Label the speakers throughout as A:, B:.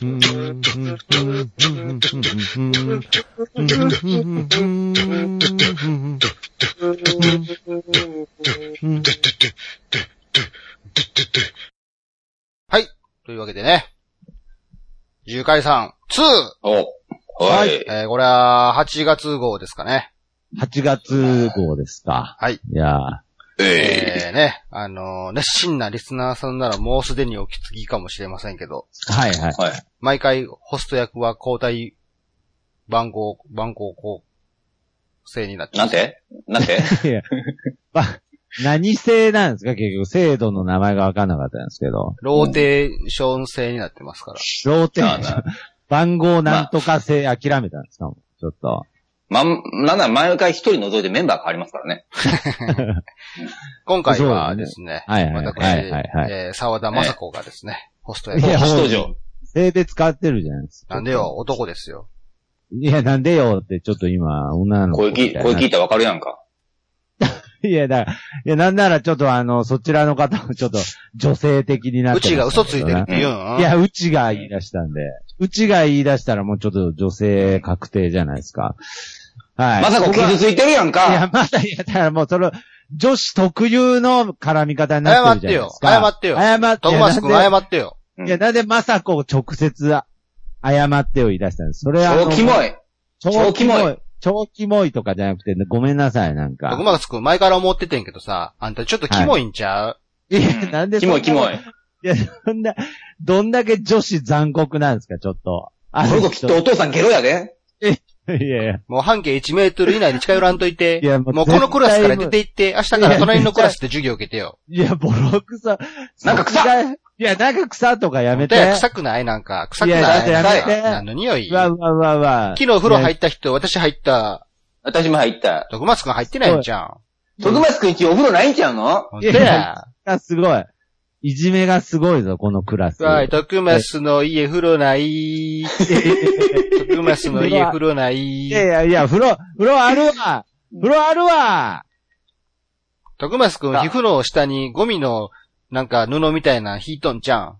A: 嗯
B: はい。というわけでね。誘拐さん2、
C: お、はい。
B: えー、これは8月号ですかね。
A: 8月号ですか。
B: はい。
A: いやー
C: え
B: えー、ね。あのー熱心なリスナーさんならもうすでにお気づきかもしれませんけど、
A: はいはい。
C: ー、はい。
B: 毎回ホスト役は交代番号、番号構成になってま
C: な
B: す
C: んてなんて
A: まあ、何制なんですか結局、制度の名前がわかんなかったんですけど。
B: ローテーション制になってますから。
A: ローテ
C: な
A: ー
C: ん
A: ション
C: だ
A: 番号なんとか制諦めたんですかもうちょっと。
C: ま、なんなら毎回一人除いてメンバー変わりますからね。
B: 今回はですね、
A: そうですねはいはい
B: 私、
A: はいはいはい
B: えー沢田雅子がですね、ホスト
A: い
B: 役。
A: や
C: 初
A: もう
C: 登場。
A: 性別変わってるじゃないですか。
B: なんでよ、男ですよ。
A: いや、なんでよって、ちょっと今、女の子
C: 声
A: みたい
C: 聞い
A: な。
C: 声聞いたらわかるやんか。
A: いや、だから、いや、なんならちょっとあの、そちらの方もちょっと、女性的になって
B: う
A: ました
B: ち
A: けど
B: が
A: ね
B: 嘘ついてるって言う
A: い
B: の
A: や、うちが言い出したんで。うちが言い出したらもうちょっと女性確定じゃないですか。はい。
C: まさか傷ついてるやん
A: い
C: か。
A: や、まだ、いや、だからもうその、女子特有の絡み方にな
B: 謝
A: っ
B: ってて
A: るじゃない
B: よ
A: で。すか。
B: 謝ってよ。
A: 謝って
B: 徳松くん
A: なん
B: 謝ってよ。
A: でいや、なんでまさこを直接あ謝ってを言い出したんです。それはあの。
C: 超キモい。
A: 超キモ
C: 超キモ
A: い。超キモいとかじゃなくて、ごめんなさい、なんか。
B: 徳松くん前から思っててんけどさ、あんたちょっとキモいんちゃう、
A: いや、
C: う
A: なんで
C: キモいキモ
A: い。
C: い。
A: いや、 そんな、どんだけ女子残酷なんですか、ちょっと。あ
C: それこそきっとお父さんゲロやで。
A: いやいや。
B: もう半径1メートル以内に近寄らんといて。
A: いやもう
B: もうこのクラスから出て行って、明日から隣の
A: いや
B: クラスで授業受けてよ。
A: いや、ボロクソ。
C: なんか臭
A: いや、なんか草とかやめ
B: だ
A: て。
B: 臭くないなんか、臭くない
A: いや
C: だってやめ
A: て
B: 何の匂いう
A: わうわうわうわ。
B: 昨日風呂入った人、私入った、
C: 私も入った。
B: 徳松くん入ってないんじゃん。
C: 徳松くんちお風呂ないんちゃうの
B: ほん
A: いや
B: で
A: いやがすごい。いじめがすごいぞ、このクラス。
B: はい、徳松の家風呂ない。徳松の家風呂ないい。
A: やいやいや、風呂、風呂あるわ風呂あるわ
B: 徳松くん、皮膚の下にゴミの、なんか布みたいなの引いとんじゃん。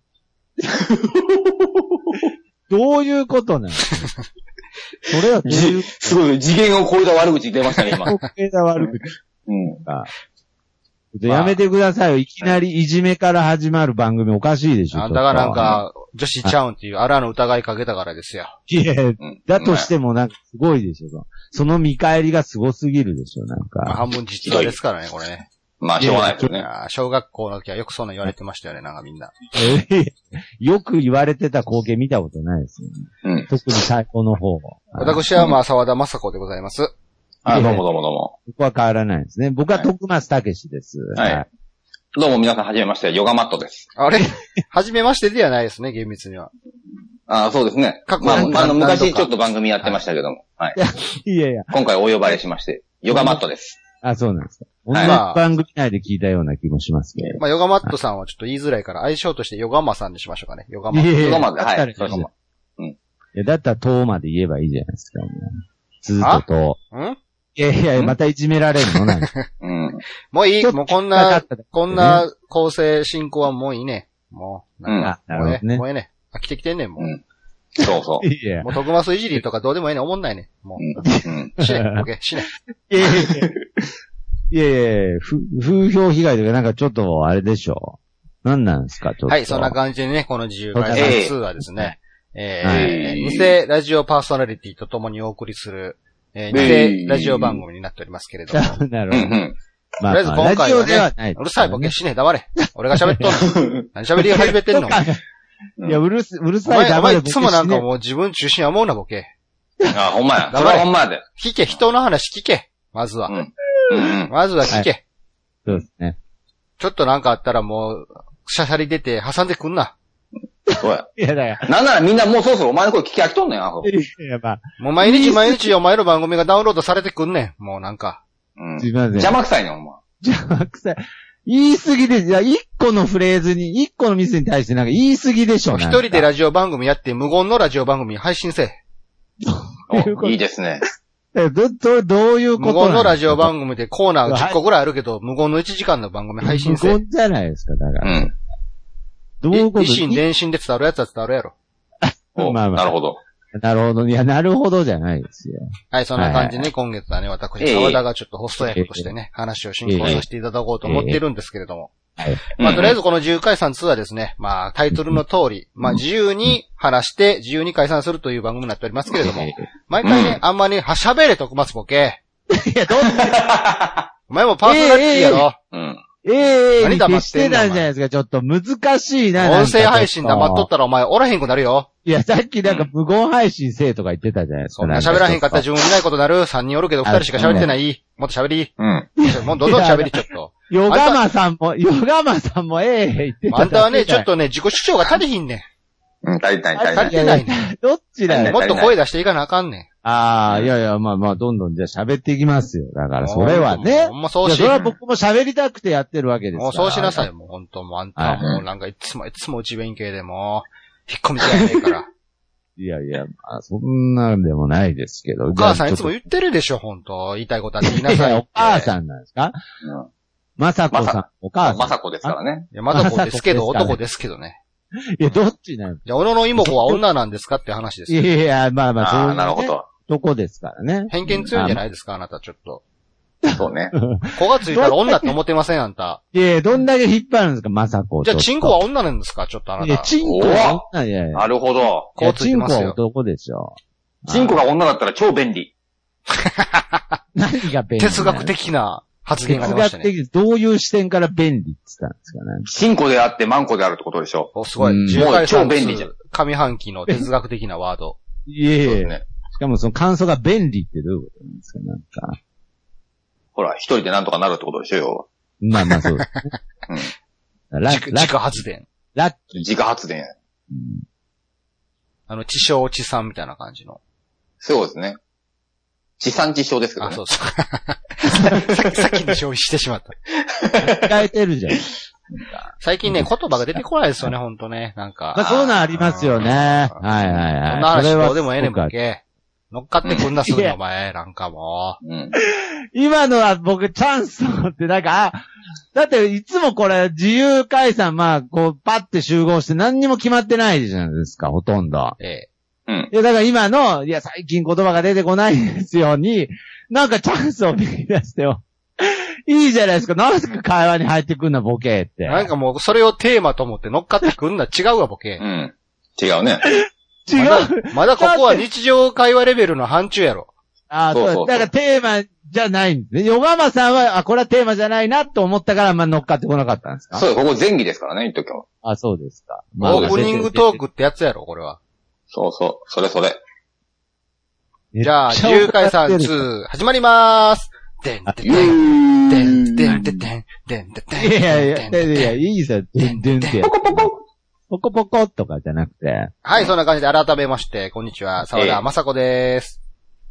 A: どういうこと なのそれはどういう
C: すごい、次元を超えた悪口出まし たね、今。
A: 光景が悪くて
C: うん。
A: やめてくださいよ。いきなりいじめから始まる番組おかしいでしょ。
B: あんたがなん
A: ちょっ
B: か、女子ちゃうんっていう、あらの疑いかけたからですよ。
A: と。いや
C: うん
A: だとしてもなんかすごいでしょ。その見返りがすごすぎるでしょ、なん
B: まあ
A: か。
B: 半分実話ですからね、これね。
C: まあ、しょうがないですよね。
B: あー小学校の時はよくそんなん言われてましたよね、なんかみんな。
A: よく言われてた光景見たことないですよね。
C: うん。
A: 特に最後の方。こ
B: 私はまあ、沢田雅子でございます。
C: あ、どうもどうもどうも。
A: こは変わらないですね。僕は徳松武史です。
C: はいどうも皆さん、はじめまして。ヨガマットです。
B: あれはじめましてではないですね、厳密には。
C: ああ、そうですね。
B: 過去
C: まあ、
B: なんか
C: あの、
B: なんとか
C: 昔ちょっと番組やってましたけども。はい。
A: いやいや、
C: 今回お呼ばれしまして、ヨガマットです。
A: あ、そうなんですか。同
C: はい
A: じ番組内で聞いたような気もしますけど。
B: まあ、ヨガマットさんはちょっと言いづらいから、相性としてヨガマさんにしましょうかね。ヨガマ
A: い。やい
C: ヨガ
A: や、
C: マで、はい。
A: だったら
C: ヨガマ
A: いやだったら遠まで言えばいいじゃないですか。もうずーっと
B: ん
A: 遠。いやいや、
C: ん
A: またいじめられるのなん か。
C: うん。
B: もういい
A: ちょっと
B: もうこん
A: な
B: な
A: か、っただ
B: こんな構成進行はもういいね。もう、
C: うん。
A: あ、な
B: もう
A: る
B: ね
A: ほ、どね
B: も。うええね。飽きてきてんねん、もう。
C: うんそうそ
A: いやいや
B: もう、徳松いじりとかどうでもいいねん、思んないねん。も
C: う。
B: う、
C: うん。う ん。
B: しねん。オッケー、しねん。
A: いやいやいや。いやいや、ふ風評被害というか、なんかちょっとあれでしょう。なんなんですか、ちょっと。
B: はい、そんな感じでね、この自由会
C: ええ
B: 2はですね、え
A: はい
B: ー、偽ラジオパーソナリティとともにお送りする、えー、偽ラジオ番組になっておりますけれども。
A: じ。なる
C: う
A: ほど。
C: ん。
A: まあ、
B: とりあえず今回はね
A: ラジオではない。
B: うるさいボケしねえ、黙れ。俺が喋っとんの。
C: うん
B: 何喋り始めて んの。
A: いや、うるす、うる
B: お
A: さい
B: 前、お
A: 黙
B: 前
A: れ
B: い
A: ボケ
B: つもなんか
A: しね
B: もう自分中心やもうな、ボケ。
C: あ、ほんま や。そ
B: 黙
C: れ
B: れ
C: はほんまやで。
B: 聞け、人の話聞け。まずは
C: う。んうんうん。
B: まずは聞け。
A: そうですね。
B: ちょっとなんかあったらもう、しゃしゃり出て挟んでくんな。
C: そうや。
A: いや、だから、
C: なんならみんなもうそろそろお前の声聞き飽きとんねん、アホ。
A: いや、まあ、
B: もう毎日毎日お前の番組がダウンロードされてくんねん。もうなんか。
C: うん
A: すいません。
C: 邪魔くさいねん、お前。
A: 邪魔くさい。言い過ぎで、いや、一個のフレーズに、一個のミスに対してなんか言い過ぎでしょ。
B: 一人でラジオ番組やって無言のラジオ番組配信せえ。
A: いうこと
C: おいいですね。
A: ジど、ど、どういうこと
B: 無
A: なん
B: 言のラ
A: ジ
B: ジオ番組でコーナー10個ぐらいあるけど、無言の1時間の番組配信せ
A: 無
B: え。
A: 言じゃないですか、だか
C: う
A: ら。
C: ん。
A: どういうこと
B: 一心伝心で伝わるやつは伝わるやろ。
C: お
A: まあまあ
C: なるほど。
A: なるほど。いや、なるほどじゃないですよ。
B: はい、そんな感じでね、今月はね、私、沢田がちょっとホスト
A: え
B: 役
A: え
B: としてね、話を進行させていただこうと思ってるんですけれども。
C: ま
B: まあ、とりあえずこの10解散2はですね、まあ、タイトルの通り、まあ、自由に話して、自由に解散するという番組になっておりますけれども、毎回ね、あんまり、は、喋れと、マスボ ケ。
A: いや、どう
B: お前もパーソナリティやろ。
C: うん。
A: ええ
B: 何黙
A: 消
B: っ
A: してて
B: んの
A: たんじゃないですか。ちょっと難しいな。。
B: 音声配信黙っとったたらお前おらへんくなるよ。
A: いや、さっきなんか無言配信せえとか言ってたじゃないですか。
B: そんな喋らへんかったら
A: じ
B: 自分いないことなる。3人おるけど2人しか喋ってない。もっと喋り。
C: うん。
B: もうどんどん 喋りちょっと。
A: ヨガマさんも、ヨガマさんもええ言ってた。
B: あんたはね、ちょっ。とね、自己主張が足りひんね
C: うん、足りない、足り
B: 足
C: な
B: り
C: い。
B: てないね
A: どっちだ
B: ん。
A: よ。
B: もっと声出していかなあかんね
A: ああ、いやいや、まあまあ、どんどんじゃあ喋っていきますよ。だか
B: ん。
A: ら、それはね
B: ほ。んまそう
A: いや
B: し
A: そ。れは僕も喋りたくてやってるわけですから。
B: もうそうしなさ
A: い。
B: い。もう本当もうあんたはもうなんかいつもいつも内弁慶でもう、引っ込みじゃね えから。
A: いやいや、まあ、そんなんでもないですけど。
B: お母さんいつも
A: 言
B: 言ってるでしょ、本当言いたいことは言いな
A: って
B: さいって。
A: お母さんなんですかまさこ
C: ま
A: さん
C: さ、
A: お母さ
C: ま
A: ん。
C: さこですからね。
B: いや、まだこうですけど、
A: まさこ
B: 男
A: で
B: ですけどね。
A: いや、どっちなん
B: じゃあ、小野の妹子は女なんですかって話です
A: い
B: よ。
A: や、まあまあ、そういう
C: あ
A: ね
C: あ、なるほ。ど。
A: とこですからね。
B: 偏見強いんじゃ
A: い
B: ないですか、あなたちょっと。
C: そう ね。
B: 子がついたら女って思ってません、あんた。
A: いやいや、どんだけ引っ張るんですか、まさこ。
B: じゃあ、チンコは女なんですかちょっとあない
A: や、
B: た。
A: チンコは女、いやいや。
C: なるほど。
A: いや
B: こうつい
A: チ
B: て
A: ン
B: ま
A: コ
B: すよ
A: は男でしょ。
C: チンコが女だったら超便利。
A: 何が便利
B: 哲学的な発言が
A: 哲
B: 出ました
A: 学
B: ね。
A: 的、どういう視点から便利って言ったんですかね。
C: チンコであってマンコであるってことでしょ。
B: お、すごい。
A: うん
B: 10回
C: もう超便利じゃん
B: 上半期の哲学的なワード。
A: いえ
C: そう
A: い
C: で
A: え。
C: すね。
A: しかもその感想が便利ってどういうことなんですかなんか。
C: ほら、一人でなんとかなるってことでしょよ。
A: まあまあそうですね。 ラ
B: 自
A: ッ、
B: 家
A: ラ
B: 自
A: ッ、
B: 家発電。
A: ラッ、
C: 自家発電。
A: うん
B: あの、地小地産みたいな感じ の。
C: そうですね。地産地消ですけど
B: あ、
C: ね
B: そ。うそう。 さっき、さっきに消費してしまった。
A: 使えてるじゃん。
B: 最近ね、言葉が出てこないですよね、ほんとね。なんか。
A: まあそういうのありますよね。はいはいはい。
B: こんな話
A: それは
B: どうでもええねん、
A: すごくあ
B: ボ
A: る
B: ケ。乗っかってくんなすぐ
A: い
B: に、
A: や
B: お前。なんかもう。
C: うん。
A: 今のは僕チャンスをって、なんか、あだっていつもこれ自由解散、まあ、こう、パッて集合して何にも決まってないじゃないですか、ほとんど。
B: ええ。
C: うん。
A: いや、だから今の、いや、最近言葉が出てこないんですよに、なんかチャンスを見出してよ。 いいじゃないですか。なんすか会話に入ってくんな、ボケって。
B: なんかもう、それをテーマと思って乗っかってくんな。違うわ、ボケ
C: う。ん。違うね。
A: 違う。
B: まだここは日常会話レベルの範疇やろ。
A: ああ、
C: そうそう
A: そ。
C: そうう
A: だからテーマじゃないんですね。ヨガマさんは、あ、これはテーマじゃないなと思ったから、まあ乗っかってこなかったんですか
C: そう、ここ前儀ですからね、言っときは。
A: あ、そうですか。まあ
B: オープニングトークってやつやろ、これは。
C: そうそう。それそれ。
B: じゃあ、10回さん2、始まりまーす。でんててん、でんてんてんてん、でんて
A: いやいやい
B: てん、でんて
A: や、いや
B: んてん。
A: いいですよ。でんでんって。ポコポコポコポコとかじゃなくて。
B: はい、そんな感じで改めまして、こんにちは、沢
C: え
B: 田
C: え
B: まさこです。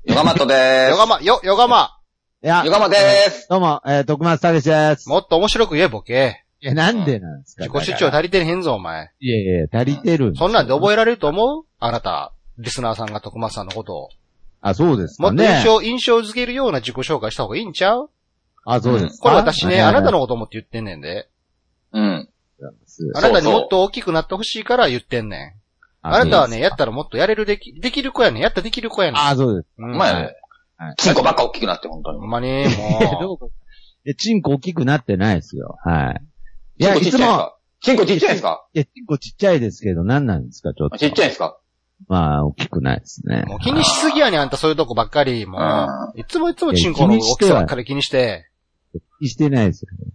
C: ヨガマットでー
B: よ
C: す。
B: がま、よ、よがま、
A: いや
C: ヨガマでーす。
A: どうも、えー、徳松たけしです。
B: もっと面白く言え、ボケ。
A: いや、なんでなんですか
B: 自己主張
A: だから
B: 足りてへんぞ、お前。
A: いやいや、足りてる。
B: そんなんで覚えられると思うあなた、リスナーさんが徳松さんのことを。
A: あ、そうです
B: も
A: か
B: っと印
A: ね。
B: 象、印象づけるような自己紹介した方がいいんちゃう
A: あ、そうですか。
B: これ私ね、あなた
A: の。
B: のこと思って言ってんねんで。
C: うん。
B: あなたにもっと大きくなってほしいから言ってんねん。あなたはね、やったらもっとやれるでき、できる子やねん。やったらできる子やねん。
A: あ、そうです。
B: うん、
C: お前ね
A: はい、
C: チンコばっか大きくなって、本当
B: ほ
C: に。
B: ん まに、
A: いやど
B: も
A: うかえ、チンコ大きくなってないですよ。はい。い
C: チン
A: や、
C: コ
A: い
C: ちっ
A: つ
C: ちゃいです
A: も、
C: かチンコちっちゃいですか
A: いや、チンコちっちゃいですけど、何なんですか、ちょっと。
C: ちっちゃいですか
A: まあ、大きくないですね
B: う、。もう気にしすぎやねん、あんたそういうとこばっかり。もう、いつもいつもチンコの
A: いや気にし
B: 大
A: ては
B: きさばっかり気にして。
A: してないですよね。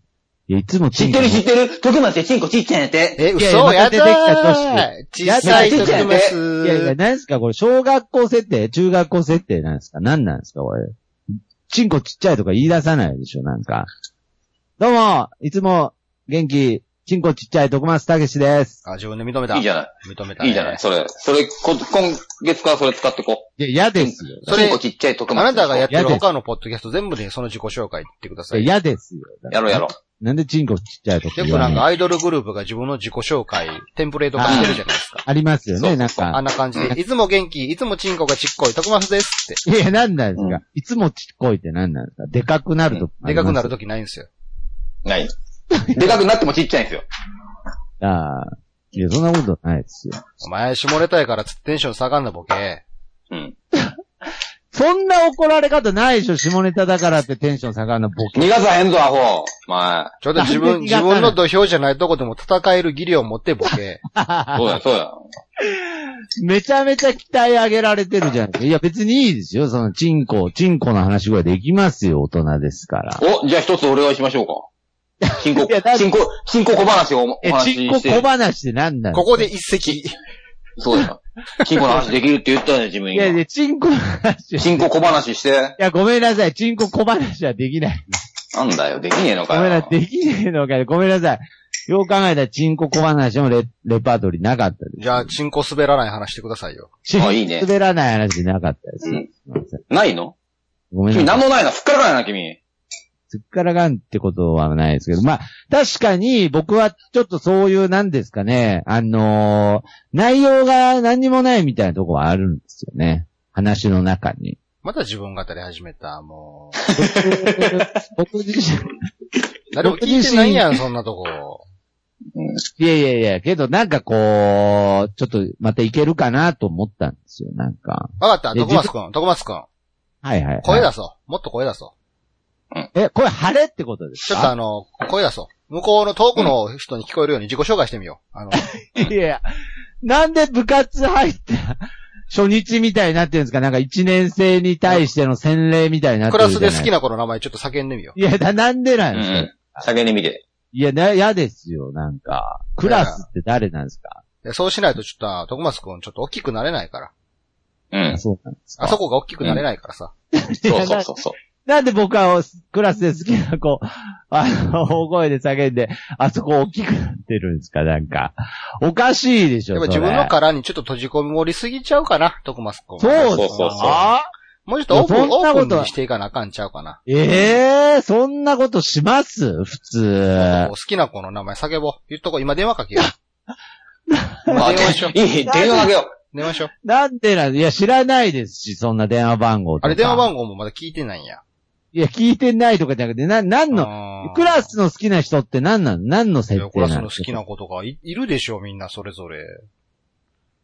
A: いや、いつも
C: 知
A: チ
C: っ
A: ン
C: て
A: コ
C: る知ってる徳松ってチンコちっちゃいんやって。
B: え、
A: いやい
B: 嘘
A: や
B: や
A: また出て
B: だー
A: きた
B: 小
A: 女子
B: さい時
C: や
B: で
C: だ
A: いやいや、
B: す。
A: 何ですかこれ、小学校設定中学校設定なんですか何なんですかこれ。チンコちっちゃいとか言い出さないでしょなんか。どうも、いつも、元気、チンコちっちゃい徳松たけしです。
B: あ、自分で認めた。
C: いいじゃな
B: 認めた、
C: い。
B: ね。
C: いいじゃない。それ、それ、こ今月からそれ使ってこ
A: いや、嫌ですよ。
C: う。
B: それ
C: チンコちっちゃい徳
B: あ
C: 松。
B: なたがやってる
A: 嫌です
B: 他のポッドキャスト全部でその自己紹介言ってくださ
A: い
B: い。
A: や嫌ですよ。
C: やろうやろう。
A: なんでチンコちっちゃいとか
B: よ
A: 言
B: く
A: わ
B: なんか
A: ない
B: アイドルグループが自分の自己紹介、テンプレート化してるじゃないですか。
A: ありますよ
C: そ
A: ね、
C: う
A: なん
B: あん
A: か。
B: な感じで、いつも元気、いつもチンコがちっこい、徳松ですって。
A: いや、何なんです
C: う
A: かいつもちっこいって何なんですかでかくなると。
B: でかくなる
A: と。
B: ときないんですよ。
C: ない。でかくなってもちっちゃいんですよ。
A: ああ。いや、そんなことないですよ。
B: お前、下ネタやからテンション下がんなボケ。
C: うん。
A: そんな怒られ方ないでしょ、下ネタだからってテンション下がるのボケ。
C: 逃がさへんぞ、アホ。ま
B: ち ょっと自
A: なん
B: 分、
A: で苦手
B: 自
A: なの
B: 分の土俵じゃないとこでも戦える技量を持ってボ ケ。
C: あ、そうや、そうや。
A: めちゃめちゃ期待上げられてるじゃないですか。いや、別にいいですよ。その、チンコ、チンコの話ぐらいできますよ、大人ですから。
C: お、じゃあ一つお願いしましょうか。進行
A: いやだ、って
C: 進行、進行小話をおお
A: え、
C: 話し
A: チンコ
C: して。
A: 小話って何なん
B: ここで一 席。
C: そうや。進行の話できるって言ったね、自分
A: いやい
C: 今。
A: や、チンコの話。い
C: 進行小話して。
A: や、ごめんなさい。チンコ小話はできない。
C: なんだよ、できねえの
A: ご
C: か
A: めんな
C: よ
A: さい。。できねえのかよ。ごめんなさい。よう考えたら、チンコ小話のレレパートリーなかったです。
B: じゃあ、チンコ滑らない話してくださいよ。
A: チンコ
C: あいいね
A: 滑らない話なかったです。
C: うん
A: すいません
C: ないの
A: ごめんな
C: 君
A: さい
C: なん。もないな、すっからかんやな、君。
A: つっからがんってことはないですけど、まあ、確かに僕はちょっとそういう、なんですかね、あのー内容が何にもないみたいなとこはあるんですよね。話の中に。
B: また自分語り始めた、も
A: 僕自身、
B: う。誰も聞いてないやん、そんなとこ。
A: いやいやいや、けどなんかこう、ちょっとまたいけるかなと思ったんですよ、なんか。
B: わかった、
A: で
B: 徳松くん、徳松くん。
A: はいはい、はい。
B: 声出そう。もっと声出そう。
A: え、声晴れってことです
B: ちょっとあ
A: か
B: の、声出そう。向こうの遠くの人に聞こえるように自己紹介してみよう。あの、
A: いやいや、なんで部活入った初日みたいになってるんですかなんか一年生に対しての洗礼みたいになって
B: ク
A: る
B: ラ
A: じゃ
B: ス
A: ない
B: です
A: か
B: 好きな子の名前ちょっと叫んでみよ
A: いや、だ、なんでな
C: うんん
A: ですか、
C: うん。酒に見て。
A: いや、な、嫌ですよ、なんか。クラスって誰なんですか
B: う。でそうしないとちょっとあ、徳松くんちょっと大きくなれないから。
C: うん。
A: そうなんですか
B: あそこが大きくなれないからさ。
C: そうそうそうそう。
A: なんで僕はクラスで好きな子、あの、大声で叫んで、あそこ大きくなってるんですかなんか。おかしいでしょ、
B: やっぱ
A: そ
B: 自
A: れ
B: 分の殻にちょっと閉じ込もりすぎちゃうかな、徳松くん。
A: そうで
C: そ
A: す
C: うそうそう
A: か
B: もうちょっとオープ
A: そ
B: ン、
A: んなことは
B: オープンにしていかなあかんちゃうかな。
A: ええそんなことします普通
B: 好。きな子の名前叫ぼう。言っとこう。今電話かけよう。今
C: あ、
B: 電話しよう。
C: でいい、電話かけよ
B: 電 話しよう。
A: なんでなんいや、知らないですし、そんな電話番号とか。
B: あれ電話
A: 号
B: 番号もまだ聞いてないんや。
A: いや、聞いてないとかじゃなくて、な、なんの、
B: の
A: クラスの好きな人って何なの何の設定
B: クラス
A: な
B: の
A: の
B: 好きな子とかいいるでしょ、みんなそれぞれ。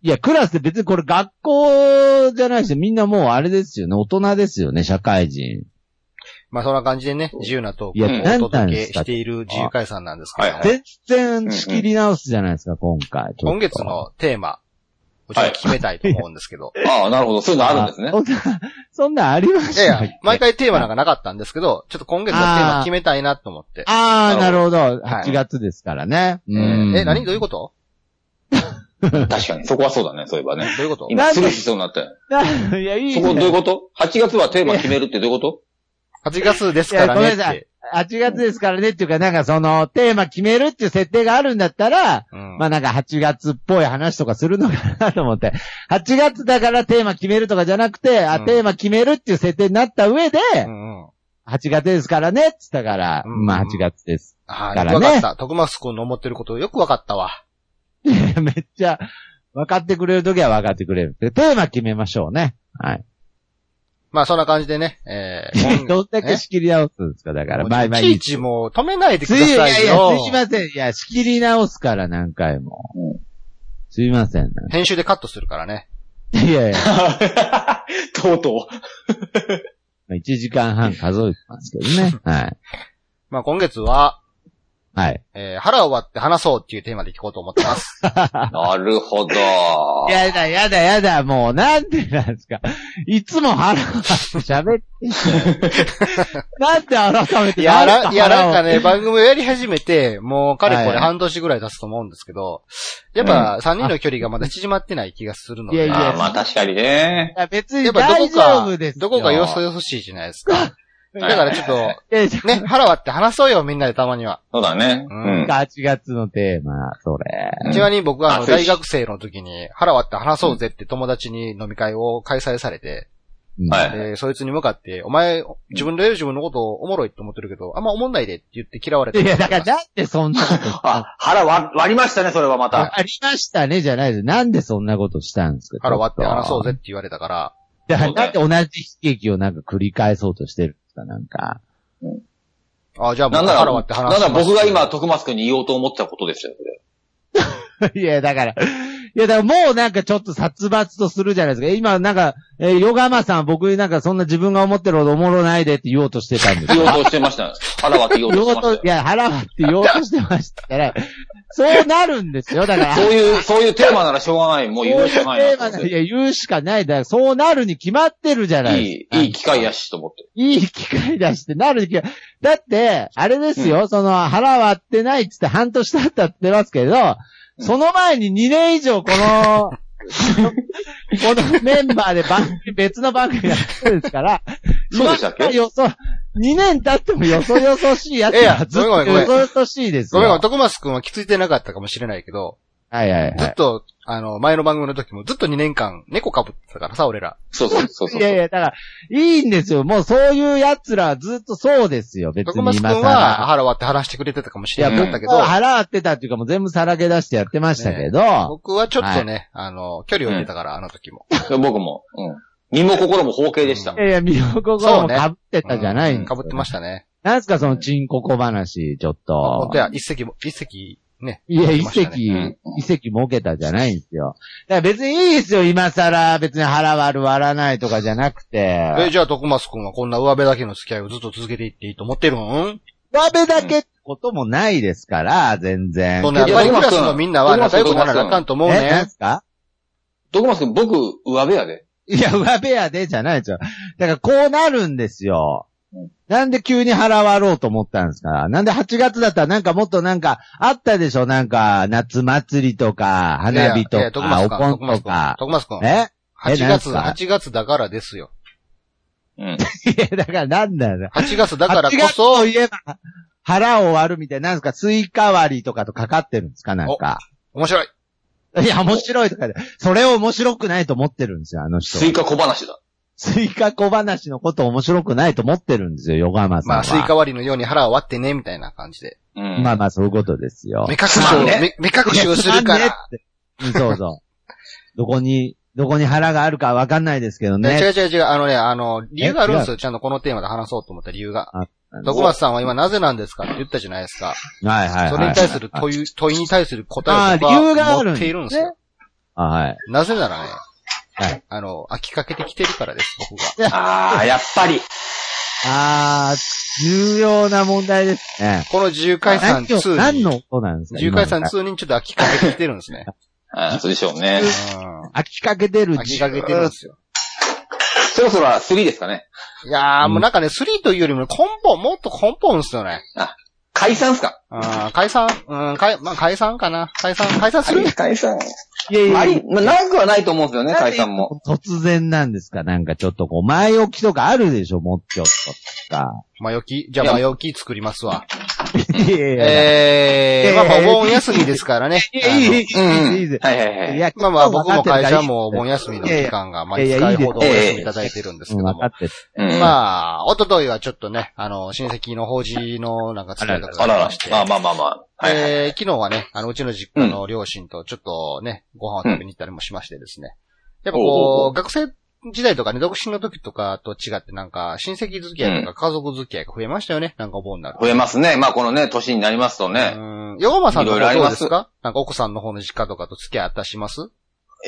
A: いや、クラスって別にこれ学校じゃないし、みんなもうあれですよね、大人ですよね、社会人。
B: まあそんな感じでね、自由なトー
A: いや、
C: うん
B: クを
A: な
B: お
A: んなん
B: 届
A: で
B: け
A: す
B: し
A: か
B: ている自由解散なんですけども、
C: はいはい
A: 全然仕切り直すじゃないですか、今回。ちょっと
B: 今月。のテーマ、をちょっと決めたいと思うんですけど。
C: う。ああ、なるほど。そういうのあるんですね。
A: そんな、 そんなんありまし
B: い
A: た
B: やいや、毎
A: 回。
B: 回テーマなんかなかったんですけど、ちょっと今月のテーマ決めたいなと思って。
A: あー、
C: な
A: な
C: る
A: るほど。
B: はい
A: 8月ですからね。
B: え
A: うん
B: ーえ、何どういうこと
C: 確かに。そこはそうだね、そういえばね。
B: どういうこと
C: 今、すぐしそうになったよ。
A: ないや、いい
C: そ
A: ね。
C: こどういうこと ?8 月はテーマ決めるってどういうこと
B: ?8 月ですからね
A: い
B: っ
A: やごめんなさ
B: て。
A: 8月ですからねっていうか、なんかその、テーマ決めるっていう設定があるんだったら、
B: うん
A: まあなんか8月っぽい話とかするのかなと思って。8月 だからテーマ決めるとかじゃなくて、あ、
B: うん
A: テーマ決めるっていう設定になった上で、
B: うんうん
A: 8月ですからねって言ったから、
B: うん
A: まあ8月です。
B: ああ、
A: だ
B: よ
A: か
B: く
A: ら
B: わ
A: ね
B: かった。徳松くんの思ってることよくわかったわ。
A: めっちゃ、分かってくれるときは分かってくれる。テーマ決めましょうね。はい。
B: まあそんな感じでね、えー、今
A: どんだけ仕切り直すんですか、だから。まあまあいい
B: いちい。ちもう止めないでく
A: す
B: だ
A: い、
B: さ
A: いや
B: い
A: いや、
B: よ。
A: すいません。いや、仕切り直すから何回も。
C: う
A: すいません。
B: 編集でカットするからね。
A: いやいや、
C: とうと
A: 1時間半 数えてますけどね。はい。
B: まあ今月は、
A: はい。
B: えー、腹を割って話そうっていうテーマで聞こうと思ってます。
C: う。なるほど。
A: やだ、やだ、やだ、もう、なんでなんですか。いつも腹を割って喋っ て。なんで改めて
B: いや、
A: なん
B: な
A: で
B: いや、
A: 腹
B: なん
A: を
B: かね、番組をやり始めて、もうかれこれ半年ぐらい経つと思うんですけど、やっぱ3人の距離がまだ縮まってない気がするの
A: いや
B: で、
A: い
C: あ
A: や
C: あまあ確かにね。
A: いや別
B: や
A: に
B: っぱど
A: 大
B: こ
A: 丈
B: か
A: 夫で、す
B: どこかよ
A: よ
B: そよそしいじゃないですか。だからちょっと、
A: いやいや
B: ね、腹割って話そうよ、みんなでたまには。
C: そうだね。
B: う
C: うんん。
A: 8月のテーマ、それ。
C: うん
B: ちなみに僕はあの
C: あそうで
B: 大
C: す
B: 学生の時に腹割って話そうぜって友達に飲み会を開催されて、
A: うん
C: はい
B: でそいつに向かって、お前、自分で自分のことをおもろいって思ってるけど、あんま思んないでって言って嫌われた。
A: いや、だから、なんでそんなこと
C: あ、腹割割りましたね、それはまた。
A: ありましたね、じゃないです。なんでそんなことしたんですか
B: 腹割って話そうぜって言われたから、
A: だからなんで同じ悲劇をなんか繰り返そうとしてるんですか、なんか。
B: あじゃあも
C: な
B: うん
C: なら、
B: 腹割って話
C: なんなら
B: します
C: 僕が今、徳松君に言おうと思ってたことですよ、それ
A: いや、だから、いや、だからもうなんかちょっと殺伐とするじゃないですか。今なんか、えーヨガマさん僕になんかそんな自分が思ってるほどおもろないでって言おうとしてたんです
C: 言
A: よ。
C: おうとしてました。腹割って言おう
A: 言
C: と
A: お
C: して
A: う
C: ま
A: と、い
C: し
A: や、腹割って言おうとしてましたから、そうなるんですよ。だから
C: た。、そういう、そういうテーマならしょうがない。もう言うしかないなと思っ
A: い
C: て。
A: や、言うしかない。だから、そうなるに決まってるじゃない
C: い
A: ですか。
C: い、いい機会やしと思って。
A: いい機会だしってなるに決まだって、あれですよ、その、腹割ってないっつって半年経ったって言ってますけど、
C: うん
A: その前に2年以上こ の、このメンバーで番組、別の番組やってるんですから、
C: そうでしたっけ
A: 今よそ、2年経ってもよそよそしいやつ
B: いや
A: はずっと
B: ごめんごめん
A: よそよそしいですよ。
B: ごめんごめん、徳松くんは気づいてなかったかもしれないけど、
A: はいはい
B: ず
A: は
B: っと、あの、前の番組の時もずっと2年間猫被ってたからさ、俺ら。
C: そうそうそうそ
A: い。
C: う。
A: いやいや、だから、いいんですよ。もうそういう奴らはずっとそうですよ、別
B: 徳
A: に
B: 松く
A: 今
B: ん
A: 更
B: は。腹割って話してくれてたかもし
A: い
B: れ
A: や、
B: なか
A: 僕
B: っ
C: ん
B: たけ
A: は
B: ど、
A: 腹割ってたっていうか、もう全部さらけ出してやってましたけど、
B: 僕はちょっとね、あの、距離を置いてたから、あの時も。
C: 僕も。うん。身も心も包茎でした
A: い。やいや、身を心も被ってたじゃないん
B: 被
A: ですよ
B: ってましたね。
A: なんすか、そのチンココ話、ちょっと
B: 本。当や、一席も、一席、ね。
A: いや、
B: 被って
A: 一
B: ましたね
A: 席、
C: うん
A: 一席儲けたじゃないんですよ。だから別にいいですよ、今更。別に腹割る割らないとかじゃなく
B: え、
A: て。
B: じゃあ、徳松くんはこんな上辺だけの付き合いをずっと続けていっていいと思ってるん
A: 上べだけってこともないですから、全然。
B: そんな、やっ
C: いや
B: ぱりク
C: 徳
B: ラ
C: 松
B: ス
C: くん
B: のみんなは仲良くならなあかんと思う
A: え、な
B: ね
A: ん。すか
C: 徳松君、僕、上辺やで。
A: いや、上部屋でじゃないですよ。だからこうなるんですよ
C: うん。
A: なんで急に払わろうと思ったんですかなんで8月だったらなんかもっとなんかあったでしょなんか夏祭りとか、花火と
B: いやいや徳
A: か、
B: 松
A: お
B: くん、
A: 盆と
B: 徳松
A: か
B: くん。。徳松くん。
A: え え
B: 8
A: なん
B: 月、
A: すか
B: 8月だからですよ。
C: うん。
A: いや、だからなんだよ。
B: 8月だからこ
A: 8
B: そ、
A: 月といえば、腹を割るみたいな、なんですかスイカ割りとかとかかってるんですかなんか。
B: 面白い。
A: いや、面白いとかで。それを面白くないと思ってるんですよ、あの人
C: ス。イカ小話だ。
A: スイカ小話のこと面白くないと思ってるんですよ、横浜さん
B: ま
A: は。
B: あ、スイカ割りのように腹を割ってね、みたいな感じで。
C: うん。
A: まあまあ、そういうことですよ
B: 目。隠し
C: つま
B: を、
C: んね
B: 目目隠しをするか
A: いや
B: ら。
A: つまんね ってそうそう。どこに、どこに腹があるかわかんないですけどね。
B: 違う違う違う、あのね、あの、理由があるんですよ。ちゃんとこのテーマで話そうと思った理由が
A: あ。
B: 徳松さんは今なぜなんですかって言ったじゃないですか。
A: はいはいはい。
B: それに対する問い、問いに対する答え
A: あ
B: を
A: あ
B: 僕は
A: 理由がある
B: 持
A: んです
B: っ
A: ね
B: ているんですよ。
A: あはい。
B: なぜならね、
A: はい
B: あの、飽きかけてきてるからです、僕が。
C: ああ、やっぱり。
A: ああ、重要な問題ですね。
B: この自由解散
A: 何を
B: 2
A: 何
B: に、
A: の音なんですか
B: 自由解散
A: 今の
B: 2にちょっと飽きかけてきてるん ですね。
C: ああ、そうでしょうね。
B: う
A: 飽きかけてる
B: ん。飽きかけてるんですよ。
C: そろそろ3ですかね。
B: いやー、もうなんかね、3というよりも根本、もっと根本ですよね。
C: 解散っすか
B: うん、解散、うん、解、まあ、解散かな。解散、解散する
C: 解散。
A: いやい
C: あ
A: やい
C: り、
A: や。
C: まあ、なくはないと思うんですよね、解散も。
A: 突然なんですかなんかちょっとこう、前置きとかあるでしょもうちょっとか。
B: 前置きじゃあ前置き作りますわ。
A: いやいやい
B: えー、
A: い
B: まあ
A: や
B: まあ
A: いやいや
B: お盆休みですからね。
A: や。いい、いい、い
C: うん
A: い、いいです。
C: はいはいはい。
A: いや、
B: まあまあ僕も会社
A: 分かってるから
B: もお盆休みの期間が毎回ほどお
C: いやいやいいです
B: 休みいただいてるんですけ
A: うん
B: ど
A: 分か
B: も。
A: ってる。
C: うん、あ、
B: まあ、おとといはちょっとね、あの、親戚の法事のなんか使い方が
C: あ
B: あり
C: ら
B: ま
C: ら
B: して。。
C: まあまあまあまあ。はいはい。
B: えー昨日はね、あの、うちの実家の両親とちょっとね、ご飯を食べに行ったりもしましてですね。やっぱ
C: おうおうお
B: こ
C: う
B: う、学生時代とかね、独身の時とかと違ってなんか、親戚付き合いとか家族付き合いが増えましたよね、なんかお盆になると。
C: 増えますね。まあこのね、年になりますとね。
B: うん。ヨガマさんとか
C: いろ
B: どう
C: いろありま
B: ですすかなんか奥さんの方の実家とかと付き合いあったりします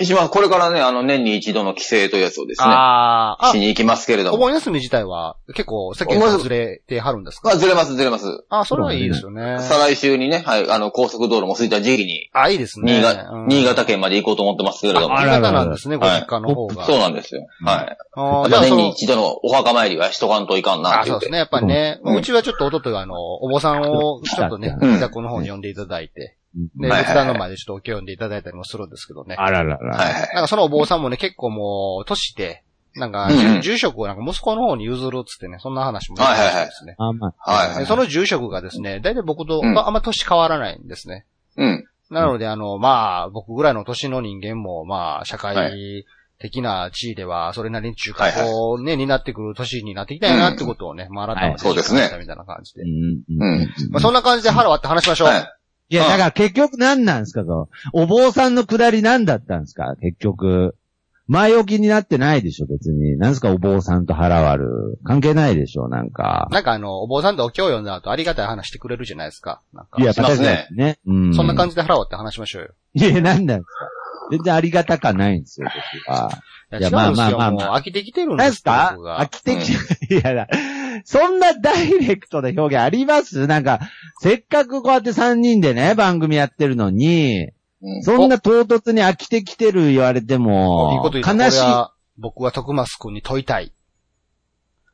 C: 一番これからね、あの年に一度の帰省というやつをですね、
B: あー
C: しに行きますけれ
B: あ、
C: ど
B: お
C: も。
B: 盆休み自体は結構世間がずれてはるんです
C: ま
B: か
C: あずれますずれます。
B: あ、それはいいですよね。
C: 再来週にね、はい、あの高速道路も空いた時期に、
B: あ、いいですね。
C: 新潟、
B: うん
C: 新潟県まで行こうと思ってますけれども。
B: 新潟なんですね、ご
C: はい
B: 実家の方が。
C: そうなんですよ。はい。
B: あ
C: や
B: ー
C: っ
B: じゃ
C: ぱ
B: あ
C: 年
B: そ
C: に
B: の
C: 一度のお墓参りはしとかんといかんなっ
B: あ、そ
C: て言
B: う
C: っ
B: で
C: て。
B: すね。やっぱりね、
C: うん
B: うちはちょっとおとといあの、お坊さんをちょっとね、
A: うん
B: 自宅の方に呼んでいただいて、
A: うん
B: で、
C: はいはい
B: 仏
C: はい
B: 壇の前でちょっとお経を呼んでいただいたりもするんですけどね。
A: あららら。
C: はいはい。
B: なんかそのお坊さんもね、結構もう、年で、なんか、
C: うんうん
B: 住職をなんか息子の方に譲るっつってね、そんな話も出てましたですね。
A: あ、まあ。
C: はいはいはい
B: でその住職がですね、大体僕と、
C: うん
B: まああんま年変わらないんですね。
C: うん。
B: なので、あの、まあ、僕ぐらいの年の人間も、まあ、社
C: は
B: 会的な地位では、それなりに中核をね、になってくる年になってきたよなってことをね、まあ、改めて
C: はいそうですね
B: 知ったみたいな感じで
A: う。んうん
C: うん
B: まあ、そんな感じで腹割って話しましょう。
C: はい。
A: いや、だから結局何なんですか、そのお坊さんのくだり何だったんですか、結局。前置きになってないでしょ、別に。なんすか、お坊さんと腹割る。関係ないでしょ、なんか。
B: なんかあの、お坊さんとお経を読んだ後ありがたい話してくれるじゃないですか。なんか。
A: いや、
C: しますね
A: 確かにね。うん。
B: そんな感じで払おうって話しましょうよ。
A: じ。いや、なんなんですか。全然ありがたかないんですよ、僕は。いや
B: いや、違うんですよ。
A: まあまあまあまあ
B: もう飽きてきてるんで
A: なん
B: す
A: すか
B: 僕が
A: 飽きてきて、いやだ。そんなダイレクトな表現ありますなんか、せっかくこうやって3人でね、番組やってるのに、
C: うん
A: そんな唐突に飽きてきてる言われても、
B: いいこと言う
A: 悲しい。
B: 僕は徳松くんに問いたい。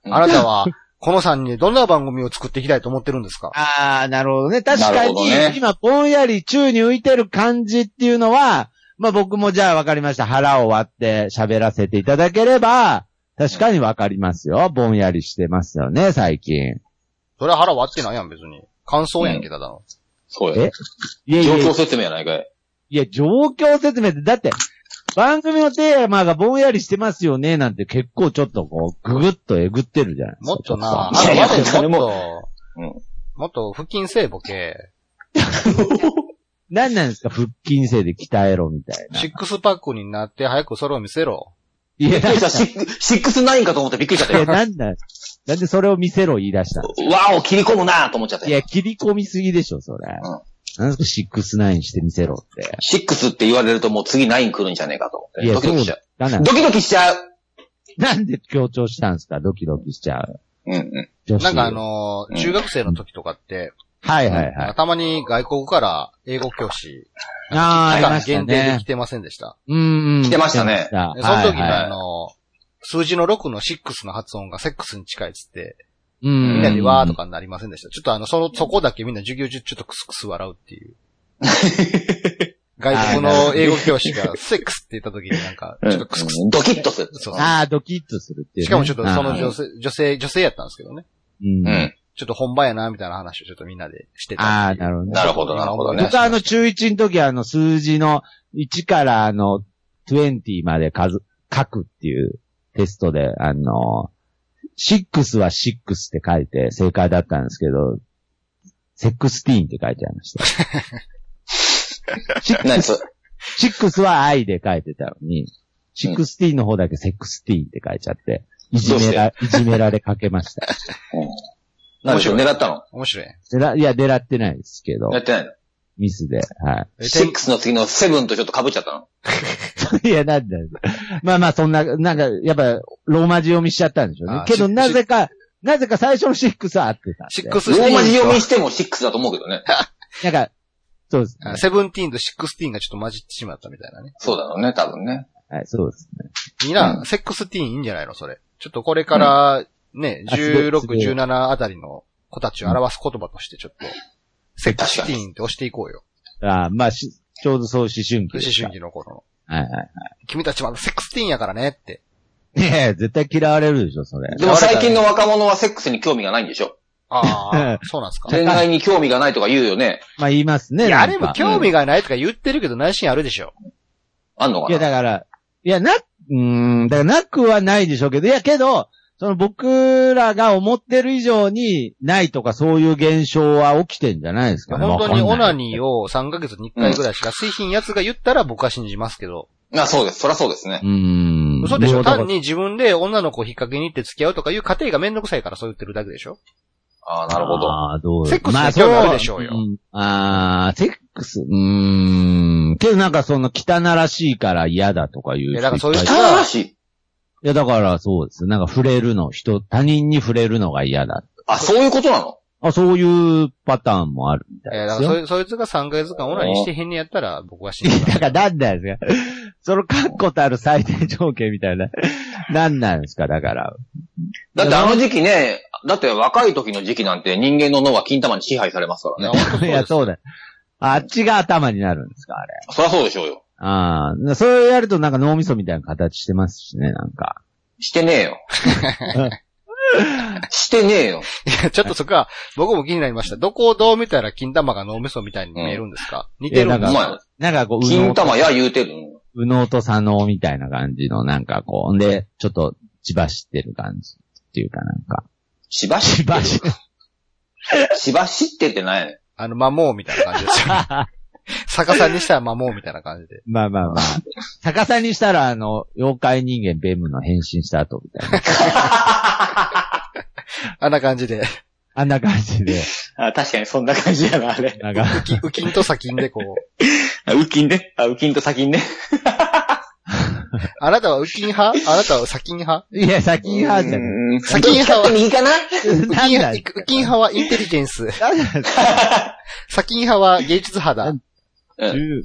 C: うん
B: あなたは、この3人でどんな番組を作っていきたいと思ってるんですか
A: ああ、なるほどね。確か
C: なる
A: に、
C: ほどね
A: 今、ぼんやり宙に浮いてる感じっていうのは、まあ僕もじゃあ分かりました。腹を割って喋らせていただければ、確かに分かりますよ。ぼんやりしてますよね、最近。
B: それは腹割ってないやん、別に。感想やんけ、ただの。
C: そうよ
A: え。いやい
C: 状
A: やいや
C: 況説明やないかい。
A: いや、状況説明って、だって、番組のテーマがぼんやりしてますよね、なんて結構ちょっとこう、ぐぐっとえぐってるじゃないですか。
B: もっとな、腹
C: そうそう
B: 割って
C: いやい
B: も
C: や
B: っ
C: う
B: と、もっと腹筋せえ、ボケ。
A: 何なんですか腹筋性で鍛えろみたいな。
B: シックスパックになって早くそれを見せろ。
A: い
C: び
A: や、
C: っくり
A: 何
C: した。シックシックスナインかと思ってびっくりしちゃ ったよ。
A: なんなんなんでそれを見せろ言い出したの
C: わお、切り込むなーと思っちゃった
A: い
C: よ。
A: や、切り込みすぎでしょ、それ。
C: ん
A: なんですかシックスナインして見せろって。
C: シックスって言われるともう次ナイン来るんじゃねえかと思っ
A: い
C: て。
A: や、
C: ドキドキしち
A: そ
C: ゃ
A: う
C: う。
A: だな
C: ド。キドキしちゃう。
A: なんで強調したんですかドキドキしちゃう。
C: うんうん。
A: 女子
B: なんかあ、のー
C: うん
B: 中学生の時とかって、
A: はいはいはい。
B: たまに外国から英語教師、
A: あー、あ
B: 期
A: りま
B: 間
A: した
B: 限定で
A: ね
B: 来。てませんでした。
A: うんうん。
C: 来てましたね
A: 来てま
B: で
A: し
B: そ
A: た
B: の時に
A: はいはい
B: あのー数字の6の6の発音がセックスに近いっつって、
A: う
B: み
A: ん
B: んなでわーと。かになりませんでした。ちょっとあの、その、そこだけみんな授業中ちょっとクスクス笑うっていう。外国の英語教師がセックスって言った時になん か、ちょっとクスクス。
C: ドキッとする。
B: そう
A: ああ、ドキッとするっていうね、
B: しかもちょっとその
A: あ
B: 女性、女性、女性やったんですけどね。
C: う
A: ー
C: ん。
B: ちょっと本番やな、みたいな話をちょっとみんなでして
A: うん。
B: た。
A: ああ、なるほどね
C: な。るほど、なるほどね
A: 僕。はあの、中1の時はあの、数字の1からあの、20まで数、書くっていうテストで、あの、6は6って書いて正解だったんですけど、16って書いてありました。
C: 何それ
A: 6は愛で書いてたのに、16の方だけ16って書いちゃって、いじめら、いじめられかけました。
C: 何でしょう狙ったの
B: 面白い。
A: でら、いや、狙ってないですけど
C: や、ってないの
A: ミスで、は
B: え
C: シックスの次のセブンとちょっと被っちゃったの
A: い。いや、なんだよまあまあ、そんな、なんか、やっぱ、ローマ字読みしちゃったんでしょうね
B: あ。
A: けど、
B: シッ
A: なぜか、なぜか最初のシックスは合ってたんで。
B: シックス
C: ローマ字読み
B: と、
C: してもシックスだと思うけどね。
A: なんか、そうですね
B: あ。セブンティーンとシックスティーンがちょっと混じってしまったみたいなね。
C: そうだろうね、多分ね。
A: はい、そうですね。
B: いいな、セックスティーンいいんじゃないのそれ。ちょっとこれから、ね、
A: あすごい
B: 16、
A: すごい
B: 17あたりの子たちを表す言葉としてちょっと、セックスティーンって押していこうよ。
A: あーまあ、しちょうどそう思春期で
B: 思
A: すか。
B: 春期の頃の。
A: はいはい。
B: 君たちまだセックスティーンやからねって。
A: ねえ、絶対嫌われるでしょ、それ。
C: でも最近の若者はセックスに興味がないんでしょ
B: ああ、そうなんですか。
C: 恋愛に興味がないとか言うよね。
A: まあ、言いますね。
B: いや、
A: な
B: あ
A: んか
B: れも興味がないとか言ってるけど内心あるでしょ。
C: あんの
A: い
C: か
A: や、
C: な
A: だから、いや、な、うーん、だからなくはないでしょうけど、いや、けど、その僕らが思ってる以上に、ないとかそういう現象は起きてんじゃないですかね。
B: 本当にオナニー
A: を。
B: を3ヶ月に1回ぐらいしか水品やつが言ったら僕は信じますけど。
C: あ、そうです。そらそうですね
A: う。ーん。
B: 嘘でし
A: も
B: ょ
A: うだか
B: 単
A: ら
B: に自分で女の子を引っ掛けに行って付き合うとかいう過程がめんどくさいからそう言ってるだけでしょ
C: ああ、なるほど。
A: ああ、どう
B: セックス
A: ま
B: だ
A: あ
B: けはあるでしょうよ
A: そんああ、セックス、うーん。けどなんかその汚らしいから嫌だとかいう人
B: いやだからそういう
A: っぱ
B: 人
C: 汚
B: は
C: らしい。
A: いや、だからそうです。なんか触れるの、人、他人に触れるのが嫌だ。
C: あ、そういうことなの
A: あ、そういうパターンもあるみたい
B: えー
A: で
B: だ
A: す
B: か
A: よ。
B: らそ、そいつが3ヶ月間オナニーしてへんねやったら僕は信じま
A: だ
B: す。
A: からなんなんですかその確固たる最低条件みたいな。なんなんですかだから。
C: だってあの時期ね、だって若い時の時期なんて人間の脳は金玉に支配されますか
B: い
C: ら
B: や
C: ね。
B: 本当そ う
A: い
B: で
A: や、
B: す
A: そうだよ。あっちが頭になるんですかあれ。
C: そらそうでしょうよ。
A: ああ。そうやるとなんか脳みそみたいな形してますしね、なんか。
C: してねえよ。 してねえよ。
B: い やちょっとそこは僕も気になりました。どこをどう見たら金玉が脳みそみたいに見えるんですか、似てる ん
A: いや
B: で
C: お
B: す
A: な
B: か
A: んな
C: 前、
A: んかこう、右脳
C: 金
A: と、
C: 玉や言うてるの。
A: 右脳と左脳みたいな感じの、なんかこう、んで、ちょっと、血走ってる感じっていうかなんか。
C: しばし
A: 血 走ってる
C: しばしってってない
B: あの、摩耗みたいな感じですよ。 逆さにしたら守うみたいな感じで。
A: まあまあまあ。逆さにしたら、あの、妖怪人間ベムの変身した後み たいな。
B: あんな感じで、
A: あんな感じで、
C: あ確かにそんな感じやな、あれ。
A: なんか、
B: ウキウキンと先んでこう、
C: あウキンね。あ、ウキンと先にね。
B: あなたはウキン派あなたは先ん派
A: いや、先派じゃん。
C: うん
B: 先に派は
C: どっちかって右かな
A: な
B: ウキン
A: んだ
B: 派ウキン派はインテリジェンス。
A: なんだ
B: 先ん派は芸術派だ。
C: うん
A: 十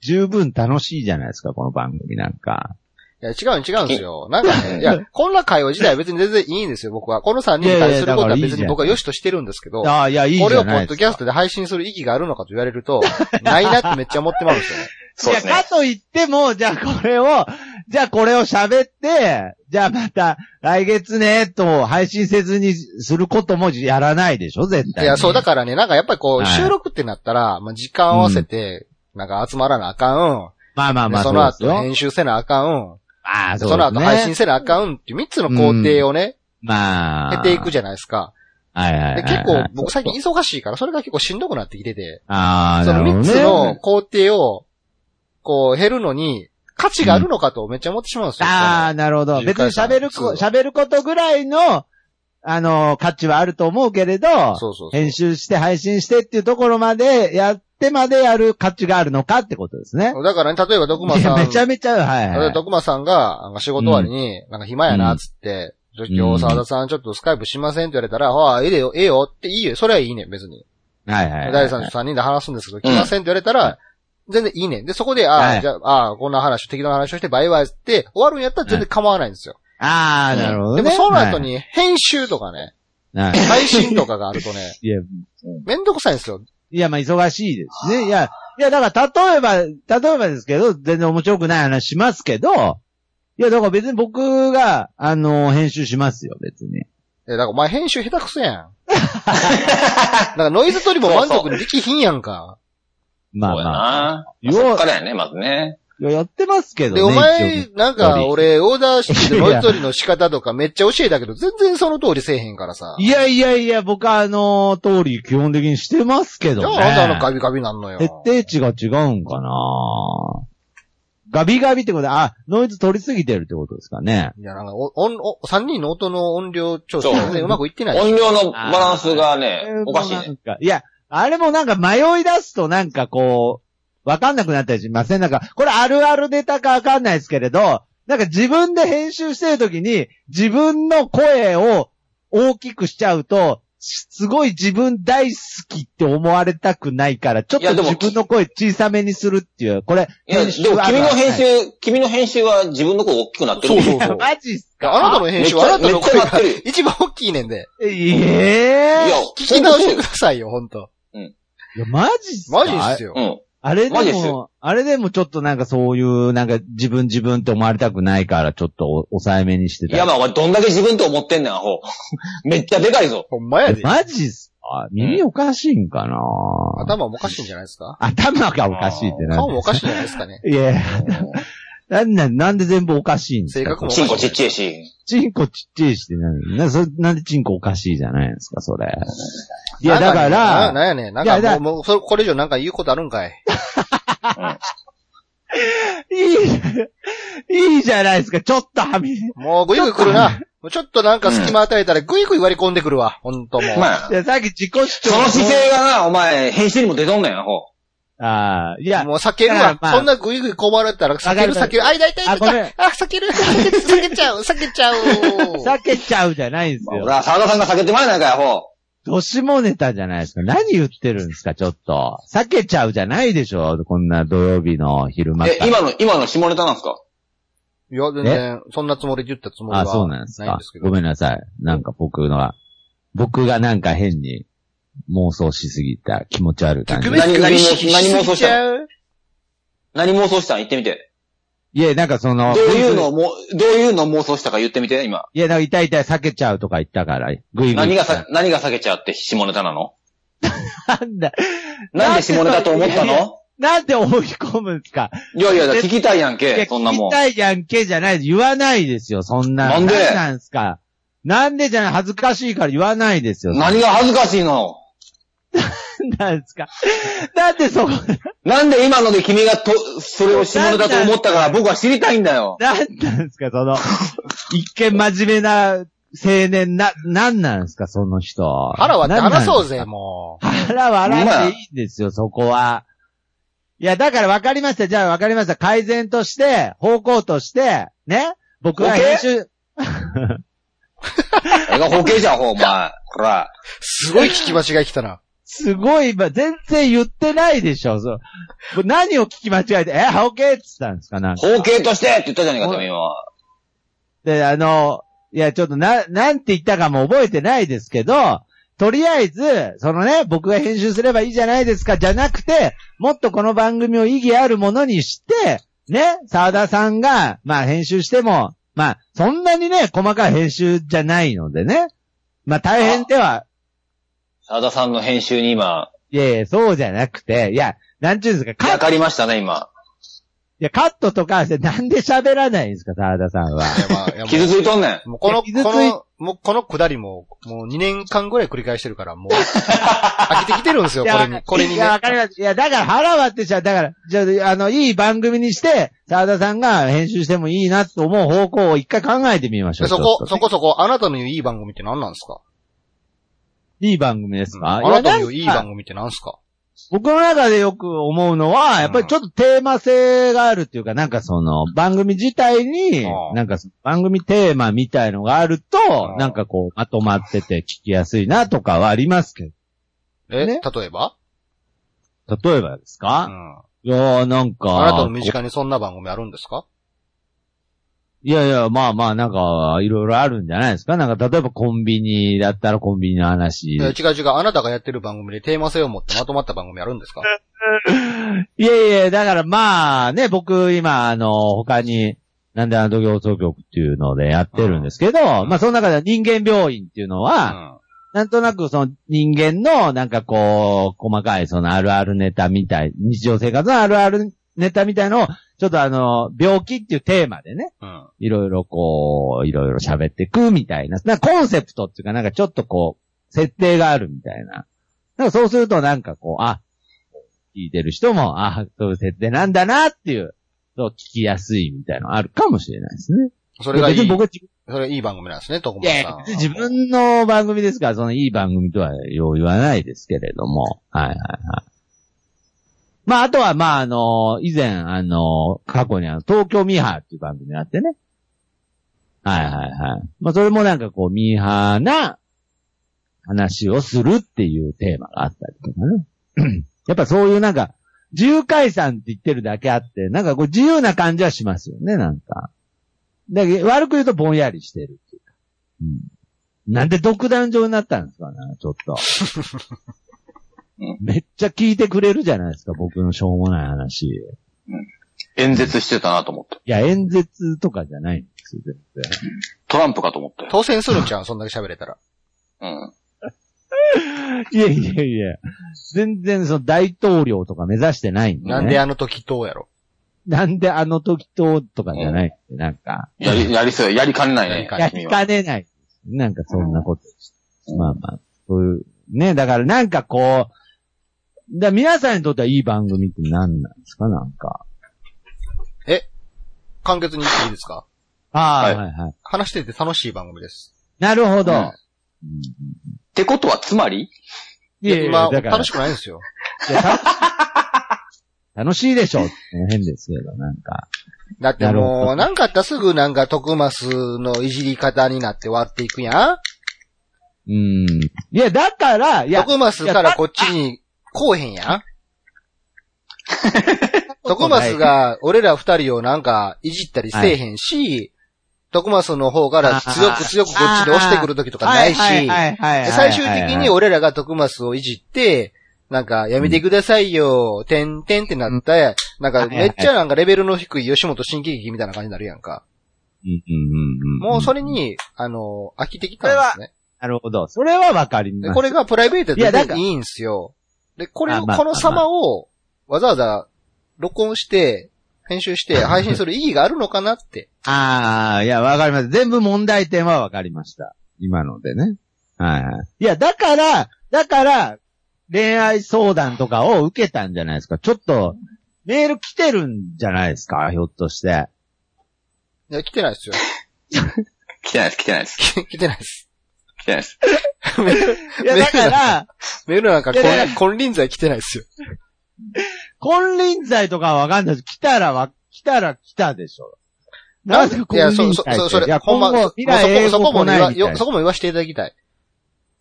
A: 十分楽しいじゃないですか、この番組なんか。
B: いや、違うの違うんですよ。なんかね、いや、こんな会話自体は別に全然いいんですよ、僕は。この3人に対することは別に僕は良しとしてるんですけど、
A: ああ、いや、いいじ
B: これ
A: ゃ
B: をポ
A: ない
B: ッ
A: で
B: ド
A: す
B: キ
A: か。
B: ャストで配信する意義があるのかと言われると、ないなってめっちゃ思ってまうんで すよね。
C: そうです
A: いや、
C: ね
A: か。といっても、じゃあこれを、じゃあこれを喋って、じゃあまた来月ね、と配信せずにすることもやらないでしょ、絶対
B: い
A: に。
B: や、そう、だからね、なんかやっぱりこ
A: は
B: う、
A: い
B: 収録ってなったら、まあ、時間合わせて、なんか集まらなあかん。
A: まあまあま
B: で
A: あ、
B: その
A: うです
B: 後
A: よ。
B: 編集せなあかん。
A: ああ、
B: で
A: そう
B: その
A: です
B: 後
A: ね。
B: 配信せなあかんっていう3つの工程をね、
A: まあ。
B: 経ていくじゃないですか。
A: はいはいはいは
B: で、
A: い。
B: 結構僕最近忙しいから、それが結構しんどくなってきてて、
A: ああ、
B: そ
A: な
B: の
A: るほど
B: 3
A: ね
B: つの工程を、こう、減るのに、価値があるのかとめっちゃ思ってしまうんですよ。
A: ああ、なるほど。
B: 重
A: 別に
B: 回数
A: 喋るこ、
B: そう
A: 喋ることぐらいの、あの、価値はあると思うけれど、
B: そうそうそう。
A: 編集して配信してっていうところまでやってまでやる価値があるのかってことですね。
B: だからね、例えば徳間
A: い
B: さ
A: や、
B: ん、
A: めちゃめちゃ、はい、
B: 例え
A: は
B: ば
A: い。
B: 徳間さんが、なんか仕事終わりに、なんか暇やな、っつって、ちょ今日沢田さんちょっとスカイプしませんって言われたら、ああ、ええでよ、ええよっていいよ。それはいいねん、別に。
A: はいはいはい。
B: 第三者3人で話すんですけど、来ませんって言われたら、全然いいねん。で、そこで、ああ、
A: はい
B: じゃあ、ああ、こんな話、適当な話をして、バイバイって、終わるんやったら全然構わないんですよ。
A: ああ、なるほど、
B: で
A: ね。
B: も、その後に、編集とかね、
A: はい、はい。
B: 配信とかがあるとね、
A: いや、
B: めんどくさいんですよ。
A: いや、まあ、忙しいですね。いや、いや、だから、例えば、例えばですけど、全然面白くない話しますけど、いや、だから別に僕が、あの、編集しますよ、別に。
B: え、だからお前編集下手くそやん。 だからノイズ取りも満足にできひんやんか。
A: まあ
C: そうや
A: まあ。
C: な。
A: よう
C: そっからやね、まずね。
A: いややってますけどね。
B: で、お前
A: 一応、
B: なんか俺、オーダーしててノイズ取りの仕方とかめっちゃ教えたけど、全然その通りせえへんからさ。
A: いやいやいや、僕はあの通り基本的にしてますけど
B: じ
A: ね
B: ゃ。あなんであのガビガビなんのよ。
A: 設定値が違うんかなガビガビってことは、あ、ノイズ取りすぎてるってことですかね。
B: いや、なんか、お、音、お、三人の音の音量調整
C: そう
B: 全然うまくいってない。
C: 音量のバランスがね、おかしい
A: な
C: ね。
A: んかいや、あれもなんか迷い出すとなんかこう、わかんなくなったりしませんなんか、これあるあるネタかわかんないですけれど、なんか自分で編集してるときに、自分の声を大きくしちゃうと、しすごい自分大好きって思われたくないから、ちょっ
C: いや
A: と
C: でも
A: 自分の声小さめにするっていう、これ、
C: いや、でも君の編
A: ある
C: 集、君の編集は自分の声大きくなってる。
B: そうそ
A: あ
B: う
A: る
B: そう
A: いやマジっす
B: いやあなた
A: か
B: の
C: め
B: 編
C: っ
B: 集
C: ち
B: は、あ
C: ゃ、
B: なた
C: めっ
B: の
C: ちゃ
B: 声
C: なって
B: が
C: るよ。
B: 一番大きいねんで。
A: え
C: いや
A: え、
B: 聞き直してくださいよ、ほんと。
A: いや、マジっすか
B: マジっすよ。
C: うん。
A: あれ
C: マジ
A: で
C: っす
A: も、あれでもちょっとなんかそういう、なんか自分自分って思われたくないから、ちょっとお抑えめにして
C: い
A: た。
C: や、まあ、お前どんだけ自分と思ってんねん、アホ。めっちゃでかいぞ。
B: ほんまやで。
A: マジっすか耳おかしいんかな、
B: 頭もおかしいんじゃないですか
A: 頭がおかしいってなん
B: 顔も
A: で
B: おかしいんじゃないですかね。
A: いやいや、なんなん、なんで全部おかしいんです
B: 性
A: か
B: 格もおかしい。
C: チンコちっちゃいし。
A: チンコちっちゃいしってなんなそなんでチンコおかしいじゃないですか、それ。 いや、
B: な
A: だ
B: んね
A: から、
B: ななんやねん。なん
A: いや
B: か
A: だ
B: もう、もう、それ、これ以上なんか言うことあるんかい。
A: いい、いいじゃないですか、ちょっとはみ、い
B: もう、ぐいぐい来るな。もうちょっとなんか隙間与えたら、ぐいぐい割り込んでくるわ。ほんともう。
C: まあ、
A: や、さっき自己主張。
C: その姿勢がな、お前、編集にも出とんねん、アホ。
A: ああ、いや、
B: もう避け
A: だ
B: るわ
A: か。らまあ
B: そんなぐいぐい困られたら、避ける
A: わか
B: 避
A: る
B: ける。あ、痛い痛い痛い
A: あごめん
B: あ、避ける。避ける避けちゃう。避けちゃう。
A: 避けちゃうじゃないんです
C: まあ
A: よ
C: 俺。は沢田さんが避けてまえないか、アホ。
A: どしもネタじゃないですか。何言ってるんですか、ちょっと。避けちゃうじゃないでしょ。こんな土曜日の昼間か
C: え、
A: ら。
C: 今の、今の下ネタなんすか
B: いや、全然、そんなつもりで言ったつもりは
A: あ、そう
B: な
A: ないん
B: ん
A: です
B: で
A: か
B: すけど
A: ご。めんなさい。なんか僕のは、僕がなんか変に妄想しすぎた気持ち悪い感じ
B: 特。別
C: 何
B: 意識
C: 何
B: し
C: も
B: すぎちゃう
C: 何妄想したん言ってみて。
A: いや、なんかそ
C: ど
A: の、
C: ういうのをも、どういうのを妄想したか言ってみて、今。
A: いや、なんか痛い痛い避けちゃうとか言ったから、ぐいぐい。
C: 何がさ、何が避けちゃうって下ネタなの
A: なんだ、
C: なんで下ネタと思った
A: いやいや
C: の
A: なんで追い込むんですか。
C: いやいや、聞きたいや
A: い
C: ん
A: や
C: け、そんなも
A: 聞
C: ん
A: き。たいやんけじゃない。言わないですよ、そんな。
C: なんで
A: 何なんですか。なんでじゃない、恥ずかしいから言わないですよ。
C: 何が恥ずかしいの
A: なんですかなんでそこ、
C: なんで今ので君がと、それを下ネタと思ったから僕は知りたいんだよ。
A: なんなんですか、その、一見真面目な青年、な、なんなんですか、その人。
B: 腹割って話そうぜ、
A: なん
B: もう。
A: なんですか。腹割らっていいんですよ、そこは。いや、だから分かりました。じゃあ分かりました。改善として、方向として、ね僕が編集、
C: 俺が保険じゃん、ほ、お前。ほら。
B: すごい聞き間違い来たな。
A: すごい、今、全然言ってないでしょ。そうもう何を聞き間違えて、え、オッケーって言ったんですかなんか。
C: 包茎としてって言ったじゃねえか、君は。
A: で、あの、いや、ちょっとな、なんて言ったかも覚えてないですけど、とりあえず、そのね、僕が編集すればいいじゃないですか、じゃなくて、もっとこの番組を意義あるものにして、ね、沢田さんが、まあ編集しても、まあ、そんなにね、細かい編集じゃないのでね。まあ大変では
C: 沢田さんの編集に今、
A: いやいや、そうじゃなくて、いや、なんちゅうんですか、カ
C: や
A: ット、い
C: かりましたね、今。
A: や、カットとかして、なんで喋らないんですか、沢田さんは。
B: いやまあいやもう
C: 傷ついとんねん。
B: もうこの、
A: いや傷つい
B: この、もうこのくだりも、もう2年間ぐらい繰り返してるから、もう、飽きてきてるんです よ、
A: いや
B: これに。これに
A: いや、
B: ね
A: わ。かります。いや、だから腹割ってちゃう。だから、じゃあ、あの、いい番組にして、沢田さんが編集してもいいなと思う方向を一回考えてみましょう。
B: そ
A: ちょ
B: こ、
A: っと
B: そこそこ、あなたの言ういい番組って何なんですか
A: いい番組ですか、
B: あ
A: いや
B: なたの言ういい
A: なんか
B: 番組って何ですか
A: 僕の中でよく思うのは、やっぱりちょっとテーマ性があるっていうか、なんかその、番組自体に
B: あ、あ
A: なんかその番組テーマみたいのがある
B: あ
A: と
B: あ、
A: なんかこう、まとまってて聞きやすいなとかはありますけど。
B: え、
A: ね
B: 例えば
A: 例えばです
B: う
A: か、
B: ん。
A: いやーなんか、
B: あなたの身近にそんな番組あるんですか
A: いやいや、まあまあ、なんか、いろいろあるんじゃないですかなんか、例えばコンビニだったらコンビニの話。
B: い
A: い
B: や
A: や
B: 違う違う、あなたがやってる番組でテーマ性を持ってまとまった番組あるんですか
A: いや、だからまあ、ね、僕、今、あの、他に、なんであの土俵総局っていうのでやってるんですけど、まあ、その中で人間病院っていうの
B: う
A: は、
B: ん。
A: なんとなくその人間の、なんかこう、細かいそのあるあるネタみたい、日常生活のあるあるネタみたいのを、ちょっとあの、病気っていうテーマでね、
B: うん。
A: いろいろこう、いろいろ喋ってくみたいな。なんかコンセプトっていうかなんかちょっとこう、設定があるみたいな。なんかそうするとなんかこう、あ、聞いてる人も、あ、そういう設定なんだなっていう、そう聞きやすいみたいなのあるかもしれないですね。
B: それがい
A: 別に
B: い、
A: 僕は自分
B: それいい番組なんですね、徳
A: いや
B: 間
A: い
B: さ
A: や
B: ん。
A: 自分の番組ですから、そのいい番組とはよう言わないですけれども。はいはいはい。まあ、あとは、まあ、あの、以前、あの、過去にあの、東京ミーハーっていう番組があってね。はいはいはい。まあ、それもなんかこう、ミーハーな話をするっていうテーマがあったりとかね。 やっぱそういうなんか、自由解散って言ってるだけあって、なんかこう自由な感じはしますよね、なんか。だけど悪く言うとぼんやりしてるっていうか。うん。なんで独壇場になったんですかね、ちょっと
C: うん。
A: めっちゃ聞いてくれるじゃないですか、僕のしょうもない話。い
C: 演説してたなと思った。
A: や、演説とかじゃないんですよ、全然。
C: トランプかと思ったよ。
B: 当選するんちゃうそんだけ喋れたら。
C: うん。
A: いやいやいや、全然その大統領とか目指してないんで、ね。
B: なんであの時どうやろ
A: なんであの時と、とかじゃないって、なんか。
C: やり、やりそうやりかねないね
B: や
A: いや、、
C: 君
A: 聞
C: は。
A: かねない。なんかそんなこと。まあまあ、そういう、ね、だからなんかこう、だ皆さんにとってはいい番組って何なんですかなんか。
B: 簡潔に言っていいですか
A: ああ、は、
C: はいい
A: はいはい
B: 話してて楽しい番組です。
A: なるほど。
C: う
A: うんん
C: ってことは、つまり
A: い
B: い
A: や
B: や、
A: いや
B: 今、
A: だから
B: 楽しくないんですよ。
A: いや楽しい楽しいでしょって変ですけど、なんか。
B: だって
A: なるほ
B: も
A: ど
B: う、なんかあったらすぐなんか、徳マスのいじり方になって割っていくや
A: う
B: ん
A: ん。いや、だから、いや、
B: 徳マスからこっちにこうへん やん徳マスが俺ら二人をなんかいじったりせえへんし、徳マスの方から強く強くこっちで押してくる時とかないし、
A: はいはいはいはい
B: で最終的に俺らが徳マスをいじって、なんか、やめてくださいよ、てんてんってなって、なんか、めっちゃなんかレベルの低い吉本新喜劇みたいな感じになるやんか。
A: うんうんうんうん
B: もうそれ。に、あの、飽きてきたんですね。
A: なるほど。それはわかりま。
B: ですこれがプライベート
A: いやな
B: で
A: んか
B: いいんすよ。で、これ
A: あ
B: を、
A: まあ
B: この様を、わざわざ録音して、編 集して、配信する意義があるのかなって。
A: ああ、いや、わかります。全部問題点はわかりました。今のでね。はいはい。いや、だから、だから、恋愛相談とかを受けたんじゃないですか。ちょっと、メール来てるんじゃないですか、ひょっとして。
B: いや、来てない ですよ。
C: 来てないです、来てないです。
B: 来てないです。
C: 来てないです。
A: い や、だから、
B: メールなんか、
A: いやいや
B: 金金輪際来てないですよ。
A: 金輪際とかはわかんないです。来たらわ、来たら来たでしょ。なんで
B: い
A: 金
B: や、
A: 輪際
B: そ、
A: っ
B: そ、
A: て
B: そそ
A: いや、
B: れ、ほん
A: 今
B: ま、
A: 後
B: そ、
A: 未来英
B: そこそ
A: 語来
B: こも言
A: な
B: わ、
A: いみたい
B: よ
A: な。
B: そこも言わせていただきたい。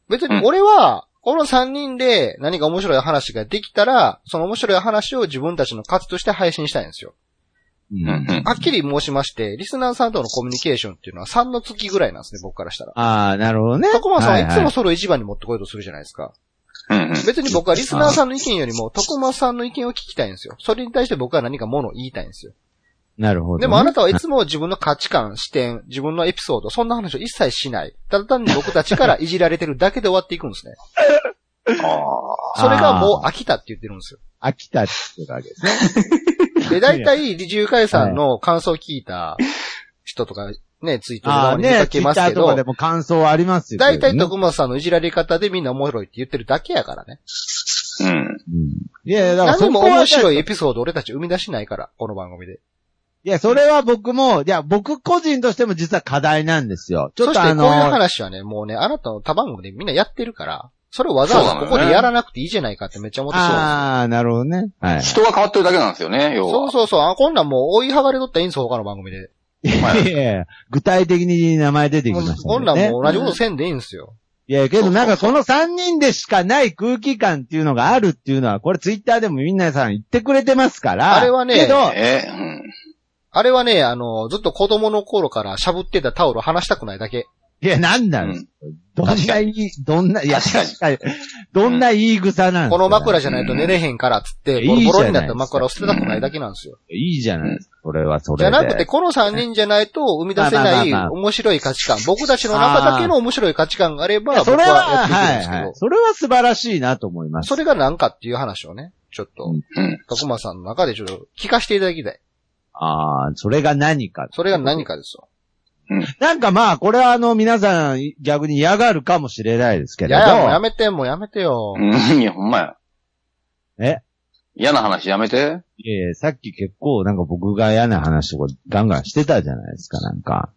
B: 別に俺は、この3人で何か面白い話ができたら、その面白い話を自分たちの活として配信したいんですよ。
A: うん
C: うんうん。
B: はっきり申しまして、リスナーさんとのコミュニケーションっていうのは3の月ぐらいなんですね、僕からしたら。
A: ああ、なるほどね。
B: 徳間さんはいつ
A: は
B: もそれを一番に持ってこようとするじゃないですか。
C: うんうん。
B: 別に僕はリスナーさんの意見よりも、徳間さんの意見を聞きたいんですよ。それに対して僕は何かものを言いたいんですよ。
A: いなるほどね。
B: でもあなたはいつも自分の価値観、視点、自分のエピソード、そんな話を一切しない。ただ単に僕たちからいじられてるだけで終わっていくん ですね。
C: あ
B: それがもう飽きたって言ってるんですよ。
A: 飽きたってだけですね。
B: で、大体、理重会さんの感想を聞いた人とか、ね、ツイートと
A: あ
B: か
A: あ
B: に見
A: ね
B: か、
A: ツ
B: け
A: イッ
B: ま
A: タ
B: すけ
A: ーとか
B: ど
A: で、も感想ありますよ。
B: 大体
A: と
B: 徳間さんのいじられ方でみんな面白いって言ってるだけやからね。
C: あ。うん。
A: うん。いやいや、だからそ
B: 何
A: こ
B: も
A: は
B: 面白いエピソード俺たち生み出しないから、この番組で。
A: いや、それは僕も、いや、僕個人としても実は課題なんですよ。ちょ
B: そ
A: っ
B: し
A: と
B: て
A: あ
B: こう
A: の、
B: いう話はね、もうね、あなたの他番組でみんなやってるから、それをわざわざここでやらなくていいじゃないかってめっちゃ思ってそうです。
A: ああ、なるほどね。はい。
C: 人が変わってるだけなんですよね、要は。
B: そうそうそう。あ、こんなんもう追い剥がれとったらいいんですよ、他の番組で。
A: いやいや具体的に名前出てきましたね。
B: こんなんもう同じことせんでいいんですよ。
A: いや、けどなんかこの3人でしかない空気感っていうのがあるっていうのは、これツイッターでもみんなさん言ってくれてますから。
B: あれはね
A: けど、
C: えー、うん。
B: あれはね、あの、ずっと子供の頃からしゃぶってたタオルを離したくないだけ。
A: いや、なんなん
C: う
A: です
C: ん
A: か、どんないい、どんな、いや、
C: 確かに
A: 確かに。 どんないい草なんですか、
B: この枕じゃないと寝れへんからっつって、ボ
A: うん
B: ロボロ
A: いいじゃ
B: に
A: なです
B: ないった
A: か
B: 枕を捨てたくないだけなんですよ。
A: いいじゃないですか。それはそれで。
B: じゃなくて、この3人じゃないと生み出せ
A: まあま
B: な
A: あ
B: い
A: まあまあ
B: 面白い価値観。僕たちの中だけの面白い価値観があ
A: い
B: れ
A: や
B: ば、
A: そ
B: 僕
A: れ
B: はや
A: は、
B: っていくん
A: は
B: で
A: い、
B: すけ
A: はい
B: ど。。
A: それは素晴らしいなと思います。
B: それがなんかっていう話をね、ちょっと、
C: うん。
B: 徳間さんの中でちょっと聞かせていただきたい。
A: ああ、それが何か。
B: それが何かですよ。
A: なんかまあ、これはあの、皆さん逆に嫌がるかもしれないですけ
B: い
A: れど。
B: やいや、もうやめて、もうやめてよ。
C: うんいや、ほんまや。
A: え
C: 嫌な話やめて。
A: いやいやさっき結構なんか僕が嫌な話とかガンガンしてたじゃないですか、なんか。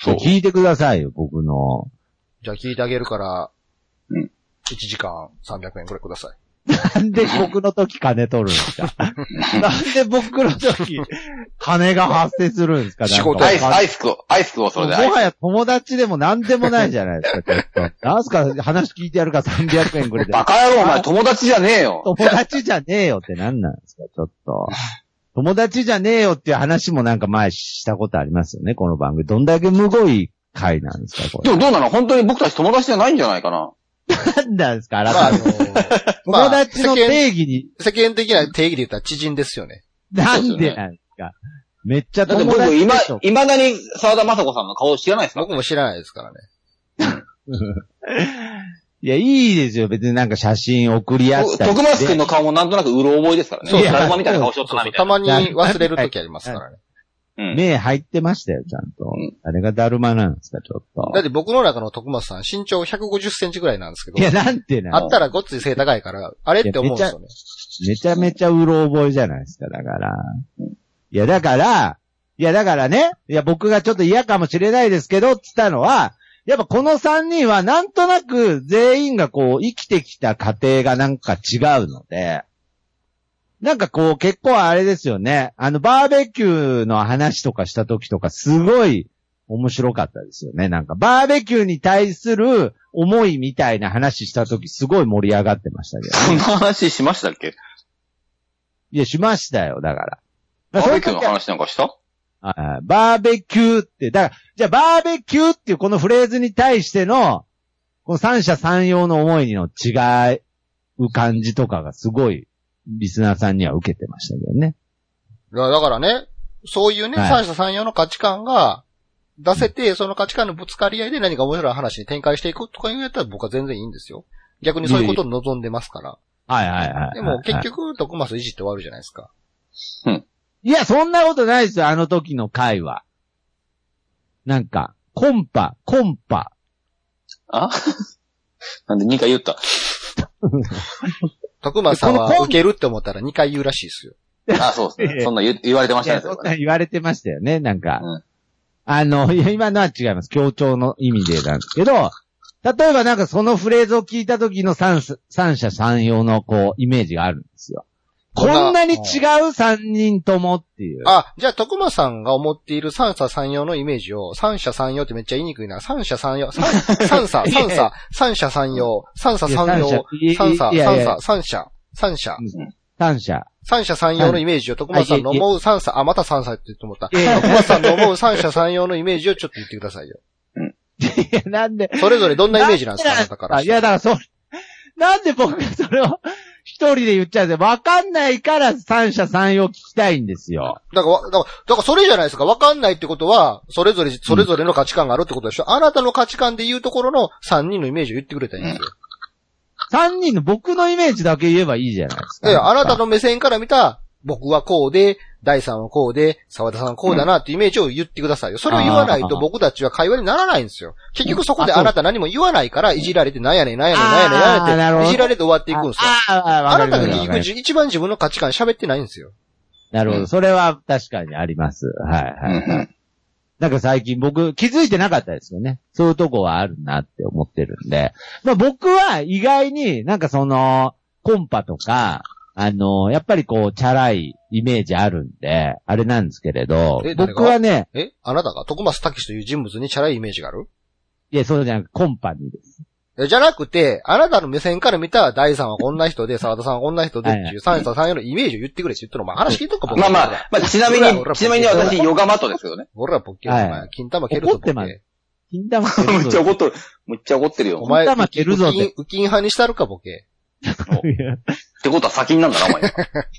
C: そう
A: 聞いてくださいよ、僕の。
B: じゃあ聞いてあげるから、
C: うん
B: 1時間300円くらいください。
A: なんで僕の時金取るんです かなんで僕の時金が発生するんですかなんか
B: 仕事
C: アイス、アイス食おう。アイス食おう、それで。アイ
A: もはや友達でも何でもないじゃないですか、ちょっと。なんすか、話聞いてやるから300円くれ
C: ス
A: て。
C: バカ野郎、お前友達じゃねえよ。
A: 友達じゃねえよって何なんですか、ちょっと。友達じゃねえよっていう話もなんか前したことありますよね、この番組。どんだけむごい回なんですか、こ
C: で
A: れ。
C: もどうなの本当に僕たち友達じゃないんじゃないかな。
A: 何なんですか、
B: ま
A: 改
B: あ、あ
A: め
B: の
A: て。、友達の
B: まあ世間
A: 定義に、
B: 世間的な定義で言ったら知人ですよね。
A: なんでなんですか。めっちゃ
C: だって
A: 友
C: 僕、
A: 達
C: 今
A: でしょ、
C: 未だに沢田雅子さんの顔知らないですか
B: 僕も知らないですからね。
A: いや、いいですよ。別になんか写真送り合ったり。
C: 徳松くんの顔もなんとなくうろ覚えですからね。
B: そうそう
C: だるまみたいな顔しようとな、みた
B: た
C: いな。
B: まに忘れるときありますからね。
C: うん。
A: 目入ってましたよ、ちゃんと。
C: うん
A: あれがだるまなんですか、ちょっと
B: だっ。て僕の中の徳松さん身長150センチぐらいなんですけ
A: いや、
B: ど、
A: なんてな
B: あったらごっつい背高いから、あれって思うんですよね。
A: めちゃめちゃうろ覚えじゃないですか、だから。いや、だから、いや、だからね、いや、僕がちょっと嫌かもしれないですけど、つったのは、やっぱこの3人はなんとなく全員がこう生きてきた過程がなんか違うので、なんかこう結構あれですよね、あのバーベキューの話とかした時とかすごい面白かったですよね。なんかバーベキューに対する思いみたいな話した時すごい盛り上がってましたけど。
C: そんな話しましたっけ
A: いや、しましたよ、だから。ま
C: バ
A: あ
C: ー
A: そうい
C: ベ
A: う
C: キューの
A: 時は
C: 話なんかした
A: あバーベキューって、だから、じゃあバーベキューっていうこのフレーズに対しての、この三者三様の思いの違う感じとかがすごい、リスナーさんには受けてましたけどね。
B: だからだからね、そういうね、
A: はい
B: 三者三様の価値観が出せて、その価値観のぶつかり合いで何か面白い話に展開していくとかいうやったら僕は全然いいんですよ。逆にそういうことを望んでますから。
A: はいはいはい。
B: でも結
A: はい
B: 局、徳松いじって終わるじゃないですか。
A: いや、そんなことないですよ、あの時の会は。なんか、コンパ、コンパ。
C: あなんで2回言った。
B: 徳間さん
A: この
B: は
A: コン
B: 受けるって思ったら2回言うらしいですよ。
C: あ、そうですね。そんな言言われてまし
A: い
C: た
A: や、
C: ね。
A: そ
C: そ
A: んな
C: れはね
A: ん言われてましたよね、なんか。
C: うん
A: あの、いや、今のは違います。協調の意味でなんですけど、例えばなんかそのフレーズを聞いた時の三す、三者三様のこう、イメージがあるんですよ。こ
B: こんなん
A: なに違う三人ともっていう。
B: あ、じゃあ徳間さんが思っている三者三様のイメージを、三者三様ってめっちゃ言いにくいな。三者三 様、三、三者、三者、三者三様、三者
A: いや
B: 三様、三
A: 三
B: 者
A: 者、いやい
B: 三
A: や
B: 者、三者、三者。
A: 三者。
B: 三者三様のイメージを、徳間さんの思う三者、あ、また三者って言って思った。
A: いやい
B: 徳間さんの思う三者三様のイメージをちょっと言ってくださいよ。
A: や、 なんで、
B: それぞれどんなイメージなんですか、あなたから
A: あいや、だからそれ、なんで僕がそれを一人で言っちゃうんですかわかんないから三者三様聞きたいんですよ。
B: だからわ、だから、だからそれじゃないですか。わかんないってことは、それぞれ、それぞれの価値観があるってことでしょ、あなたの価値観で言うところの3人のイメージを言ってくれたらいいんですよ。
A: 三人の僕のイメージだけ言えばいいじゃないですか。
B: で、あなたの目線から見た、僕はこうで、第三はこうで、沢田さんはこうだなっていうイメージを言ってくださいよ。それを言わない
A: あ
B: と
A: ー
B: 僕たちは会話にならないんですよ。結局そこで
A: あそう
B: あなた何も言わないから、いじられてなんやねんなんやねん
A: あー
B: なんやねんなんや
A: なるほ
B: ねんっ
A: ど
B: て、いじられて終わっていくんですよ。
A: ああ、あ
B: あ
A: あ
B: なたが
A: わか
B: 結
A: りま
B: 局
A: した
B: じ一番自分の価値観喋ってないんですよ。
A: なるほど。それは確かにあります。はいはい。
C: うんうん
A: なんか最近僕気づいてなかったですよね。そういうとこはあるなって思ってるんで。まあ僕は意外になんかその、コンパとか、あの、やっぱりこう、チャラいイメージあるんで、あれなんですけれど
B: え、誰が
A: 僕はね、
B: えあなたが徳松武史という人物にチャラいイメージがある
A: いや、そうじゃなくコンパにです。
B: じゃなくて、あなたの目線から見た第三はこんな人 で、沢田さんはこんな人でっていう、三者三様のイメージを言ってくれって言ったの、まあ話聞いとくか、僕
C: まあまあ、まあ、ちなみ
B: ほらほら
C: に、ちなみに私、ヨガマットですけどね。
B: 俺らポッケ、お
A: はい
B: 前、金玉蹴るぞ、
A: 怒って
B: ボ
A: ま
B: ケ
A: す金玉 蹴
C: め
A: る
C: っちゃ
A: ぞ。
C: 怒っとる。めっちゃ怒ってるよ。
B: お
C: っ
B: 前、
A: 玉蹴るぞ
B: ウキン、ウキン派にしたるか、ボケ。
C: てことは先になんだな、お前。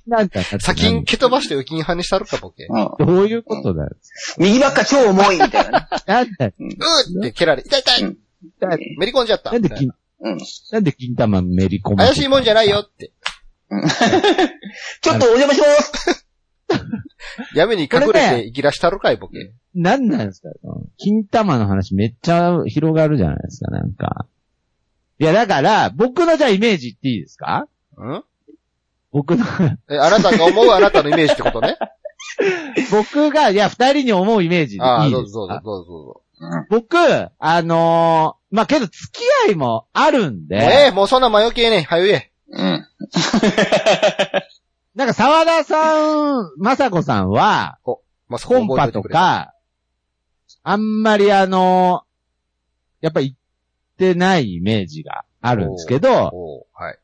A: なんか、
B: 先に蹴飛ばしてウキン派にしたるか、ボケ。
C: うん。
A: どういうことなんです
C: 右ばっか超重い、みたいなね。
A: かなんだ
B: うーって蹴られ、痛い痛いめり込んじゃった。
A: なんで金、
C: うん。
A: なんで金玉めり込む
B: 怪しいもんじゃないよ。って。
C: ちょっとお邪魔します
B: 闇に隠れ
A: これ
B: て
A: ね
B: 生きらしたるかい、ボケ。
A: なんなんですか金玉の話めっちゃ広がるじゃないですか、なんか。いや、だから、僕のじゃあイメージっていいですか
B: うん
A: 僕の、
B: え、あなたが思うあなたのイメージってことね。
A: 僕が、いや、二人に思うイメージで
B: あ
A: い
B: あ、
A: い
B: どう
A: です
B: ぞどうぞ
A: か、
B: どうぞどうぞ。
A: 僕、あのーまあ、けど付き合いもあるんで、
B: ええ、もうそんな魔除けえねん。はよ言え。
C: うん。
A: なんか沢田さん、まさこさんは、
B: まあ、そこ
A: コン
B: 覚え
A: パ
B: て
A: と
B: おいてくれた。
A: か、あんまりあのーやっぱ行ってないイメージがあるんですけど、
B: おうはい。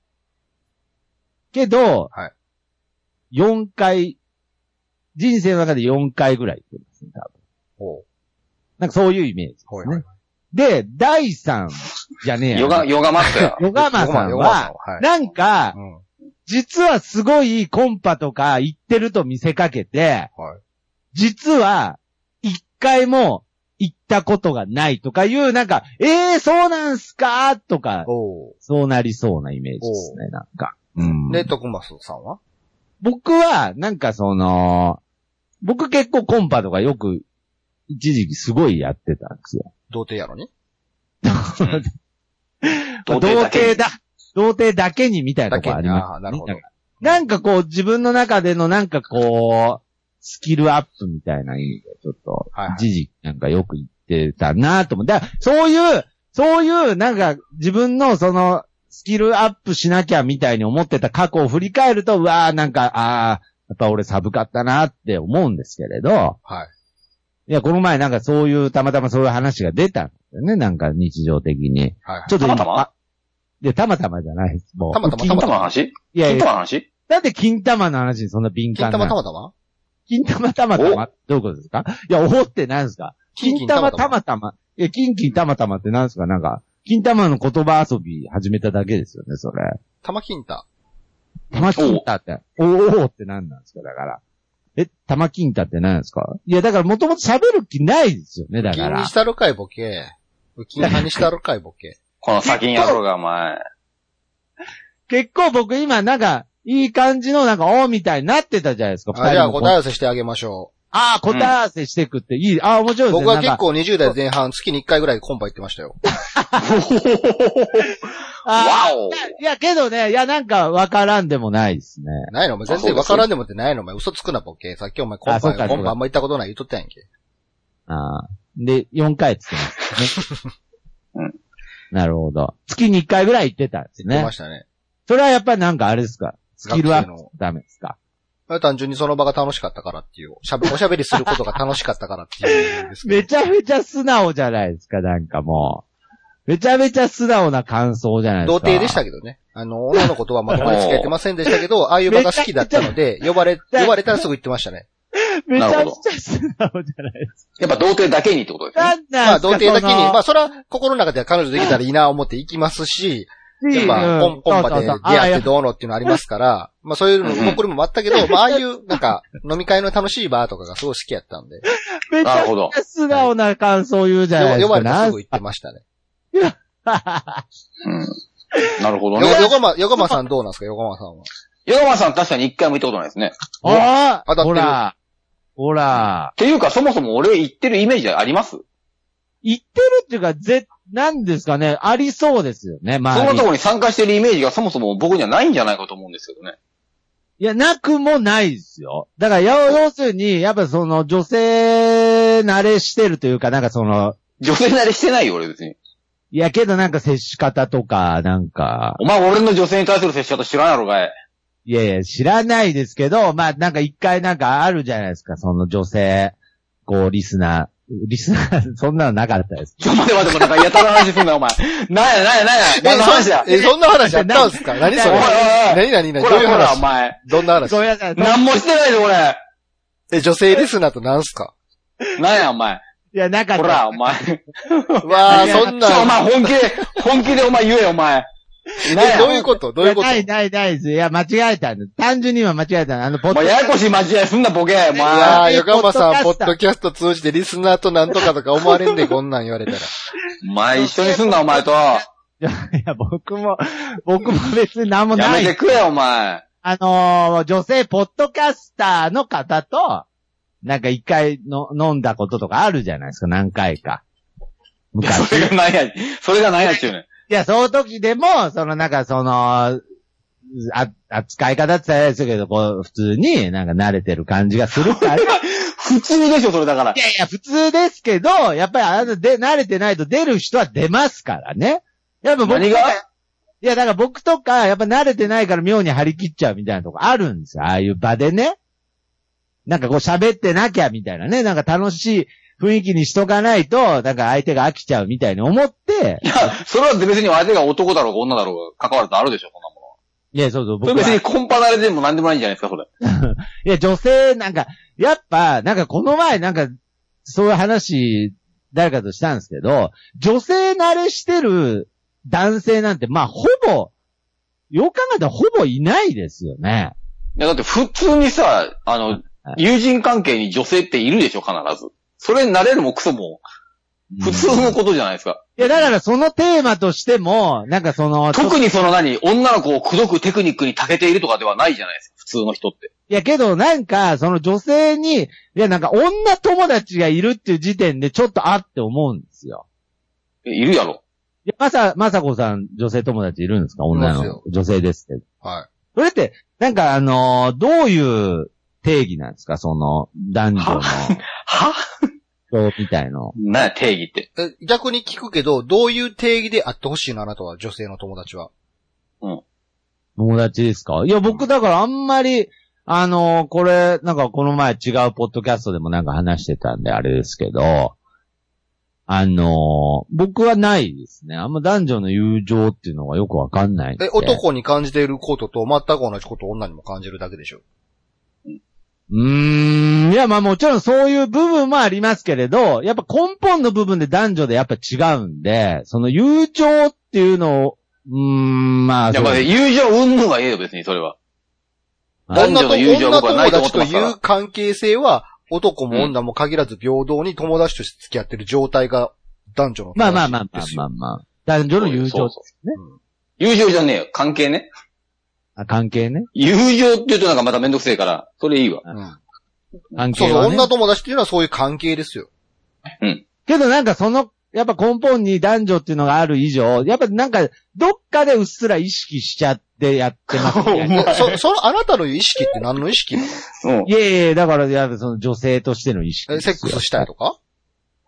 A: けど、
B: はい
A: 4回、人生の中で4回ぐらい行ってますね、多分。
B: おう
A: なんかそういうイメージですね。
B: はいはい。
A: で、第3じゃねえや。
C: ヨガ、ヨガマットや。
A: ヨガマさん
B: ヨガマさん
A: は
B: ははい、
A: なんか
B: う、ん。
A: 実はすごいコンパとか行ってると見せかけて、
B: はい。
A: 実は、一回も行ったことがないとかいう、なんか、ええー、そうなんすかとか、
B: おう
A: そうなりそうなイメージですね、なんか。うん
B: で、徳松さんは
A: 僕は、なんかその、僕結構コンパとかよく、一時期すごいやってたんですよ。
B: 童貞やのに
A: まあ
C: 童
A: 童
C: 貞だけ
A: 貞
C: に
A: だ。童貞だけにみたいなとこあり
B: あ
A: ま
B: あ
A: す、ね。
B: なるほど
A: なんかなんかこう、自分の中でのなんかこう、スキルアップみたいな意味で、ちょっと
B: はいはい、
A: 一時期なんかよく言ってたなと思って、だからそういう、そういう、なんか自分のその、スキルアップしなきゃみたいに思ってた過去を振り返ると、うわーなんか、ああ、やっぱ俺寒かったなって思うんですけれど、
B: はい。
A: いや、この前なんかそういう、たまたまそういう話が出たんですよね、なんか日常的に。
B: はいはい。
A: ちょっと
C: たまたま
A: あいや、たまたまじゃないです。もう。
B: たまたま
C: 金玉の話
A: いや
C: 金
A: いや、
C: 玉の話
A: なんで金玉の話にそんな敏
B: 金
A: 感な
B: 玉た
A: の
B: またま
A: 金玉たまたまどういうことですかいや、おほって何ですか金玉たまたま。いや、金金たまたまって何ですかなんか、金玉の言葉遊び始めただけですよね、それ。
B: 玉金太。
A: 玉金太って、おーおーって何なんですかだから。え、玉金太って何ですかいや、だからもともと喋る気ないですよね、だか
B: 金に
A: ら
B: し。たるかいボケ。金派にしたるかい ボケ。
C: この先にやろうが、お前。
A: 結構僕今なんか、いい感じのなんか、おーみたいになってたじゃないですか、
B: あじゃあ
A: の
B: 答え合わせしてあげましょ
A: ああ、答え合わせしていくっていい。ああ、面白いですね。
B: 僕は
A: なん
B: 結
A: か
B: 構20代前半、月に1回ぐらいコンパ行ってましたよ。
A: あ
C: わお
A: ーいや、けどね、いや、なんかわからんでもないですね。
B: ないのお前全然わからんでもってないのお前嘘つくなボケ。さっきお前コン
A: あそう
B: パ、
A: か
B: コンパあんま行ったことない言うとったやんけ。
A: ああ。で、4回っつってます
C: う
A: ね
C: ん。
A: なるほど。月に1回ぐらい行ってたんです
B: 言って
A: ね
B: ま。したね。
A: それはやっぱりなんかあれですかスキルアップ
B: 学生の
A: ダメですか
B: 単純にその場が楽しかったからっていう、しゃべおしゃべりすることが楽しかったからっていう理 由ですけど
A: めちゃめちゃ素直じゃないですか、なんかもう。めちゃめちゃ素直な感想じゃないです
B: 童
A: か。
B: 貞でしたけどね。あの、女の子とはまともに付 き合ってませんでしたけど、ああいう場が好きだったので、呼ばれ、
A: ちゃ
B: 呼ばれたらすぐ行ってましたね。
A: めちゃ
C: な
A: め
C: る
A: ち
C: ほ
A: ゃ素直じゃないです
C: やっぱ童貞だけにってことです
A: か。な
C: ね。
A: んなん
B: まあ、
A: すか
B: 童貞だけに、
A: その
B: まあ、そら、心の中では彼女できたらいいな思って行きますし、やっぱ、コンコンパで出会ってどうのっていうのありますから、まあ、そういうの、僕にもあったけど、まあ、ああいう、なんか、飲み会の楽しいバーとかがすごい好きやった んで、
A: めち
C: な
A: ゃ
C: るほど
A: めちゃ素直な感想言うじゃないで
B: 呼
A: すか。
B: ばれたらすぐ行ってましたね。
C: うん。なるほ
B: よ
C: どね。
B: 横間、横間さんどうなんですか横間さんは。
C: ヨガマさん確かに一回も行ったことないですね。
A: あ
B: 当たってる
A: あほら、ほら、
C: っていうか、そもそも俺行ってるイメージあります
A: 言ってるっていうか、ぜ、なんですかね、ありそうですよね、ま
C: そんな
A: あ。
C: ところに参加してるイメージがそもそも僕にはないんじゃないかと思うんですけどね。
A: いや、なくもないですよ。だから、要要するに、やっぱその、女性慣れしてるというか、なんかその、
C: 女性慣れしてないよ、俺別に。
A: いや、けどなんか接し方とか、なんか、
C: お前俺の女性に対する接し方知らんやろかい。
A: いやいや、知らないですけど、まあ、なんか一回なんかあるじゃないですか、その女性、こう、リスナー、リスナー、 そんなのなかったです。
C: ちょ、待て待て待て、なんかやたら話すんなよ、お前。なんや、なんや、なんや、何の話だ。
B: え、そんな話あったんですか何それ
C: おいお
B: 何何何
C: こ
B: どうい
C: ら
B: う
C: こら、お
B: 話
C: 前。
B: どんな話
A: ごめんなさい。
C: 何もしてないぞ、これ。
B: え、女性リスナーとなんすか
C: なんや、お前。
A: いや、なかっ
C: こ
A: た。
C: ら、お前。ち
B: わあ、そん
C: ょ、お
B: な、
C: 前、本気で、本気でお前言え、お前。なん
B: え
C: や
B: どういうことどういうこと
A: やないないないです。いや、間違えたんです。単純に今間違えたんですあの、ポ
C: お
A: ッド
C: 前、
A: キャ
C: やや
A: ス
C: こしい間違いすんな、ボケ、
B: い
C: お前。
B: や
A: あ
B: ー、
A: ー
B: 横浜さん、ポ
A: ポ
B: ッ
A: ッ
B: ド
A: ド
B: キャスト通じてリスナーとなんとかとか思われんで、こんなん言われたら。
C: お前、一緒にすんな、お前と。
A: ト。いや、僕も、僕も別に何も
C: や
A: な
C: め
A: い
C: て
A: です。
C: くれ、お前。
A: あのー女性ポッドキャスターの方と、なんか一回の飲んだこととかあるじゃないですか、何回か。
C: いや
A: 昔。
C: それが何や、それが何やっちゅうねん。
A: いや、その時でも、そのなんかその、あ、扱い方って言ったらあれですけど、こう、普通になんか慣れてる感じがする から、
C: 普通でしょ、それだか
A: い。
C: ら
A: やいや、普通ですけど、やっぱりあなたで、慣れてないと出る人は出ますからね。やっぱ僕
C: 何
A: い
C: が
A: や、だから僕とか、やっぱ慣れてないから妙に張り切っちゃうみたいなとこあるんですよ。ああいう場でね。なんかこう喋ってなきゃみたいなね。なんか楽しい雰囲気にしとかないと、なんか相手が飽きちゃうみたいに思って
C: い、や、それは別に相手が男だろうが女だろうが関わるとあるでしょ、そんなも
A: いや、そうそう、
C: の。
A: 僕
C: それ別
A: は。
C: に
A: い
C: コンパ慣れでも何でもないんじゃないですか、それ。
A: や、女性、なんか、やっぱ、なんかこの前、なんか、そういう話、誰かとしたんですけど、女性慣れしてる男性なんて、まあ、ほぼ、よく考えたらほぼいないですよね。
C: いや、だって普通にさ、あの、友人関係に女性っているでしょ、必ず。それに慣れるもクソも、普通
A: うん
C: の
A: い
C: ことじゃないですか。
A: や、だからそのテーマとしても、なんかその、
C: 特にその何、女の子を口説くテクニックに長けているとかではないじゃないですか、普通の人って。
A: いや、けどなんか、その女性に、いや、なんか女友達がいるっていう時点でちょっとあって思うんですよ。
C: えいるやろ。
A: いや、まさ、まさこさん、女性友達いるんですか女
B: いますよ
A: の、女性ですけど。
B: は
A: それって、なんかあのーどういう定義なんですかその、男女の
C: は
A: 人みたいの。
C: なんや、定義って。
B: い。え逆に聞くけど、どういう定義であってほしいのあなたは、女性の友達は。
A: 友達ですかいや、僕だからあんまり、あのーこれ、なんかこの前違うポッドキャストでもなんか話してたんであれですけど、あのー僕はないですね。あんま男女の友情っていうのがよくわかんないんで。
B: え、男に感じていることと全く同じことを女にも感じるだけでしょ。
A: うーん。いや、まあもちろんそういう部分もありますけれど、やっぱ根本の部分で男女でやっぱ違うんで、その友情っていうのを、うーん、まあ、
C: いや、まあ、
A: そう
C: 友情云々はええよ、別にそれは。
A: はい
C: 男女の友情
B: 女
C: は僕
B: と
C: はな
B: 女
C: いと
B: 友
C: 思
B: 達
C: って
B: と
C: ますか
B: い
C: ら
B: う。関係性は、男も女も限らず平等に友達として付き合ってる状態が男女の友
A: まあ
B: 達
A: まあまあまあ
B: です
A: ま
B: よ
A: あまあ。男女の友
C: そ
A: 情
C: うそう友情じゃねえよ、関係ね。
A: あ関係ね。
C: 友情って言うとなんかまためんどくせえから、それいいわ。
B: うん
A: 関
B: そう
A: 係
B: そう、
A: は、ね。
B: 女友達っていうのはそういう関係ですよ。
A: けどなんかその、やっぱ根本に男女っていうのがある以上、やっぱなんか、どっかでうっすら意識しちゃってやってますよね。
B: そ、そのあなたの意識って何の意識なの
C: うん
A: い。やいやいやだから、やっぱその女性としての意識
B: え
A: です
B: セ
A: よ。
B: ックスしたいとか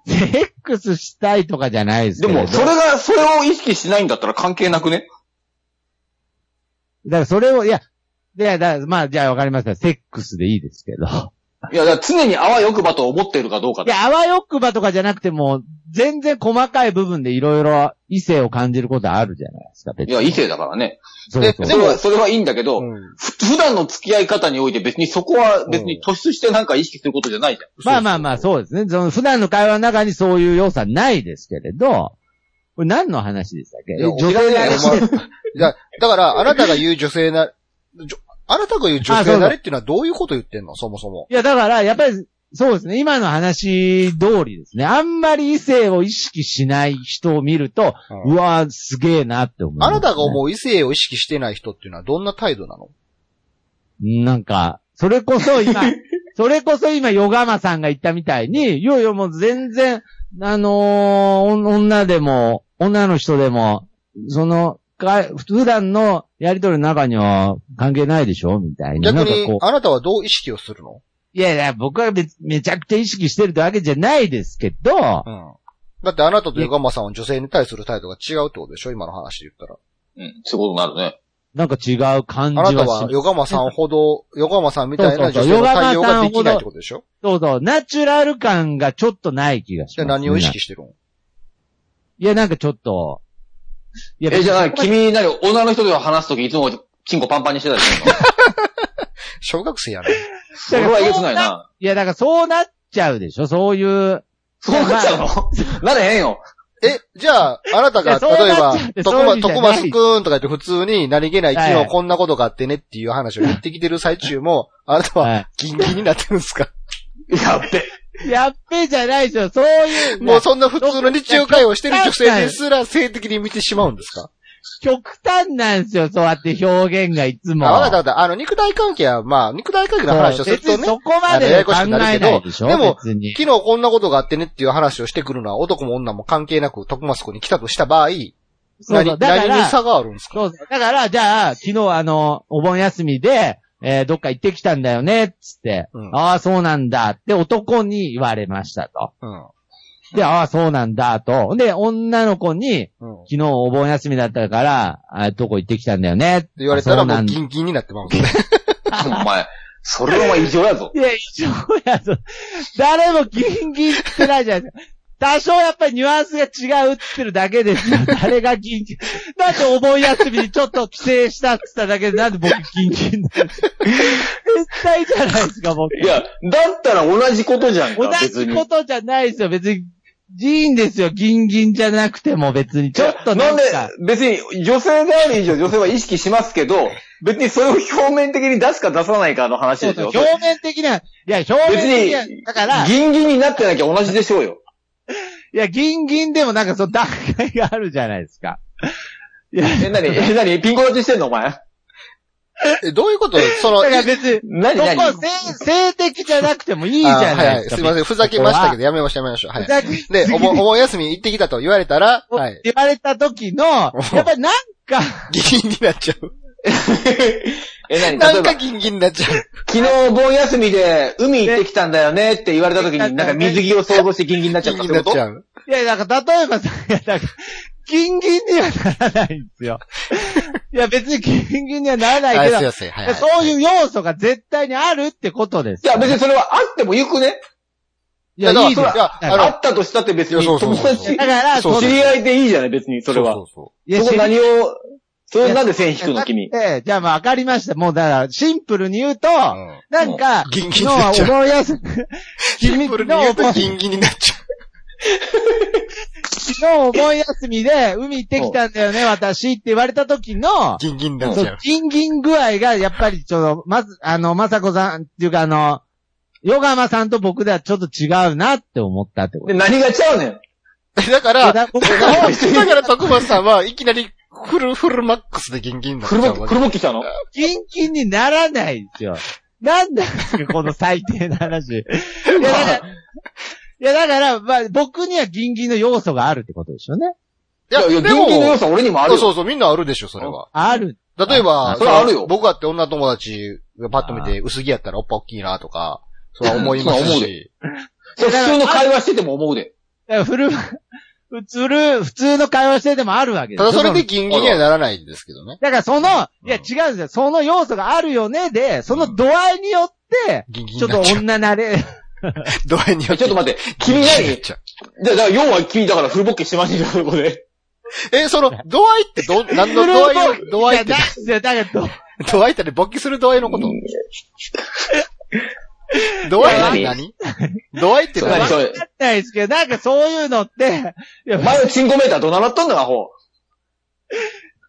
A: セックスしたいとかじゃないです
C: で
A: けれど
C: も、それが、それを意識しないんだったら関係なくね
A: だからそれを、いや、いや、だからまあ、じゃあわかりました。セックスでいいです けど。
C: いや、だから常にあわよくばと思っているかどうか
A: い
C: だ。
A: や、あわよくばとかじゃなくても、全然細かい部分でいろいろ異性を感じることあるじゃないですか、別
C: い
A: に。
C: や、異性だからね。
A: そうそう
B: え
C: で
B: で
C: も、
B: も
C: それはいいんだけど、
B: うん
C: ふ普段の付き合い方において別にそこは別に突出してなんか意識することじゃないじゃん。
A: まあまあまあ、そうですね。その普段の会話の中にそういう要素はないですけれど、これ何の話でしたっけ
B: いや
A: 女性の話 で
B: おだだから、あなたが言う女性な、じょあなたが言う女
A: あそう
B: 性
A: そう
B: なれっていうのはどういうこと言ってんのそもそも。
A: いや、だから、やっぱり、そうですね。今の話通りですね。あんまり異性を意識しない人を見ると、
B: うん
A: うわぁ、すげえなって思う、
B: あなたが思う異性を意識してない人っていうのはどんな態度なの
A: うん。なんか、それこそ 今、それこそ今、ヨガマさんが言ったみたいに、いよいよもう全然、あのーお女でも、女の人でも、その、か普段のやりとりの中には関係ないでしょみたいな。
B: 逆
A: なんか
B: に
A: こ、う
B: あなたはどう意識をするの
A: いやいや、僕は別めちゃくちゃ意識してるってわけじゃないですけど、
B: うん。だってあなたとヨガマさんは女性に対する態度が違うってことでしょ今の話で言ったら。
C: うん。そういうことになるね。
A: なんか違う感じ
B: あ
A: は
B: な
A: しま
B: た
A: す
B: はヨガマさんほど、ヨガマさんみたいな女性の対応ができないってことでしょ
A: そうそう、ナチュラル感がちょっとない気がし
B: じゃ
A: ま
B: あ
A: す、
B: 何を意識してるの
A: いや、なんかちょっと。いや
C: え、じゃあ何
A: 別に
C: 君、何女の人と話すときいつもチンコパンパンにしてた りするの
B: 小学生やね。
C: それはえげつないな。
A: いや、だからそうなっちゃうでしょそういう。
C: そうなっちゃうのなれへんよ。
B: え、じゃあ、あなた
A: い
B: が、
A: やそうなっ
B: 例えば
A: ちゃって、
B: 徳
A: そういう意
B: 間、
A: 味じゃない
B: 徳松くんとか言って普通に何気ない昨
A: は
B: 日
A: い
B: こんなことがあってねっていう話を言ってきてる最中も、あなたは
A: は
B: ギンギンになってるんですか
C: やって。
A: い。やっべじゃないでしょそういう。
B: もうそんな普通の日常会話をしてる女性ですら性的に見てしまうんですか
A: 極端なんですよ。そうやって表現がいつも。
B: あ、わかったわかった。あの、肉体関係は、まあ、肉体関係の話をすると
A: 別に
B: ね、
A: そこまで考えないでしょ
B: あのややこ
A: 別に。
B: 昨日こんなことがあってねっていう話をしてくるのは男も女も関係なく徳松くんに来たとした場合、
A: そうそうだ
B: 何、
A: か
B: 何に
A: ら、
B: 差があるんですか
A: そうそう。だから、じゃあ、昨日あの、お盆休みで、えーどっか行ってきたんだよね、つって。
B: うん
A: ああ、そうなんだって男に言われましたと。
B: うん。
A: で、ああ、そうなんだと。で、女の子に、
B: うん。
A: 昨日お盆休みだったから、あどこ行ってきたんだよねって
B: 言われたらもうギ
A: い
B: ンギンになってまうんですね。
C: お前、それお前異常やぞ。
A: や、一緒やぞ。誰もギンギンってないじゃないですか。多少やっぱりニュアンスが違うってるだけですよ。誰がギンギン。なんでお盆休みにちょっと帰省したって言っただけで、なんで僕ギンギンって絶対じゃないですか、僕。
C: いや、だったら同じことじゃんか
A: 同、
C: 別
A: じ
C: に。
A: ことじゃないですよ、別に。いいんですよ、ギンギンじゃなくても別に。ちょっと
C: な
A: なんん
C: で
A: か。、
C: 別に女性である以上女性は意識しますけど、別にそれを表面的に出すか出さないかの話
A: そう
C: でし
A: そう
C: ょ。
A: 表面的な、いや、表面
C: 別
A: 的な
C: に、
A: だから、い
C: ギンギンになってなきゃ同じでしょうよ。
A: や、ギンギンでもなんかその段階があるじゃないですか。いや、
C: え、なに、え、なに、ピンコ立ちしてんのお前。
B: えどういうこと その
A: だか、ら別に、
C: なに、
A: そ
C: なに。
A: こ性、性的じゃなくてもいいじゃないですか。
B: あーはいはい、すいません、ふざけましたけ
A: ど。
B: ど、やめましょう、やめましょう。は
A: ふ
B: い。
A: ざけ
B: で、お 盆、お盆休み行ってきたと言われたら、は
A: って言
B: い。
A: われた時の、やっぱりなんか、
B: ギンギンになっちゃう。
C: え、なに、
B: な
C: 例え
B: ん
C: ば
B: か、ギンギンになっちゃう。
C: 昨日盆休みで海行ってきたんだよねって言われた時に、なんか水着を想像してギンギンになっち
B: ギ
C: ゃ
B: ン
C: っ
B: ギ
C: た
B: ン
C: っ
B: にな
C: てこ
B: っち
C: と
B: ゃう。
A: いや、なんか例えばさ、いや、なんか、ギンギンにはならないんです よ。いや、別にギンギンにはならな
B: はいい、
A: け
B: す
A: ど
B: い、ません。はい
A: いや
B: はい。
A: そういう要素が絶対にあるってことです。
C: いや、別にそれはあってもよくね。
A: いや、
B: いやだから
A: いいです
B: それはあの
C: あったとしたって別に
B: いやそうそう
C: 友
B: そう
C: 達
A: だ、から、
B: そう
A: そ
C: 知
A: の
C: り合いでいいじゃない、別にそれは。
B: うそ
A: いや
C: そこ何を、それなんで線引くの、君。
A: ええ、じゃあまあわかりました。もうだから、シンプルに言うと、
B: うそう。うん
A: なんか、
B: ギ
A: 昨
B: ンギン
A: 日
B: にな
A: は
B: っちゃう。
A: 思いやす、
B: シンプルに言うと
A: 君
B: ギンギンになっちゃ
A: 昨日お盆休みで海行ってきたんだよね、私って言われた時の
B: う。、ギンギンになっ
A: そ
B: ちゃ
A: う
B: う、。
A: ギンギン具合が、やっぱり、ちょっと、まず、あの、まさこさんっていうか、あの、ヨガマさんと僕ではちょっと違うなって思ったってこと
C: で、。何がちゃうねん。
B: だか
A: いや
B: ら、だ
A: だ僕
B: か
A: は
B: ら徳松さんはいきなりフル、フルマックスでギンギンになっちゃ
C: 車、
B: うわけ。
C: 車来たの
A: ギンギンにならないんですよ。なんだこの最低な話。いや、だから、いや、だから、まあ、僕にはギンギンの要素があるってことでしょうね。
C: いや、いや、
B: で
C: 現金の要
B: も、
C: 素俺にもある
B: そう
C: よ。
B: そうそう、みんなあるでしょ、それは。
A: ある。
B: 例えば、
C: それはあるよ
B: 僕だって女友達がパッと見て、薄着やったらおっぱ大きいなとか、そうは思います
C: そう思う
B: し。
C: それ普通の会話してても思うで。
A: だから古 ま、普通る、普通の会話しててもあるわけで
B: た
A: す
B: だそれでギンギンにはならないんですけどね。
A: だからその、
B: うん
A: いや違うんですよ。その要素があるよねで、その度合いによって、
B: ギンギン
A: ちょっ
B: に
A: と
B: なっちゃう。
A: 女慣れ、
B: どれによ
C: えちょっと待って、君
B: ギンギンになっ
C: 何
B: ちゃう
C: だだから、要は君だからフルボッケしてませんじゃん、そこで。
B: え、その、度合いってど、何の度 合 いを、度合いっ
A: い
B: て
A: や、なんですよだからど
B: 度合いってね勃起する度合いのこと。度合いって何度合いって
C: そう何
B: 何
C: それ。
A: わかんないですけど、なんかそういうのって、いや、
C: 前のチンコメーターどならっとんだ、アホ。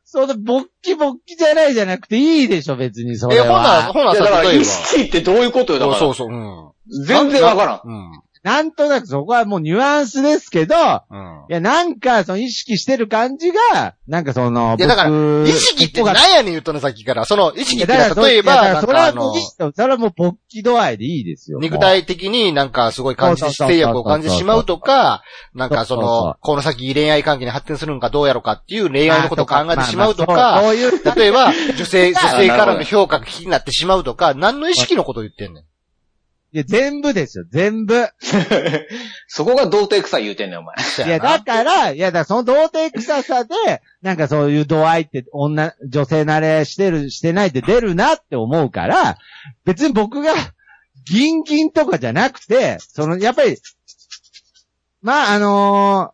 A: その、勃起勃起じゃないじゃなくていいでしょ、別にそ
B: え、
A: れ
B: ほな、
A: は。
B: ほ
C: い
B: な
C: や、だか
B: さ、
C: ら、
B: 例え
C: 意
B: ば。
C: 識ってどういうことよ、だから。
B: そうそう、うん。
C: 全然わからん。
B: うん。
A: なんとなくそこはもうニュアンスですけど、
B: うん
A: い。や、なんか、その意識してる感じが、なんかその、
B: いや、だから、
A: 僕
B: 意識って何やねん言ったのさっきから。その、意識って
A: いやだから
B: 例えば、
A: いやだ
B: なん
A: からそれ
B: かあ
A: は
B: の
A: もう意、識と、それはもう勃起度合いでいいですよ。
B: 肉体的になんかすごい感じて
A: そうそうそうそう
B: 制約を感じてしまうとか、なんか
A: そ
B: そ
A: うそうそ
B: の
A: う、
B: この先恋愛関係に発展するのかどうやろうかっていう恋
A: もう
B: 愛のことを考えてしまうと
A: まあまあ
B: か、
A: そうそういう、
B: 例えば、女性、女
A: まあ
B: 性からの評価が気になってしまうとか、何の意識のことを言ってんねん。
A: いや、全部ですよ、全部。
C: そこが童貞臭い言うてんねん、お前。
B: そ
A: い
B: や
A: や、
B: な
A: だから、いや、だからその童貞臭さで、なんかそういう度合いって、女、女性慣れしてる、してないって出るなって思うから、別に僕が、ギンギンとかじゃなくて、その、やっぱり、まあ、あの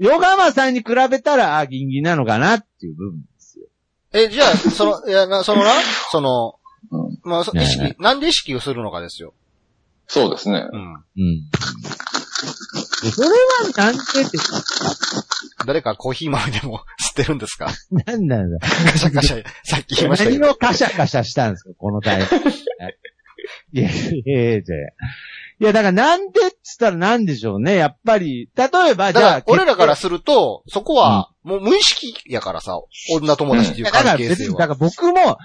A: ー、ヨガマさんに比べたら、あ、ギンギンなのかなっていう部分ですよ。
B: え、じゃあ、その、いや、なそのな、その
C: うん、
B: まあ、そ意
A: ねえね
B: 識、なんで意識をするのかですよ。
C: そうですね。
B: うん。
A: うん。それは、なんてって、
B: 誰かコーヒー豆でも 吸ってるんですか
A: なんなんだ。
B: カシャカシャ、さっき言いましたけ
A: 何
B: ど。
A: をカシャカシャしたんですか、このタイプ。いや、いや、いや、いや。いや、だからなんでっつったらなんでしょうね。やっぱり、例えば、
B: だ
A: じ
B: か
A: ゃあ
B: ら、、俺らからすると、そこは、もう無意識やからさ、女友達って
A: い
B: いう
A: やだか
B: 関
A: ら
B: 係
A: 別
B: 性
A: に、だ
B: は。
A: から僕も、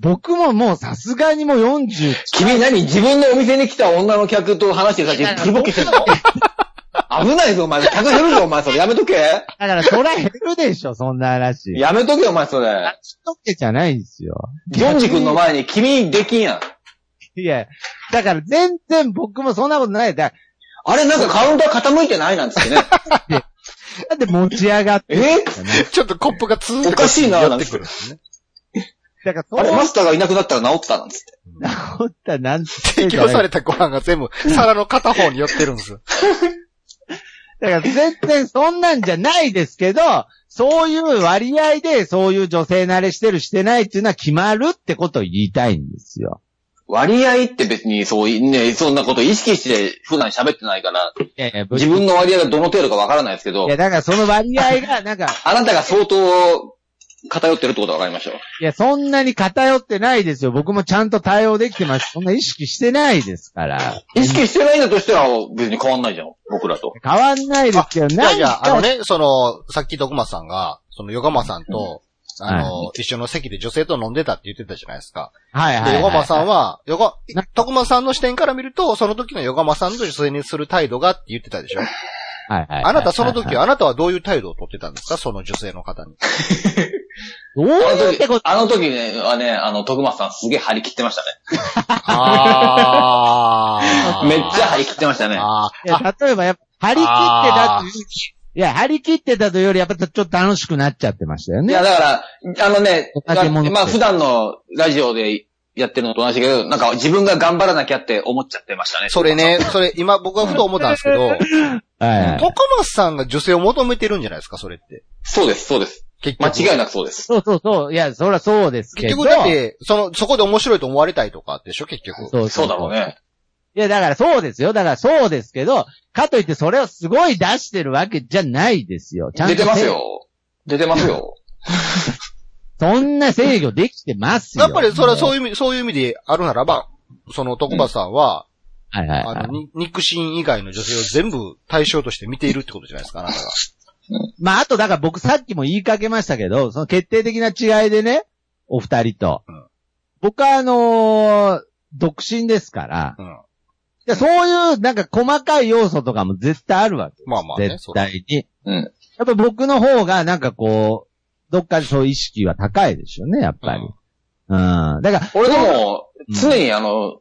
A: 僕ももうさすがにもう40、
C: 君何自分のお店に来た女の客と話してる最中、フルボッケしてんの危ないぞ、お前。客減るぞ、お前。それやめとけ。
A: だからそりゃ減るでしょ、そんな話。
C: やめとけ、お前、それ。
A: 一桁じゃないんですよ。
C: ジョンジ君の前に君できんやん。
A: いや、だから全然僕もそんなことない。だか
C: あれ、なんかカウンター傾いてないなんつって ね。
A: らなんで持ち上がって
C: え
A: んの
B: ちょっとコップがツーンって
C: おかしいな
B: 寄ってくるんですね。
A: だから、
C: あれ、マ
A: そ
C: スターがいなくなったら治ったなんつって。
A: んなことはなんて言って
B: 提
A: んじゃ
B: 供
A: ない
B: されたご飯が全部、皿の片方に寄ってるんですよ。
A: だから全然そんなんじゃないですけど、そういう割合で、そういう女性慣れしてるしてないっていうのは決まるってことを言いたいんですよ。
C: 割合って別にそうい、ね、そんなこと意識して普段喋ってないから、
A: いやいや、ぶ
C: 自分の割合がどの程度かわからないですけど
A: いや、、だからその割合が、なんか、
C: あなたが相当偏ってるってことが分かりましたよ。
A: いや、そんなに偏ってないですよ。僕もちゃんと対応できてます。そんな意識してないですから。
C: 意識してないんだとしたら別に変わんないじゃん、僕らと。
A: 変わんないですけど、
B: いやいや
A: なん、
B: あ
A: か
B: のね、その、さっき徳間さんが、そのヨガマさんと、あの、一緒の席で女性と飲んでたって言ってたじゃないですか。
A: はいはい、は
B: で、
A: い。
B: ヨガマさんは、ヨガ
A: な、
B: 徳間さんの視点から見ると、その時のヨガマさんと女性にする態度がって言ってたでしょ。
A: はいはいはい
B: あなたその時
A: は
B: は、あなたはどういう態度をとってたんですかその女性の方に。
A: い。どういうってこと
C: あの時ね、はね、あの、徳松さんすげえ張り切ってました
B: あ
C: ね。めっちゃ張り切ってましたね。
B: あ
A: い
B: ー
A: や
B: あ、
A: 例えば、やっぱ、張り切ってたという、いや、張り切ってたというより、やっぱちょっと楽しくなっちゃってましたよ
C: い
A: ね。
C: や、だから、あのね
A: お、酒も飲んで
C: まあ普段のラジオでやってるのと同じだけど、なんか自分が頑張らなきゃって思っちゃってましたね。
B: それね、それ今僕はふと思ったんですけど、
A: はいはい。
B: 徳松さんが女性を求めてるんじゃないですかそれって。
C: そうです、そうです。
B: 結
C: 間
B: 局。
C: 違いなくそうです。
A: そうそうそう。いや、そりゃそうですけ
B: 結
A: ど。
B: 局だって、その、そこで面白いと思われたいとかでしょ結局。
A: そう
C: そうだろう。ね。
A: いや、だからそうですよ。だからそうですけど、かといってそれをすごい出してるわけじゃないですよ。ちゃんと。
C: 出てます。よ。出てますよ。
A: そんな制御できてますよ。
B: やっぱりそれはそう
A: いう。
B: いう意味、そういう意味であるならば、その徳松さんは、
A: はいはいは
B: あ
A: い
B: の、。に肉親以外の女性を全部対象として見ているってことじゃないですか、あなたが。
A: まあ、あとだから僕さっきも言いかけましたけど、その決定的な違いでね、お二人と。
B: うん
A: 僕はあのー独身ですから、
B: うん
A: でそういうなんか細かい要素とかも絶対あるわけ。
B: まあまあね
A: 絶対に。
C: うん。
A: やっぱ僕の方がなんかこう、どっかでそういう意識は高いでしょうね、やっぱり。うん。だから、
C: 俺でも、
A: うん
C: 常にあの、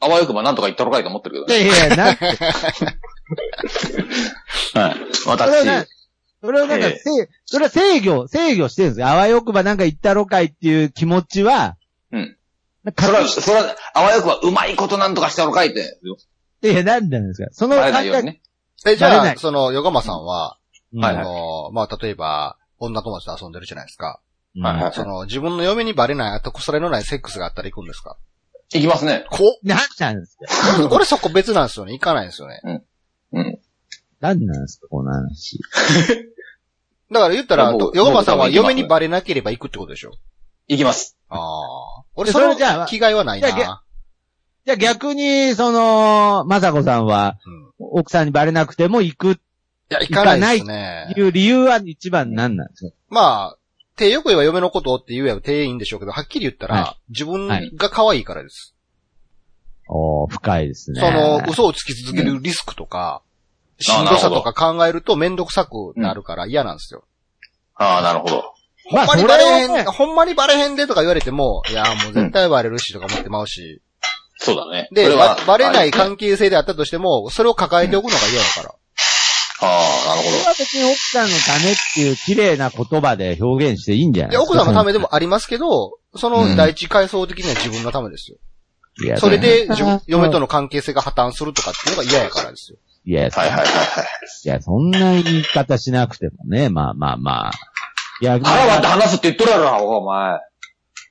C: あわよくばなんとか言ったろかいと思ってるけど
A: い
C: ね。
A: やいやいや、なんかそれ
C: はい。
A: は
C: 私。
A: なそれはなんか、
C: ええ
A: せい、それは制御、制御してるんですよ。あわよくばなんか言ったろかいっていう気持ちは、
C: うん。それ
A: 隠
C: は、
A: し
C: それは、あわよくばうまいことなんとかしたろかいって。
A: て、いや、なんなんですか。その
C: バレ
A: 感
C: ないように
A: 覚、
C: ね。
B: え、じ
A: バレ
B: ゃ
A: な
B: あ、
A: い
B: その、横間さんは、
A: うん
C: はい
B: あの、まあ、例えば、女友達と遊んでるじゃないですか。
A: うん
C: はいはい
B: その、自分の嫁にバレない、あと、それのないセックスがあったら行くんですか
C: いきます ね。
B: こ
A: なんなんですか
B: 俺そこ別なんですよね。行かないんですよね。
C: うん。
A: なんなんですか、この話。
B: だから言ったら、
C: もう
B: 横間さんは
C: もう多分行きます
B: 嫁にバレなければ行くってことでしょ。
C: いきます。
B: ああ。俺そ
A: それ
B: の
A: じゃあ
B: 気概はない
A: じゃ
B: な。
A: じゃあ逆に、その、まさこさんは、
B: うん
A: 奥さんにバレなくても行くっ
B: いや、行かないですね
A: て。いう理由は一番なんなんですか
B: まあ、手よく言えば嫁のことって言えば手いいんでしょうけど、はっきり言ったら、
A: は
B: 自分が可愛いからです。
A: おー、深いですね。
B: その、嘘をつき続けるリスクとか、し
C: あ
B: ん
C: な
B: ど
C: るほ
B: さ
C: ど
B: とか考えるとめんどくさくなるから嫌なんですよ。
C: ああ、なるほど。
A: まあ、そ
B: ほんまに
A: れ
B: バレ
A: は
B: へん、
A: ね、
B: ほんまにバレへんでとか言われても、いや、もう絶対バレるしとか思ってまうし。
C: そうだね。
B: で、
C: それ
B: ば
C: は
B: バレない
C: あ
B: 関係性であったとしても、それを抱えておくのが嫌だから。
C: あ、なる
A: そ
C: ほ
A: れは別に奥さんのためっていう綺麗な言葉で表現していいんじゃない
B: で、
A: ですか
B: 奥さんのためでもありますけど、その第一階層的には自分のためですよ。
A: いや
B: それで、じゅ
A: うん
B: 嫁との関係性が破綻するとかっていうのが嫌やからですよ。
A: いや、
C: ど。はいはいはいはい。
A: いや、そんな言い方しなくてもね、まあまあまあ。いや、ま
C: 腹割っ
A: あ
C: て、話すって言っとるやろな、お前。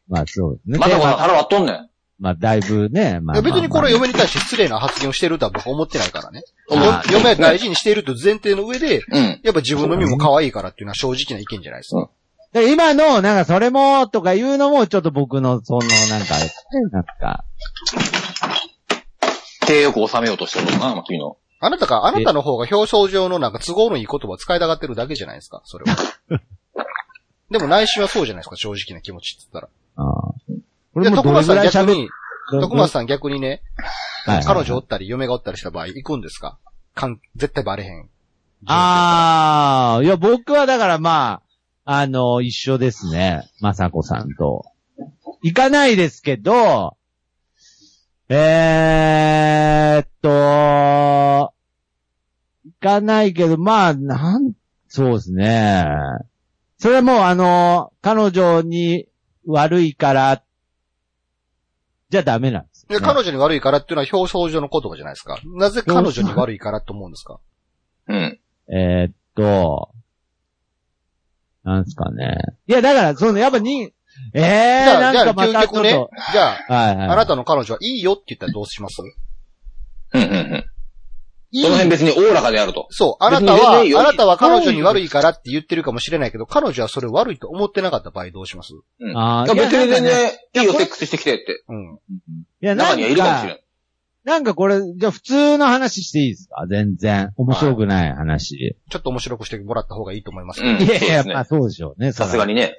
A: まあそうですね。
C: まだこ
A: まあ、
C: の腹割っとんねん。
A: まあだいぶね、まあまあ、
B: いや別にこれ
A: まあ
B: 嫁に対して失礼な発言をしてるとは僕は思ってないからね。よ
A: あー
B: 嫁は大事にしていると前提の上で、
C: うん。
B: やっぱ自分の身も可愛いからっていうのは正直な意見じゃないですか。
A: で今の、なんかそれも、とか言うのも、ちょっと僕の、その、なんか、なんか、
C: 手よく収めようとしてるのかな、君の。
B: あなたか、あなたの方が表彰上のなんか都合のいい言葉を使いたがってるだけじゃないですか、それは。 でも内心はそうじゃないですか、正直な気持ちって言った
A: あこ
B: ら。
A: れも
B: で、徳
A: どれ
B: 松
A: ぐ
B: さ
A: ら
B: ん
A: い喋
B: 逆
A: っ
B: に、徳松さん逆にね、
A: はいはい
B: 彼女おったり、嫁がおったりした場合、行くんですかかん絶対バレへん。
A: ああ、いや、僕はだからまあ、あの、一緒ですね。まさこさんと。行かないですけど、えーっと、行かないけど、まあ、なん、そうですね。それはもうあの、彼女に悪いから、じゃダメなんです
B: で、
A: よね、
B: 彼女に悪いからっていうのは表彰上の言葉じゃないですか。なぜ彼女に悪いからと思うんですか
C: うん。
A: えーっと、なんすかね。いや、だから、その、やっぱに、えー、
B: じゃ
A: な
B: あ、じゃ
A: んか
B: あ、
A: ま
B: 究
A: たちょ
B: 極
A: っ
B: ね
A: と、。
B: じゃあ、
A: はいはい。
B: あなたの彼女はいいよって言ったらどうします
C: うんうんうん。
B: い
C: その辺別におおらかであると。
B: そう、あなた
C: 別に全
B: は、
C: 然いいよ
B: あなたは彼女に悪いからって言ってるかもしれないけど、彼女はそれ悪いと思ってなかった場合どうします
C: うん。い
A: あー
C: や別に全
A: いやな
C: 然いいよ、セックスしてきてって。
B: うん。
A: いや、な
C: 中
A: ん
C: にはいるかもしれ
A: か、
C: ん。
A: なんかこれ、じゃあ普通の話していいですか全然。面白くない話。
B: ちょっと面白くしてもらった方がいいと思います。
C: うん。
A: い
C: そ
A: や
C: う
A: い
C: で
A: や、
C: す
A: まあ
C: ね。
A: そうでしょうね。
C: さすが
A: に。
C: にね。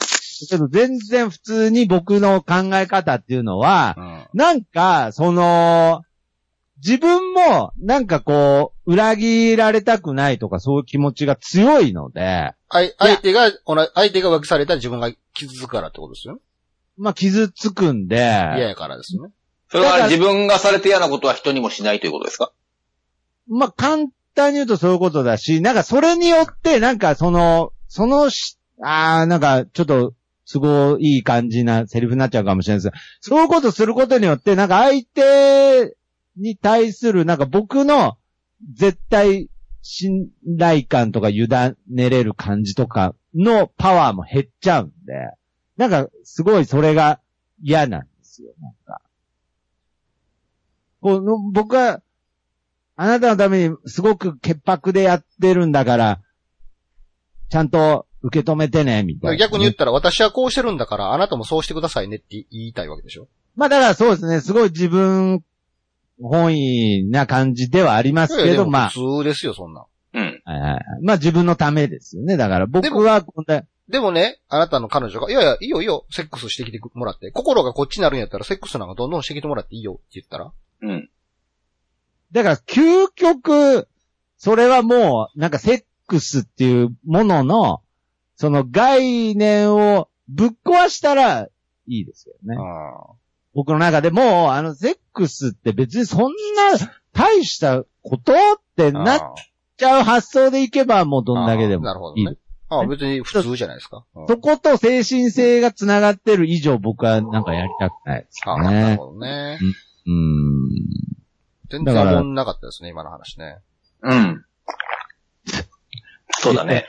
A: ちょっと全然普通に僕の考え方っていうのは、
B: うん。
A: なんか、その、自分も、なんかこう、裏切られたくないとかそういう気持ちが強いので、
B: あい相手が、おな相手が浮気されたら自分が傷つくからってことですよね。
A: まあ、傷つくん
B: 嫌
A: で、
B: やからですよね。
C: それは自分がされて嫌なことは人にもしないということですか
A: まあ、簡単に言うとそういうことだし、なんかそれによって、なんかその、そのし、ああ、なんかちょっと、都合いい感じなセリフになっちゃうかもしれないですがそういうことすることによって、なんか相手に対する、なんか僕の絶対信頼感とか委ねれる感じとかのパワーも減っちゃうんで、なんかすごいそれが嫌なんですよ、なんか。この僕は、あなたのためにすごく潔白でやってるんだから、ちゃんと受け止めてね、みたいな。
B: 逆に言ったら、私はこうしてるんだから、あなたもそうしてくださいねって言いたいわけでしょ
A: まあだからそうですね、すごい自分本位な感じではあります
B: いや
A: け
B: いや
A: ど、
B: でも
A: ま
B: 普通ですよ、そんなん。
C: うん。
A: あ、はいはいはいまあ自分のためですよね。だから僕はこんな、
B: でもね、あなたの彼女が、いやいや、いいよいいよ、セックスしてきてもらって、心がこっちになるんやったら、セックスなんかどんどんしてきてもらっていいよって言ったら、
C: うん。
A: だから、究極、それはもう、なんかセックスっていうものの、その概念をぶっ壊したらいいですよね。
B: あ
A: 僕の中でもう、あの、セックスって別にそんな大したことって
B: あ
A: なっちゃう発想でいけば、もうどんだけで
B: あーなる
A: も
B: ほ
A: いい。
B: どね。ああ、別に普通じゃないですか。うん
A: そこと精神性が繋がってる以上、僕はなんかやりたくないです
B: ああ、なる
A: ね。
B: ほどね。
A: うーん。
B: 全
A: だ
B: 然
A: から
B: 思んなかったですね、今の話ね。
C: うん。そうだね。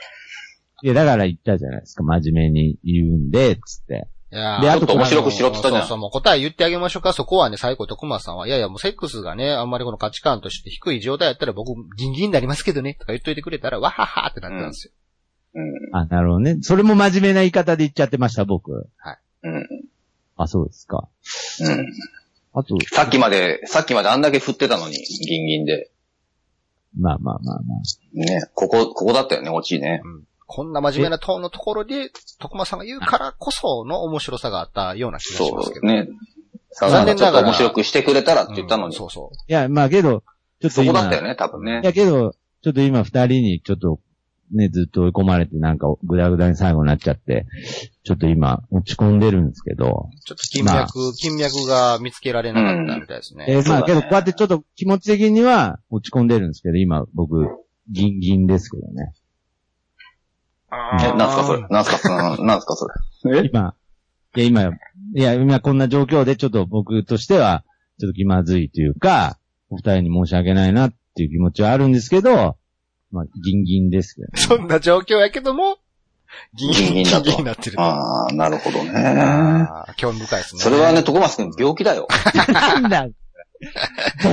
A: いや、だから言ったじゃないですか。真面目に言うんで、つって。
B: いやー
A: であ
C: ちょっと面白くしろって言ったじゃ
B: そうそ
C: ん。
B: う、もう答え言ってあげましょうか。そこはね、最後、徳松さんは、いやいや、もうセックスがね、あんまりこの価値観として低い状態やったら僕、ギンギンになりますけどね、とか言っといてくれたら、わははってなってたんですよ。
A: あ、なるほどね。それも真面目な言い方で言っちゃってました、僕。
C: うん。うん。
A: あ、そうですか。あと、
C: さっきまで、さっきまであんだけ振ってたのに、ギンギンで。
A: まあまあまあまあ。
C: ね。ここ、ここだったよね、落ちいね。
B: こんな真面目なトーンのところで、徳松さんが言うからこその面白さがあったような気がします
C: そ
B: け
C: う。
B: ど。
C: ね。さ
B: 残
C: あ、
B: 念
C: ちょ
B: な
C: っ
B: が
C: と
B: ら
C: 面白くしてくれたらって言ったの
B: うん
C: に。
B: そ
C: そう
B: そう。
A: いや、まあけど、ちょっと
C: こ
A: 今、
C: だったよね、多分ね
A: い。やけど、ちょっと今二人にちょっと、ね、ずっと追い込まれてなんかぐだぐだに最後になっちゃって、ちょっと今落ち込んでるんですけど、
B: ちょっと金脈、金脈が見つけられなかったみたいですね。
A: えーまあ
C: そうだね
A: けどこうやってちょっと気持ち的には落ち込んでるんですけど、今僕、ギンギンですけどね。
C: え
B: あー
C: なんすかそれ。なんすかそれ。なんすかそ れ。
A: 今、いや今、いや今こんな状況でちょっと僕としては、ちょっと気まずいというか、お二人に申し訳ないなっていう気持ちはあるんですけど、まあ、ギンギンです けどね。
B: そんな状況やけども、ギンギンギンギンになってる。
C: ああ、なるほどね。
B: あー興味深いですね。
C: それはね、徳松くん病気だよ。
A: なんだど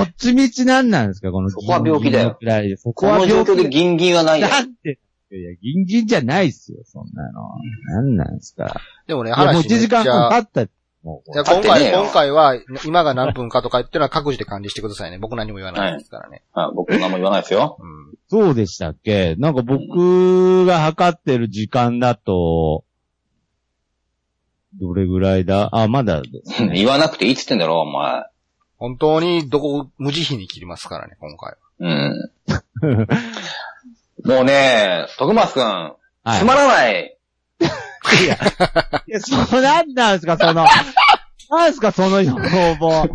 A: っちみちなんなんですかこの
C: そこは病気だよ
A: ギンギンの位でそこ
C: こ
A: は
C: の状
A: 病
C: 況
A: 気
C: でギンギンはないよ。
A: だって。いやいや、ギンギンじゃないっすよ、そんなの。なんなんですか。
B: でも
A: い
B: ね、
A: や、もう
B: 話め
A: 1時
B: っち
A: 間
B: ゃ
A: 半経った。もう
B: いや、
C: だ
B: 今
C: ってね
B: 回、今回は、今が何分かとか言ってのは各自で管理してくださいね。僕何も言わないですからね。
C: あ僕も何も言わないですよ。
B: うん。
A: そうでしたっけなんか僕が測ってる時間だと、どれぐらいだあ、まだですね。
C: 言わなくていいっつってんだろ、お前。
B: 本当に、どこ、無慈悲に切りますからね、今回。
C: うん。もうね、徳松くん、
A: はい
C: つまらない。
A: いや、そう、なんなんですか、その、 なんですか、その要望。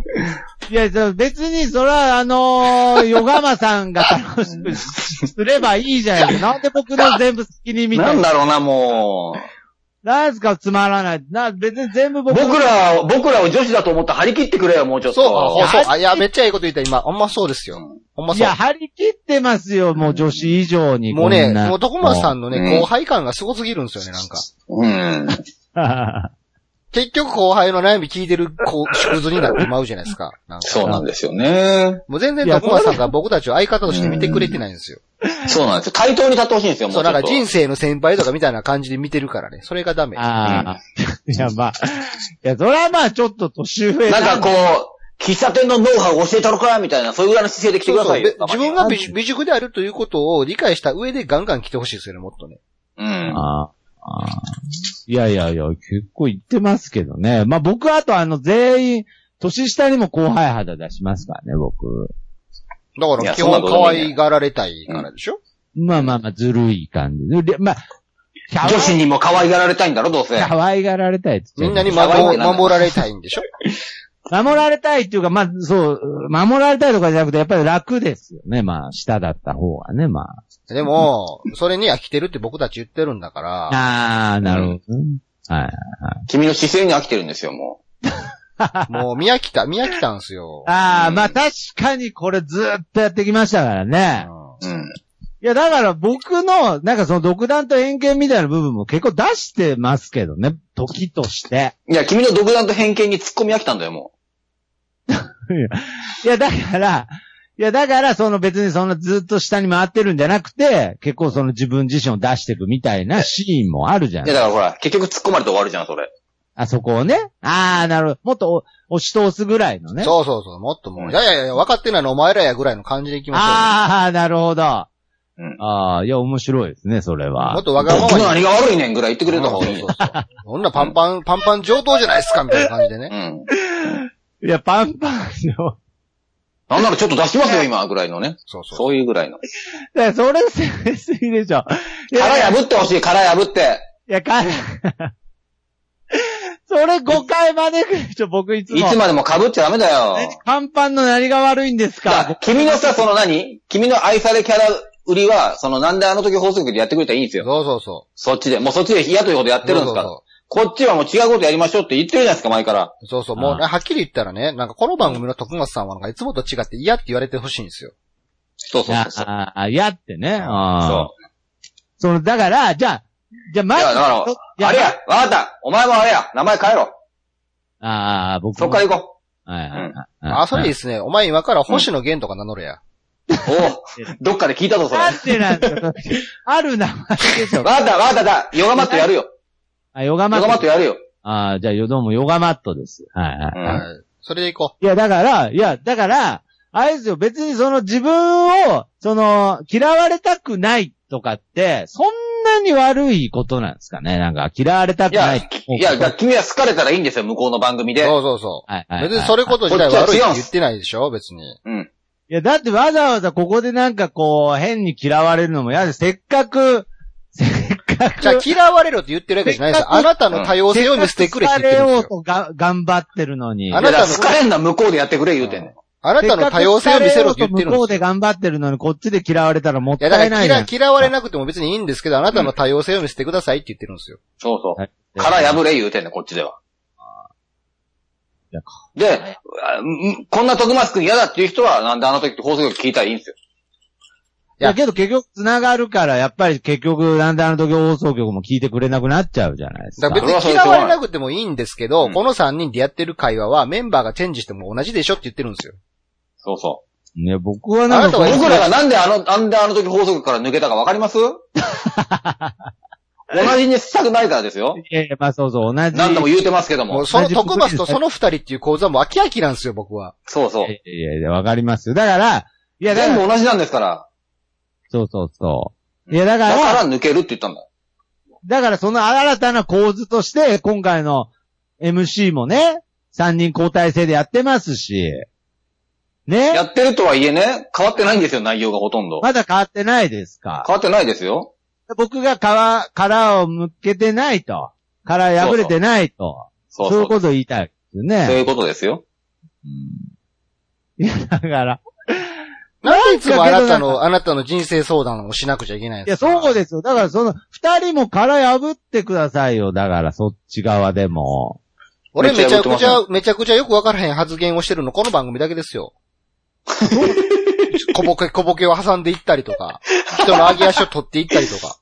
A: いや、じゃあ別に、それは、あのー、ヨガマさんが楽しくすればいいじゃないですか。なんで僕の全部責任みた
C: ないん
A: な。
C: だろうな、も
A: なんですか、つまらない。な、別に全部
C: う。
A: 僕の
C: 僕ら、僕らを女子だと思って張り切ってくれよ、もうちょっと。
B: そう、あ、そう、
A: いや
B: あ、いや、めっちゃいいこと言った、今。ほんまそうですよ。ほんま
A: い
B: そう
A: や、。張り切ってますよ、もう女子以上に。
B: もうね、も
A: も
B: う徳 松さんの
C: う
B: ね、
C: ん
B: 後輩感がすごすぎるんですよね、なんか。
C: うん。
B: 結局後輩の悩み聞いてる、こう、縮図になってまうじゃないですか。なんか
C: そうなんですよね。
B: もう全然徳松さんが僕たちを相方として見てくれてないんですよ。
C: そうなんですよ。対等に立ってほしいんですよ、も
B: そうう、
C: ちょ
B: な
C: っ
B: ん
C: と。
B: か人生の先輩とかみたいな感じで見てるからね。それがダメ。
A: ああ。 いや、まあ。いや、それはまあ、ちょっと年上
C: なんかこう、喫茶店のノウハウを教えたのかみたいな、そういうぐらいの姿勢で来てくださいよ。
B: そうそうべ自分が未未熟であるということを理解した上でガンガン来てほしいですよね、もっとね。
C: うん。
A: ああ。いやいやいや、結構言ってますけどね。まあ僕はあとあの全員、年下にも後輩肌出しますからね、僕。
B: だか
C: い
B: ら
C: や
B: 基
C: そ
B: 本
C: んなこと
B: 可
C: ないね
B: 愛がられたいからでしょ、
A: まあまあまあ、ずるい感じで。でまあ、可
C: 女子にも可愛がられたいんだろ、どうせ。
A: 可愛がられたいって言
B: み
A: っ
B: ん
A: ちゃ
B: な
A: う
B: に
C: 可愛い
B: 守
C: ってなんだ
B: 守られたいんでしょ
A: 守られたいっていうか、まあそう、守られたいとかじゃなくて、やっぱり楽ですよね。まあ、下だった方がね、まあ。
B: でも、それに飽きてるって僕たち言ってるんだか
A: ああ、なるほど。はい。
C: 君の姿勢に飽きてるんですよ、も
B: ら、もう見飽きた、見飽きたんすよ。
A: ああ、
C: うん
A: まあ確かにこれずーっとやってきましたから
B: う
A: ね。
B: ん
C: う。うん。
A: いや、だから僕の、なんかその独断と偏見みたいな部分も結構出してますけどね、時として。
C: いや、君の独断と偏見に突っ込み飽きたんだよ、も
A: いや、だから、いや、だから、その別にそのずっと下に回ってるんじゃなくて、結構その自分自身を出していくみたいなシーンもあるじゃ
C: う。
A: ん
C: いや、。だからほら、結局突っ込まれて終わるじゃん、それ。
A: あそこをね。ああ、なるほど。もっとお押し通すぐらいのね。
B: そうそうそう、もっともう、いやいやいや、分かってないのお前らやぐらいの感じでいきましょうよ。
A: ああ、なるほど。ああ、いや、面白いですね、それ
B: もっ
A: は。
B: とわがま
C: 僕
B: まに
C: の。何が悪いねんぐらい言ってくれた方 がいいよ。
B: そんなパンパン、パンパン上等じゃないですかみたいな感じでね
C: う。ん。
A: いや、パンパンよ。
C: なんならちょっと出しますよ、今、ぐらいのね。
B: そうそう。
C: そういうぐらいの。
A: いや、それ攻めすぎでしょ。いや、い
C: 殻破ってほしい、殻破って。
A: や、か、それ誤解招くでしょ、僕いつも。
C: いつまでも被っちゃダメだよ。
A: パンパンの何が悪いんです
C: だか
A: から
C: 君のさ、その何君の愛されキャラ売りは、そのなんであの時放送局でやってくれたらいいんですよ。
B: そうそうそ
C: そっちで。もうそっちで嫌ということや
B: う。
C: ってるんですから。
B: そ
C: こっちはもう違うことやりましょうって言ってるじゃないですか、前から。
B: うそうそうそう。もう、はっきり言ったらね、なんかこの番組の徳松さんはなんかいつもと違って嫌って言われてほしいんですよ。
C: そう
A: い
C: そう
A: や
C: そう、そう。
A: ああやってね。ああ
C: そ
A: その、だから、じゃあ、じゃあ、
C: う。
A: ま
C: い
A: ず
C: や、だ
A: い
C: から、
A: や
C: あれや、わかった。お前もあれや、名前変えろ。
A: ああ、僕
C: そっから行こ
A: ら、はいはいはい。
B: あ、それいいですね。お前今から星野源とか名乗れや。
C: う。 おお、どっかで聞いたぞ、それ。
A: な
C: わか
A: んてなんですか、それある名前でしょ。
C: った、わかった、だ。ヨガマットや るよ。
A: あ、ヨガマ
C: ヨ
A: ッ
C: ガ
A: ト。
C: マットやるよ。
A: ああ、じゃあ、よどうもヨガマットです。はいはい。
C: うん。
B: はい。それでいこ
A: いや、だから、いや、だから、あれですよ、別にその自分を、その、嫌われたくないとかって、そんなに悪いことなんですかねなんか、嫌われたく
C: い
A: な
C: や、
A: い。
C: いや、だから君は好かれたらいいんですよ、向こうの番組
B: う。
C: で。
B: そうそうそ
A: はいは
B: う。
A: いはい
B: 別にそれこそ自体悪いって言ってないでしょ別に。
C: うん。
A: いや、だってわざわざここでなんかこう、変に嫌われるのも嫌です。せっかく、せっかく。
B: じゃあ嫌われろって言ってるわけじゃないですよ。あなたの多様性を見せてくれって言ってるん
A: せっ
B: で
A: かく好かれよう
B: すよ。
A: とが頑張ってるのに。
B: あ
C: い
B: な
C: や、だ
B: たの
C: から好かれんな、向こうでやってくれ、言うてんねん。
B: あなたの多様性を見せろって言ってるん
A: 向こう
B: です
A: で
B: よ。
A: 頑張ってるのに、こっちで嫌われたらもっ
B: いや、だ
A: たい
B: か
A: な
B: ら
A: いや
B: 嫌
A: ん。
B: 嫌われなくても別にいいんですけど、あなたの多様性を見せてくださいって言ってるんですよ。
C: そうそう。
A: か
C: 殻破れ言うてんねん、こっちでは
A: や。
C: で、あんこんな徳松くん嫌だっていう人は、なんであの時放送局聞いたらいいんですよ。
A: いや、けど結局繋がるから、やっぱり結局、なんであの時放送局も聞いてくれなくなっちゃうじゃないです
B: だ
A: か。
B: から
C: それは
B: 別
C: そ
B: に
C: れ
B: 嫌
C: でしょうが
B: わ
C: ない
B: れなくてもいいんですけど、
C: うん
B: この3人でやってる会話はメンバーがチェンジしても同じでしょって言ってるんですよ。
C: そうそ
A: いや、僕は
B: あ
A: なん
B: な
A: か
B: た
C: う。
B: は
C: 僕らがなんであの、なんであの時放送局から抜けたかわかります同じにしたくないからですよ。
A: いやいや、まあそうそう、同じ。
C: 何度も言うてますけど
B: も
C: も
B: う。その
A: 同じこと
B: 徳松とその2人っていう構座も飽き飽きなんですよ、僕は。
C: そうそ
A: い
C: う。
A: やいやいや、わかりますよ。だから、いや、だ
C: 全
A: から、
C: 部同じなんですから。
A: そうそうそう。いや、だか
C: だ
A: ら、
C: から抜けるって言ったんだよ。
A: だからその新たな構図として、今回の MC もね、3人交代制でやってますし、ね
C: やってるとはいえね、変わってないんですよ、内容がほとんど。
A: まだ変わってないですか。
C: 変わってないですよ。
A: 僕が殻、殻を向けてないと。殻破れてないと。そう
C: そうそう
A: いう。ことを言いたいですよ
C: そうい
A: ね。
C: うことですよ。
A: いや、だから。
B: なんでいつもあな
A: な
B: た
A: んかけどなん
B: の、あなたの人生相談をしなくちゃいけないん
A: い
B: で
A: や、
B: すか
A: そうですよ。だからその、二人も殻破ってくださいよ。だから、そっち側でも。
B: 俺めちゃ
C: め
B: く
C: っち
B: ち
C: ゃや
B: ゃ、めちゃくちゃよくわからへん発言をしてるの、この番組だけですよ。小ボケ、小ボケを挟んでいったりとか、人の上げ足を取っていったりとか。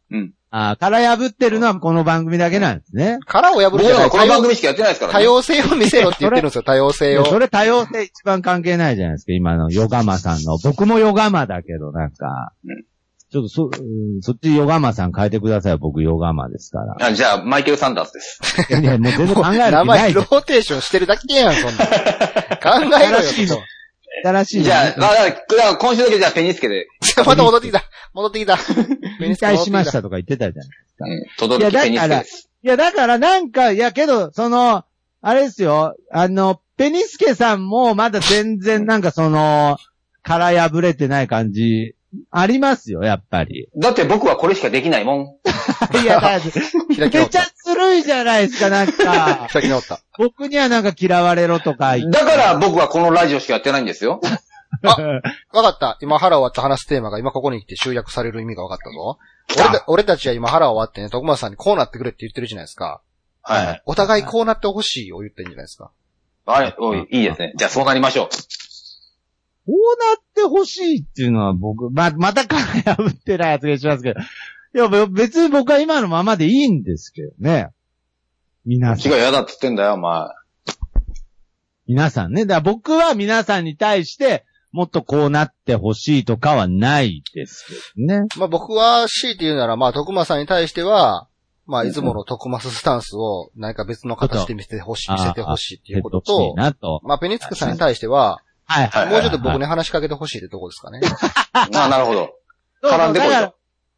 A: ああ、殻破ってるのはこの番組だけなんですね。
B: 殻を破る
C: 僕
B: じゃ
C: ら
B: ない
C: はこの
B: 多
C: 番
B: 様
C: 組しかやってないですから
B: 多
C: ね。
B: 様性を見せろって言ってるんですよ、多様
A: い
B: 性
A: や
B: を。
A: それ多様性一番関係ないじゃないですか、今のヨガマさんの。僕もヨガマだけど、なんか
C: うん。
A: ちょっとそ、うんそっちヨガマさん変えてくださいよ。僕ヨガマです から。
C: あじゃあ、マイケル・サンダースです。
A: いやいや、もう全然考える気
B: 名
A: な
B: 前
A: い
B: ロ。ーテーションしてるだけやん、そんな。考えろよ、
A: 新しい
B: ちょっ
A: 新しいの。
C: じゃあ、まあ、だから今週だけじゃあペニスケで、
B: とまた戻ってきた。戻ってきた。
A: 引退しましたとか言ってたじゃん。
C: うん、届
A: いや
C: ペニスケ
A: だから
C: です。
A: いや、だからなんか、いやけど、その、あれですよ、あの、ペニスケさんもまだ全然なんかその、殻破れてない感じ、ありますよ、やっぱり。
C: だって僕はこれしかでき ないも
A: いや、だって
B: 開き
A: め
B: 直っ
A: ちゃ
B: た。
A: ずるいじゃないですか、なん か。
B: 開き直った。
A: 僕にはなんか嫌われろとか言
C: ん。
A: っ
C: だから 僕はこのラジオしかやってないんですよ。
B: わかった。今腹を割った話すテーマが今ここに来て集約される意味がわかったぞ。
C: 来
B: 俺
C: た
B: た俺たちは今腹を割ってね、徳松さんにこうなってくれって言ってるじゃないですか。
C: はい。
B: お互いこうなってほしいを言ってるんじゃないですか。
C: あれ、おい、いいですね。じゃあそうなりましょう。
A: こうなってほしいっていうのは僕、ま、また殻破ってない発言しますけど。いや、べ別に僕は今のままでいいんですけどね。皆さ
C: 違
A: ん
C: う、。嫌だっつってんだよ、お前。
A: 皆さんね。だから僕は皆さんに対して、もっとこうなってほしいとかはないですけどね。
B: まあ僕は強いて言うなら、まあ徳松さんに対しては、まあいつもの徳松スタンスを何か別の形で見せてほしい、見せてほしいっていうこと
A: やってほし
B: と
A: い、なと。
B: まあペニツクさんに対しては、
A: はい。
C: はい
B: もうちょっと
A: は
B: 僕
A: い
B: に話しかけてほしいってとこですかね。
C: あ、なるほど。
A: そう
C: 絡んでこい
A: だ
C: と
A: か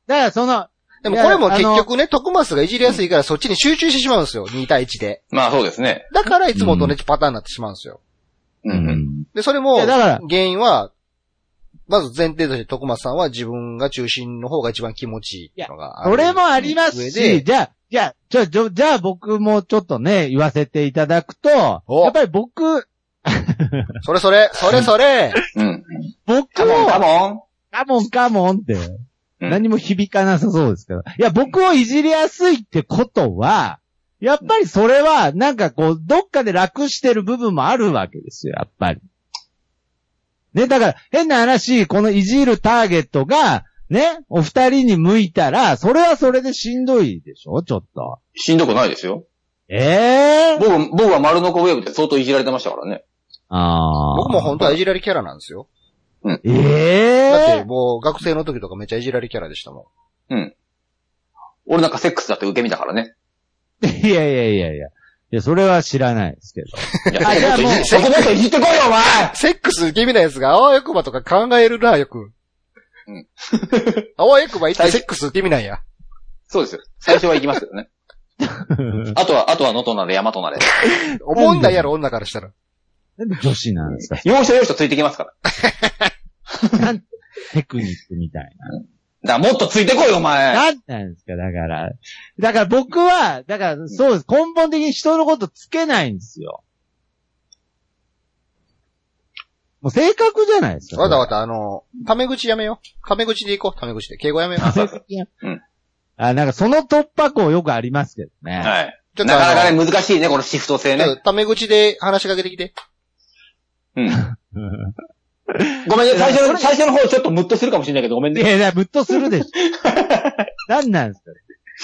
A: ら、だからその、
B: でもこれも結
A: いやあ
B: 局ね、徳松がいじりやすいからそっちに集中してしまうんですよ。2対1で。
C: まあそうですね。
B: だからいつもと同じパターンになってしまうんですよ。
C: う。
A: うんん。
B: で、それも
A: いや、だから
B: 原因は、まず前提として徳松さんは自分が中心の方が一番気持ちいいのがある
A: それもあります
B: 上
A: し、
B: で
A: じゃあ、じゃあ、じゃあ、じゃあじゃあ僕もちょっとね、言わせていただくと、や
B: お
A: っぱり僕、
B: それそれ、それそれ、
C: うん。
A: 僕
C: カモン、カ
A: を、
C: モン。
A: カモンカモンって、
C: うん
A: 何も響かなさそうですけど。いや、僕をいじりやすいってことは、やっぱりそれは、なんかこう、どっかで楽してる部分もあるわけですよ、やっぱり。ね、だから、変な話、このいじるターゲットが、ね、お二人に向いたら、それはそれでしんどいでしょちょっと。
C: しんどくないですよ。
A: ええ
C: 僕、僕は丸のこウェーブで相当いじられてましたからね。
A: ああ。
B: 僕も本当はいじられキャラなんですよ。だっ
A: え
B: て
A: え
B: もう学生の時とかめっちゃいじられキャラでしたも
C: 俺なんかセックスだって受け身だから ね。
A: いやいやいやいや。いや、それは知らないですけ ど。
C: いや
A: あじゃあもう
C: そこもっといじってこいよ、お前
B: ん。セックス受け身なやつが、あわよくばとか考えるな、よく。
C: うん。
B: あわよくば言ってセックス受け身なんや。
C: そうですよ。最初は行きますけど ね。あとは、あとは野となれ、山とな れ。
B: おもんないやろ、女からしたら。
A: なんで女子なんですか
C: 要所要所ついてきますから。
A: なんテクニックみたいな。
C: だからもっとついてこいよ、お前
A: なんなんですかだから。だから僕は、だからそうです。根本的に人のことつけないんですよ。もう性格じゃないですか。
B: わざわ
A: ざ。
B: ざ、あの、タメ口やめよう。タメ口で行こう、タメ口で。敬語やめよう。
C: そうそううん
A: あ、なんかその突破口よくありますけどね。
C: はい。
B: ちょっと
C: なかな
B: あ
C: か
B: の、
C: ね、難しいね、このシフト制
B: ちょっ
C: ね。
B: とタメ口で話しかけてきて。
C: うん。 ごめんね、最初の、最初の方ちょっとムッとするかもしれないけど、ごめん
A: い
C: ね。
A: やいや、ぶっとするでしょ。なんなんですか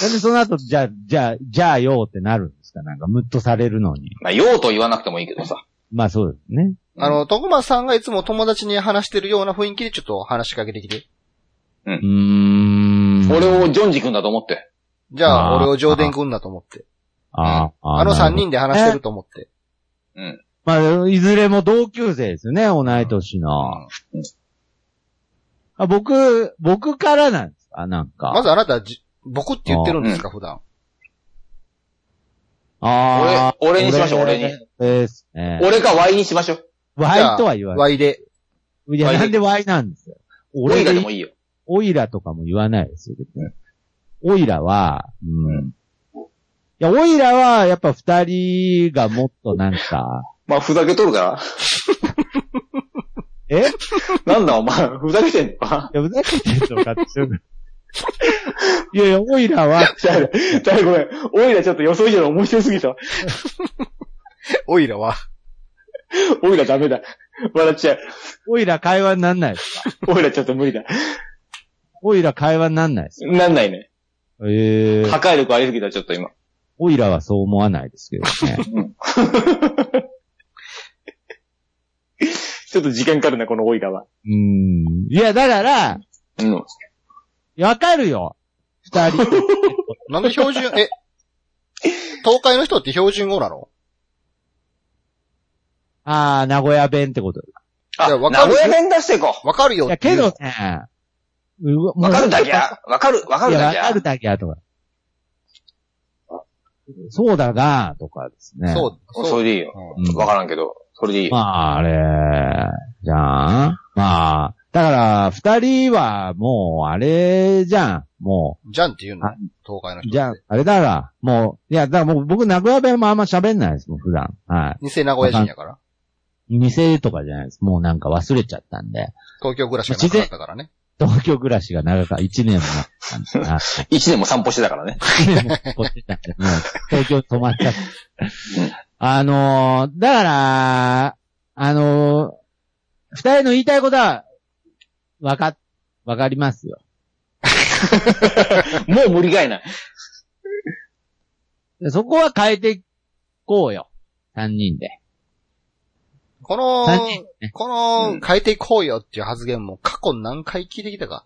A: なんでその後、じゃあ、じゃあ、じゃあよってなるんですかなんか、ムッとされるのに。
C: まあ、用と言わなくてもいいけどさ。
A: まあそうですね。
C: うん
B: あの、徳松さんがいつも友達に話してるような雰囲気でちょっと話しかけてきて。
A: うーん。
C: 俺をジョンジ君だと思って。
B: じゃあ、
A: あー
B: 俺を上田君だと思って。
A: ああ、
B: あの
A: なるほ
B: 三
A: ど
B: 人で話してると思って。
A: まあ、いずれも同級生ですよね、同い年の。あ僕、僕からなんですかなんか。
B: まずあなたじ、僕って言ってるんですか、普段。
A: ああ。
C: 俺俺にしましょう俺に。
A: ですね。
C: 俺か Y にしましょう。
A: Y とは言わない。
B: Y で。
A: いや、
C: Y
A: なんで Y なんですよ。
C: オ
A: 俺
C: イラで
A: で
C: もいいよ。
A: オイラとかも言わないですよ、別に。オイラは、うん。いや、オイラは、やっぱ二人がもっとなんか、
C: まあ、ふざけとるか
A: えい
C: ら。なんだお前、ふざけてんの か
A: や、ふざけてんのかって すぐ。いやいや、オイラは、
C: じゃあ、じゃあごめん。オイラちょっと予想以上の面白すぎた。
B: オイラは。
C: オイラダメだ。笑っちゃう。
A: オイラ会話になんないです。
C: オイラちょっと無理だ。
A: オイラ会話になんないです。
C: なんないね。
A: ええ
C: 破壊力ありすぎた、ちょっと今。
A: オイラはそう思わないですけどね。
C: ちょっと時間かかるな、このオイラは。
A: うん。いや、だから、
C: うん。
A: わかるよ。二人。
B: なんで標準、え、東海の人って標準語なの
A: ああ、名古屋弁ってこと。い
B: い
C: あ、
B: や
C: 名
B: わかる
C: 古屋弁出していこ
B: わかるよ
A: や、
B: ってい
A: け
B: う
A: どね、うわ
C: う。わかるだけや。わかる、わか
A: い
C: る
A: や、わ
C: だけ
A: か
C: や
A: る。だけやとか。そうだが、とかですね。
B: そう、
C: そ
B: そう。
C: れでいいよ。
B: うん
A: うん
C: わからんけど、それでいいよ。
A: まあ、あれ、じゃあ、まあ、だから、二人はもう、あれじゃん。も
B: じゃんって言うの
A: あ
B: 東海の
A: う、
B: 人。
A: じゃん。あれだから、もう、いや、だからもう僕、名古屋弁もあんま喋んないですもん、普段。はい。
B: 偽名古屋人やから。
A: 店とかじゃないです。もうなんか忘れちゃったんで。
B: 東京暮らしがなかったからね。
A: 東京暮らしが長か、一年もなったんだな。
C: 一年も散歩してたからね。
A: 一年もこっちだけどもう東京に泊まったし。あのーだから、あのー二人の言いたいことは、わか、わかりますよ。
C: もう無理がいない。
A: そこは変えていこうよ。三人で。
B: この
A: 三人、ね
B: こ
C: う
B: の、
C: ん
B: 変えていこうよっていう発言も過去何回聞いてきたか。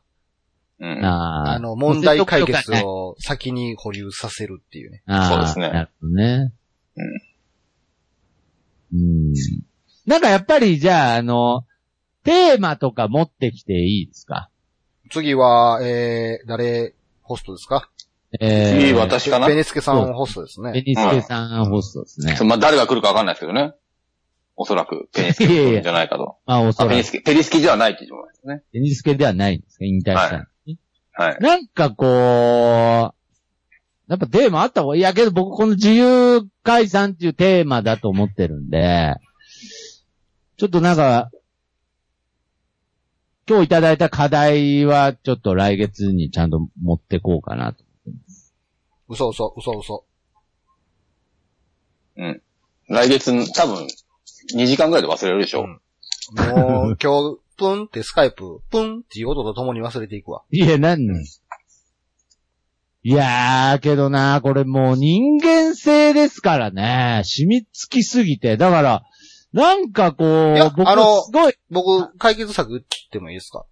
C: うん。
A: あ
B: あの、問題解決を先に保留させるっていうね。
A: あ
C: そう
A: あ
C: ですね
A: なるほどね。うん。なんかやっぱり、じゃあ、あの、テーマとか持ってきていいですか
B: 次は、えー、誰、ホストですか
A: えー、
C: 次、私かな
B: ベネスケさんホストです
A: ペ
B: ね。
A: ニスケさんホストですね。
C: そうまあ、誰が来るかわかんないですけどね。おそらく、ペニスケが来るんじゃないかと。
A: まあ、おそ
C: あ、ペ
A: ら
C: ニ
A: く、
C: スケ、ペニスケじゃないって言ってもらいですね。
A: ペニスケではないんですか、引退したんですね
C: はい。
A: なんかこう、やっぱテーマあった方がいい。いやけど僕この自由解散っていうテーマだと思ってるんで、ちょっとなんか、今日いただいた課題はちょっと来月にちゃんと持ってこうかなと。
B: 嘘嘘、嘘嘘。
C: 来月、多分、2時間ぐらいで忘れるでしょ。
B: うんもう、今日、プンってスカイプ、プンっていう音とともに忘れていくわ。
A: いや、なんなんいやー、けどな、これもう人間性ですからね。染み付きすぎて。だから、なんかこ
B: いや
A: う、僕
B: あの
A: すごい、
B: 僕、解決策言ってもいいですか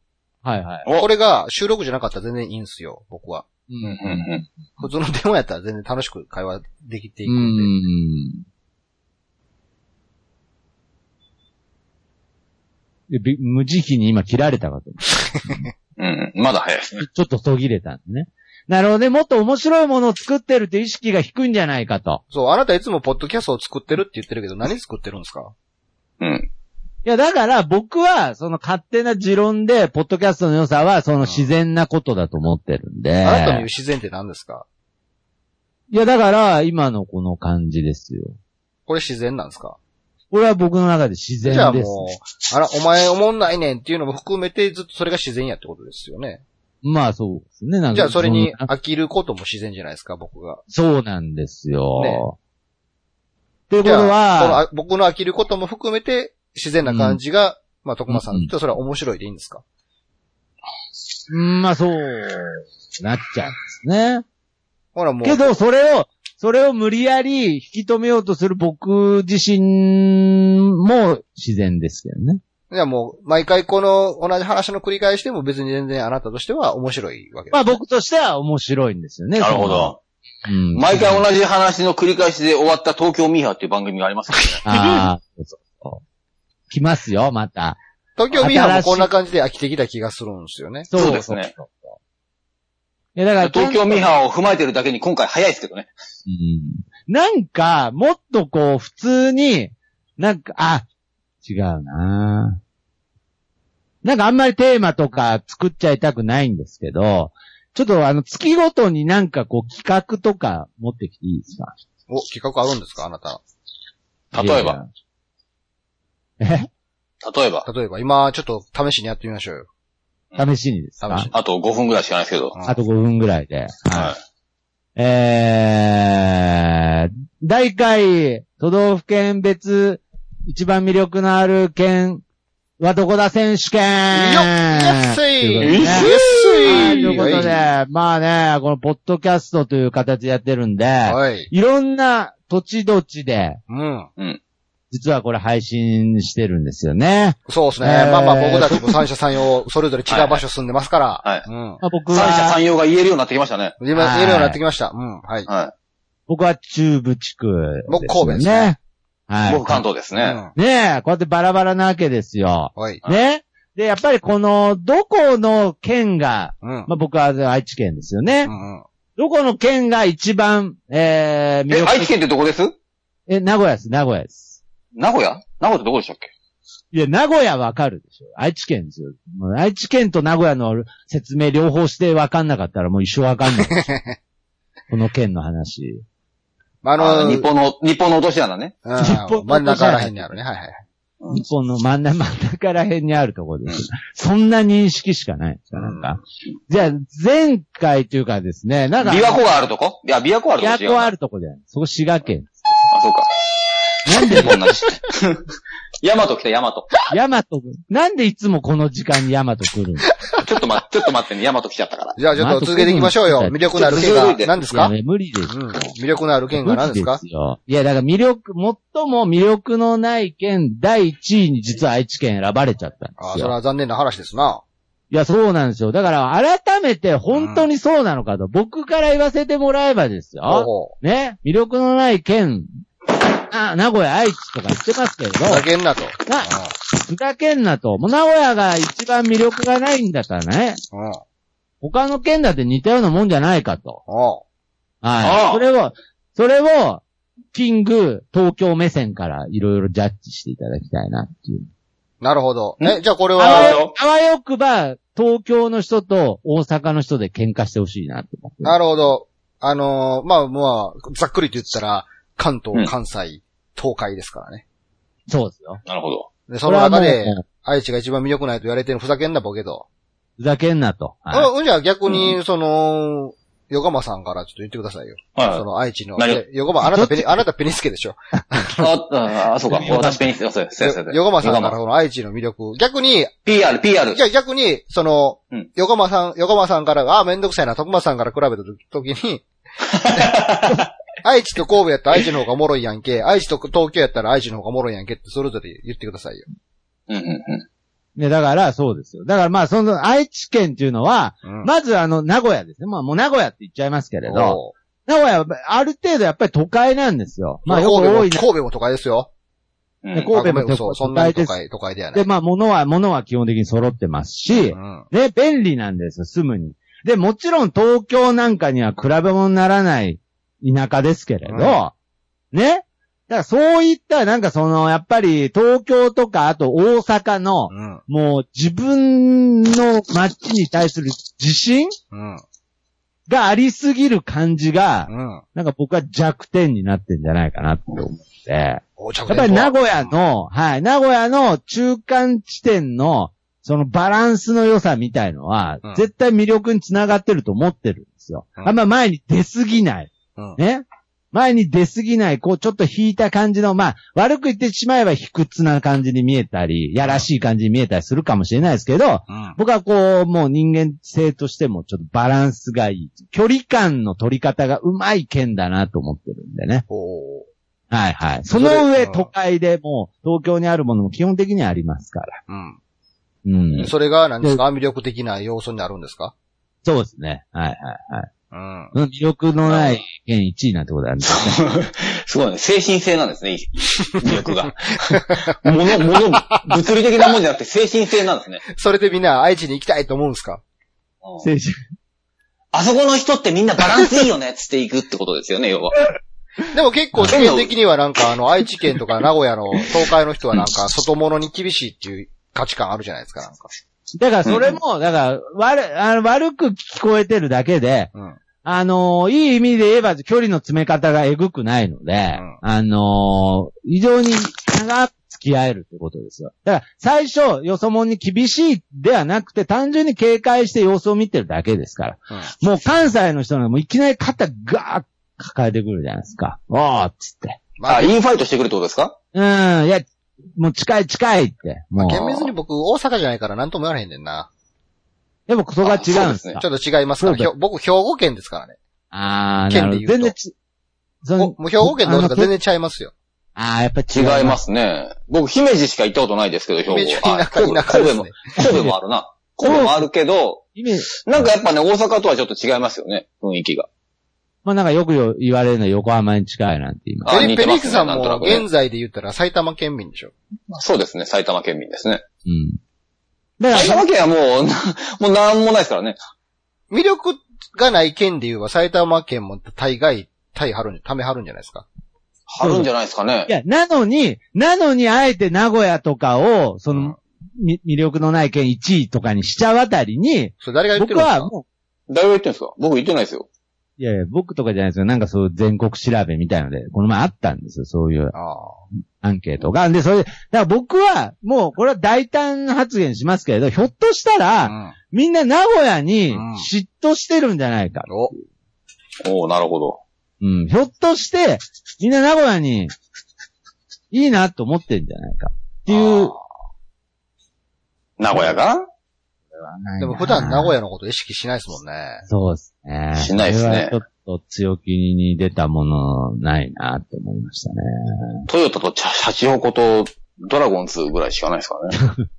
A: はいはい。
C: お
B: これが収録じゃなかったら全然いいんすよ、僕は。
A: うん
C: うんうん
B: 普通の電話やったら全然楽しく会話できていく
A: うん
B: で。
A: ん。でび無慈悲に今切られたかと思う。
C: うんうん。まだ早いですね。
A: ちょっと途切れたんですね。なるほどね。もっと面白いものを作ってるって意識が低いんじゃないかと。
B: そう、あなたいつもポッドキャストを作ってるって言ってるけど、何作ってるんですか
C: うん。
A: いや、だから僕は、その勝手な持論で、ポッドキャストの良さは、その自然なことだと思ってるんで。
B: あなたの言う自然って何ですか
A: いや、だから、今のこの感じですよ。
B: これ自然なんですか
A: これは僕の中で自然
B: じゃあ
A: です。
B: もう、あら、お前おもんないねんっていうのも含めてずっとそれが自然やってことですよね。
A: まあそうですね。なんか
B: じゃあそれに
A: の
B: 飽きることも自然じゃないですか、僕が。
A: そうなんです
B: ね
A: よ。ということ
B: じゃあ、この
A: は、
B: あ僕の飽きることも含めて自然な感じが、まあ、徳間さんとってはそれは面白いでいいんですか、
A: うんまあそう、なっちゃうんですね。
B: ほらもう、
A: けど、それを、それを無理やり引き止めようとする僕自身も自然ですけどね。
B: じゃあもう、毎回この同じ話の繰り返しでも別に全然あなたとしては面白いわけです。
A: まあ僕としては面白いんですよね。
C: なるほど。
A: その。うん。
C: 毎回同じ話の繰り返しで終わった東京ミーハーっていう番組がありますからね。
A: ああ、そうそうそう。来ますよ、また。
B: 東京ミーハーもこんな感じで飽きてきた気がするんですよね。
A: そ
C: そうですね。
A: そうそういや、だから、
C: 東京ミーハーを踏まえてるだけに今回早いですけどね。
A: うんなんか、もっとこう、普通に、なんか、あ、違うななんかあんまりテーマとか作っちゃいたくないんですけど、ちょっとあの、月ごとになんかこう、企画とか持ってきていいですか
B: お、企画あるんですかあなた。
C: 例えば、。
A: いやいや
C: 例えば、
B: 例えば、今、ちょっと試しにやってみましょうよ。
A: え試しにです
B: 試し
A: か
B: に
C: あと5分ぐらいしかないですけど。
A: あと5分ぐらいで。
C: は
A: えー、大会、都道府県別、一番魅力のある県はどこだ選手権
B: よっやっせ
A: と
B: ー
A: いうことでね
C: えいっ
A: はいというこ
B: はい
A: とで、まあね、このポッドキャストという形でやってるんで、
B: はい。
A: いろんな土地土地で、
B: うん。
A: 実はこれ配信してるんですよね。
B: そうですね。
A: えー
B: まあまあ僕たちも三者三様、それぞれ違う場所住んでますから。
C: は
B: う
C: い
B: ん。
A: まあ、僕
C: い。三者
A: は、
C: 三様が言えるようになってきましたね。
B: 言え
A: はい
B: るようになってきました。うん。はい。
C: は
A: 僕は中部地区ですよね。
B: 僕神戸ですね
C: い。
A: はい。
C: 僕関東ですね。
B: ね。
A: ねえ、こうやってバラバラなわけですよ。
B: はい。
A: ね。で、やっぱりこの、どこの県が、
B: うん。
A: まあ、僕は愛知県ですよね。
B: うんうん
A: どこの県が一番、えー、
C: え、
A: 魅力
C: 愛知
A: 的。
C: 県ってどこです
A: え、名古屋です、名古屋です。
C: 名古屋名古屋ってどこでしたっけ
A: いや、名古屋わかるでしょ。愛知県ですよ。もう愛知県と名古屋の説明両方してわかんなかったらもう一生わかんない でしょ。この県の話。
B: まああ
C: あ
B: の、
C: 日本の、日本の落とし穴ね。
B: うん
A: 日本
B: 真ん中らへんにあるね。はいはい。
A: 日本の真ん中真ん中ら辺にあるところです。そんな認識しかないんですか、なんか。じゃあ、前回というかですね、なんか、
C: 琵琶湖があるとこいや、琵琶湖あるとこ
A: 琵琶
C: 違う
A: 湖
C: な。
A: あるとこじゃない。そこ滋賀県。
C: あ、そうか。なんでこんな に。ヤマト来た、ヤマト。
A: ヤマト、なんでいつもこの時間にヤマト来るの
C: ちょっと待って、ちょっと待ってね、ヤマト来ちゃったから。
B: じゃあちょっと続けていきましょうよ。魅力のある県が何ですか
A: いや無理です。
B: うん。魅力のある県が何です
A: 無
B: か
A: 理よいや、だから魅力、最も魅力のない県、第1位に実は愛知県選ばれちゃったんで
B: あ
A: す
B: あ、それ
A: よ。
B: は残念な話ですな。
A: いや、そうなんですよ。だから、改めて本当にそうなのかと、僕から言わせてもらえばですよ。
B: ほうほ
A: ね、魅力のない県、あ、名古屋、愛知とか言ってますけれど
B: う。、だけんなと。
A: な、ふざけんなと。もう名古屋が一番魅力がないんだったらね、
B: うん。
A: 他の県だって似たようなもんじゃないかと。
B: お
C: あ
A: はい。
C: あ
A: それを、それを、キング、東京目線からいろいろジャッジしていただきたいなっていう。
B: うなるほど。え、じゃあこれ
A: あわ
B: は、
A: よあわよくば、東京の人と大阪の人で喧嘩してほしいなと思って。
B: なるほど。あのーまあまあ、ざっくりと言ったら、関東、
C: うん
B: 関西、東海ですからね。
A: そうですよ。
C: なるほど。
B: で、その中で
A: これは、もう
B: 愛知が一番魅力ないと言われてるふざけんなボケと。
A: ふざけんなと。はい
B: うん、じゃあ逆に、その、横浜さんからちょっと言ってくださいよ。そ
C: は
B: の愛知の。
C: 何
B: で横浜、あなたペニ、あなたペニスケでしょ。
C: い。あ、ああ、そうか。私ペニスだ、そうや、そうや、そうや。
B: 横浜さんから
C: ら。
B: この愛知の魅力。逆に、
C: PR、PR
B: じ。ゃあ逆に、その
C: うん、
B: 横浜さん、横浜さんから、ああ、めんどくさいな、徳間さんから比べたとき に、愛知と神戸やったら愛知の方がおもろいやんけ。愛知と東京やったら愛知の方がおもろいやんけってそれぞれ言ってくださいよ。
C: うんうんうん。
A: ね、だから、そうですよ。だからまあ、その、愛知県っていうのは、
B: うん
A: まずあの、名古屋ですね。まあ、もう名古屋って言っちゃいますけれど、
B: おう
A: 名古屋はある程度やっぱり都会なんですよ。まあ、よく
B: 神戸も
A: 多いな。
B: 神戸も都会ですよ。
C: うん
A: でこ神戸も
B: あご
A: 都
B: めん嘘
A: 都
B: そんなに都
A: 都会
B: 会、都会ではない。
A: で、まあ、物は、物は基本的に揃ってますし
B: う、ん。
A: ね、便利なんですよ、住むに。で、もちろん東京なんかには比べ物にならない田舎ですけれど、ね。だからそういった、なんかその、やっぱり東京とか、あと大阪の、
B: うん。
A: もう自分の街に対する自信
B: うん。
A: がありすぎる感じが、
B: うん。
A: なんか僕は弱点になってんじゃないかなって思って。や
B: お着
A: っぱり名古
B: 屋。
A: 屋の、はい、名古屋の中間地点の、そのバランスの良さみたいのは
B: うん、
A: 絶対魅力につながってると思ってるんですよ。
B: うん
A: あんま前に出すぎない。
B: うん
A: ね前に出すぎない、こうちょっと引いた感じの、まあ、悪く言ってしまえば卑屈な感じに見えたり、やらしい感じに見えたりするかもしれないですけど、
B: うん。
A: 僕はこう、もう人間性としてもちょっとバランスがいい。距離感の取り方がうまい県だなと思ってるんでね。
B: おう
A: はいはい。その
B: そ
A: 上、
B: れうん
A: 都会でもう、東京にあるものも基本的にはありますから。
B: う
A: うん
B: ん。。それが何ですか魅力的な要素になるんですか
A: そうですね。はいはいはい。
B: うん。
A: うん魅力のない県1位なんてことあるんですね。
C: すごいね。精神性なんですね、魅力が。もの、もの、物理的なもんじゃなくて精神性なんですね。
B: それでみんな愛知に行きたいと思うんですか
C: うんあそこの人ってみんなバランスいいよね、つっていくってことですよね、要は。
B: でも結構世間的にはなんかあの愛知県とか名古屋の東海の人はなんか外物に厳しいっていう価値観あるじゃないですか。なんか
A: だからそれも、だから、悪、あの悪く聞こえてるだけで、
B: うん。
A: あのーいい意味で言えば、距離の詰め方がえぐくないので、
B: ん
A: あのー非常に長く付き合えるってことですよ。だから、最初、よそもんに厳しいではなくて、単純に警戒して様子を見てるだけですから。もう関西の人なんかもういきなり肩ガーッ抱えてくるじゃないですか。おーっつって。
B: ま
C: あ、
B: あ、
C: インファイトしてくるってことですか
A: うん、いや、もう近い近いって。もう。
B: 厳密に僕大阪じゃないから何とも言われへんねんな。
A: でも、そこが違うん
C: あそ
A: で
C: うですす
A: よ
C: ね
B: ちょっと違いますから。
A: そうだ
B: ひょ僕兵庫県ですからね。
A: あー、なるほ
B: 県で言う
A: ど。
B: と
A: 全然ち、そ
B: もう兵庫県どうですか全然ちゃいますよ。
A: あー、やっぱ違。
C: 違いますすね。僕、姫路しか行ったことないですけど、
B: 姫
C: 兵
B: 路
C: 庫。
B: 田
C: あ
B: 舎、
C: 神戸
B: 田舎
C: 神
B: です
C: 戸も
B: ね。、
C: 神戸もあ るな。神戸もあるけど、
A: イメージ
C: なんかやっぱね、大阪とはちょっと違いますよね、雰囲気が。
A: まあなんかよくよ言われるのは横浜に近いなんて言います。
C: あ
B: ペ
C: 似
B: リ
C: て
B: ペ
C: ます
B: リ
C: ね
B: クさん
C: なんとな
B: も
C: くね
B: 現在で言ったら埼玉県民でしょ。
C: そうですね、埼玉県民ですね。
A: うん。だ
C: 埼
A: から、
C: 玉県はもう、なもう なんもないですからね。
B: 魅力がない県で言えば埼玉県も大概、大張るん、ため張るんじゃないですか。
C: あるんじゃないですかね
A: い。や、なのに、なのにあえて名古屋とかを、その、み魅力のない県1位とかにしちゃうあたりに、
B: それ誰が言って
A: 僕
B: るんです
A: は
B: か
A: も
C: 誰が言ってんですか僕行ってないですよ。
A: う、いやいや、僕とかじゃないですよ。なんかそう、全国調べみたいので、この前あったんですよ。そういう
B: あ
A: アンケートが。で、それで、だから僕は、もう、これは大胆発言しますけれど、ひょっとした
B: あ。
A: ら、
B: うん
A: みんな名古屋に
B: うん
A: 嫉妬してるんじゃないか。
B: お、
C: おおなるほど。
A: うん。ひょっとして、みんな名古屋に、いいなと思ってんじゃないか。っていう
C: あ。ー。名古屋が
B: でも普段名古
A: 屋。
B: 屋のこと意識しないですもんね。
A: そうですね。
C: しないっすね
A: これはちょっと強気に出たものないなって思いましたね。
C: トヨタとチャシャチホコとドラゴンズぐらいしかないですからね。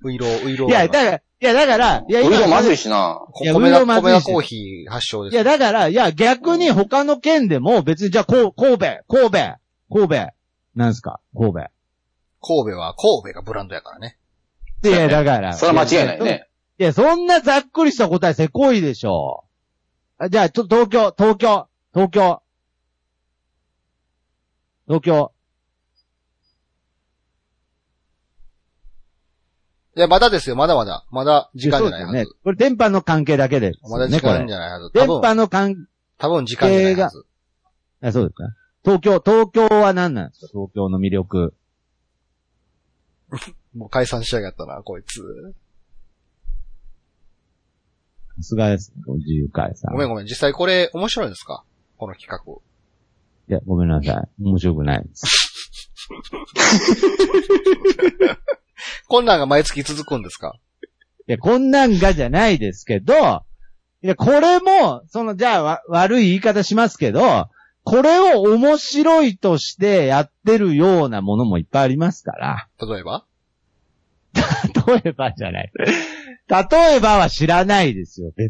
B: ウイロウ、ウイロ。
A: いや、だから、いや、だから、いや、
C: ウイ
A: 今
C: ロまずいしな。
B: こ
A: いや
B: 米
A: ウイ
B: 田、
A: ロまず
B: 米
A: い
B: 田
A: し
B: コーヒー発祥で
A: い
B: す。
A: や、だから、いや、逆に他の県でも別に、じゃあ、こう神戸、神戸、神戸、なんすか神戸。
B: 神戸は神戸がブランドやからね。
A: いや、だから。
C: それは間違いないね。
A: いや、そんなざっくりした答えせこいでしょ。あじゃあ、ちょっと東京、東京、東京。東京。
B: いや、まだですよ、まだまだ。まだ時間じゃないは
A: そう
B: ず。
A: ですよね。これ電波の関係だけで、ね。
B: まだ時
A: これ
B: 間じゃないはず。多
A: 電
B: 分、
A: 波の関
B: 多分時間じゃないはず。
A: 係、あ、そうですか。東京、東京は何なんですか東京の魅力。
B: もう解散しやがったな、こいつ。
A: さすがですね、自由解散。
B: ごめんごめん。実際これ面白いんですかこの企画。
A: いや、ごめんなさい。面白くないです。
B: こんなんが毎月続くんですか
A: いや、こんなんがじゃないですけど、いや、これも、その、じゃあ、わ悪い言い方しますけど、これを面白いとしてやってるようなものもいっぱいありますから。
B: 例えば
A: 例えばじゃない。例えばは知らないですよ、別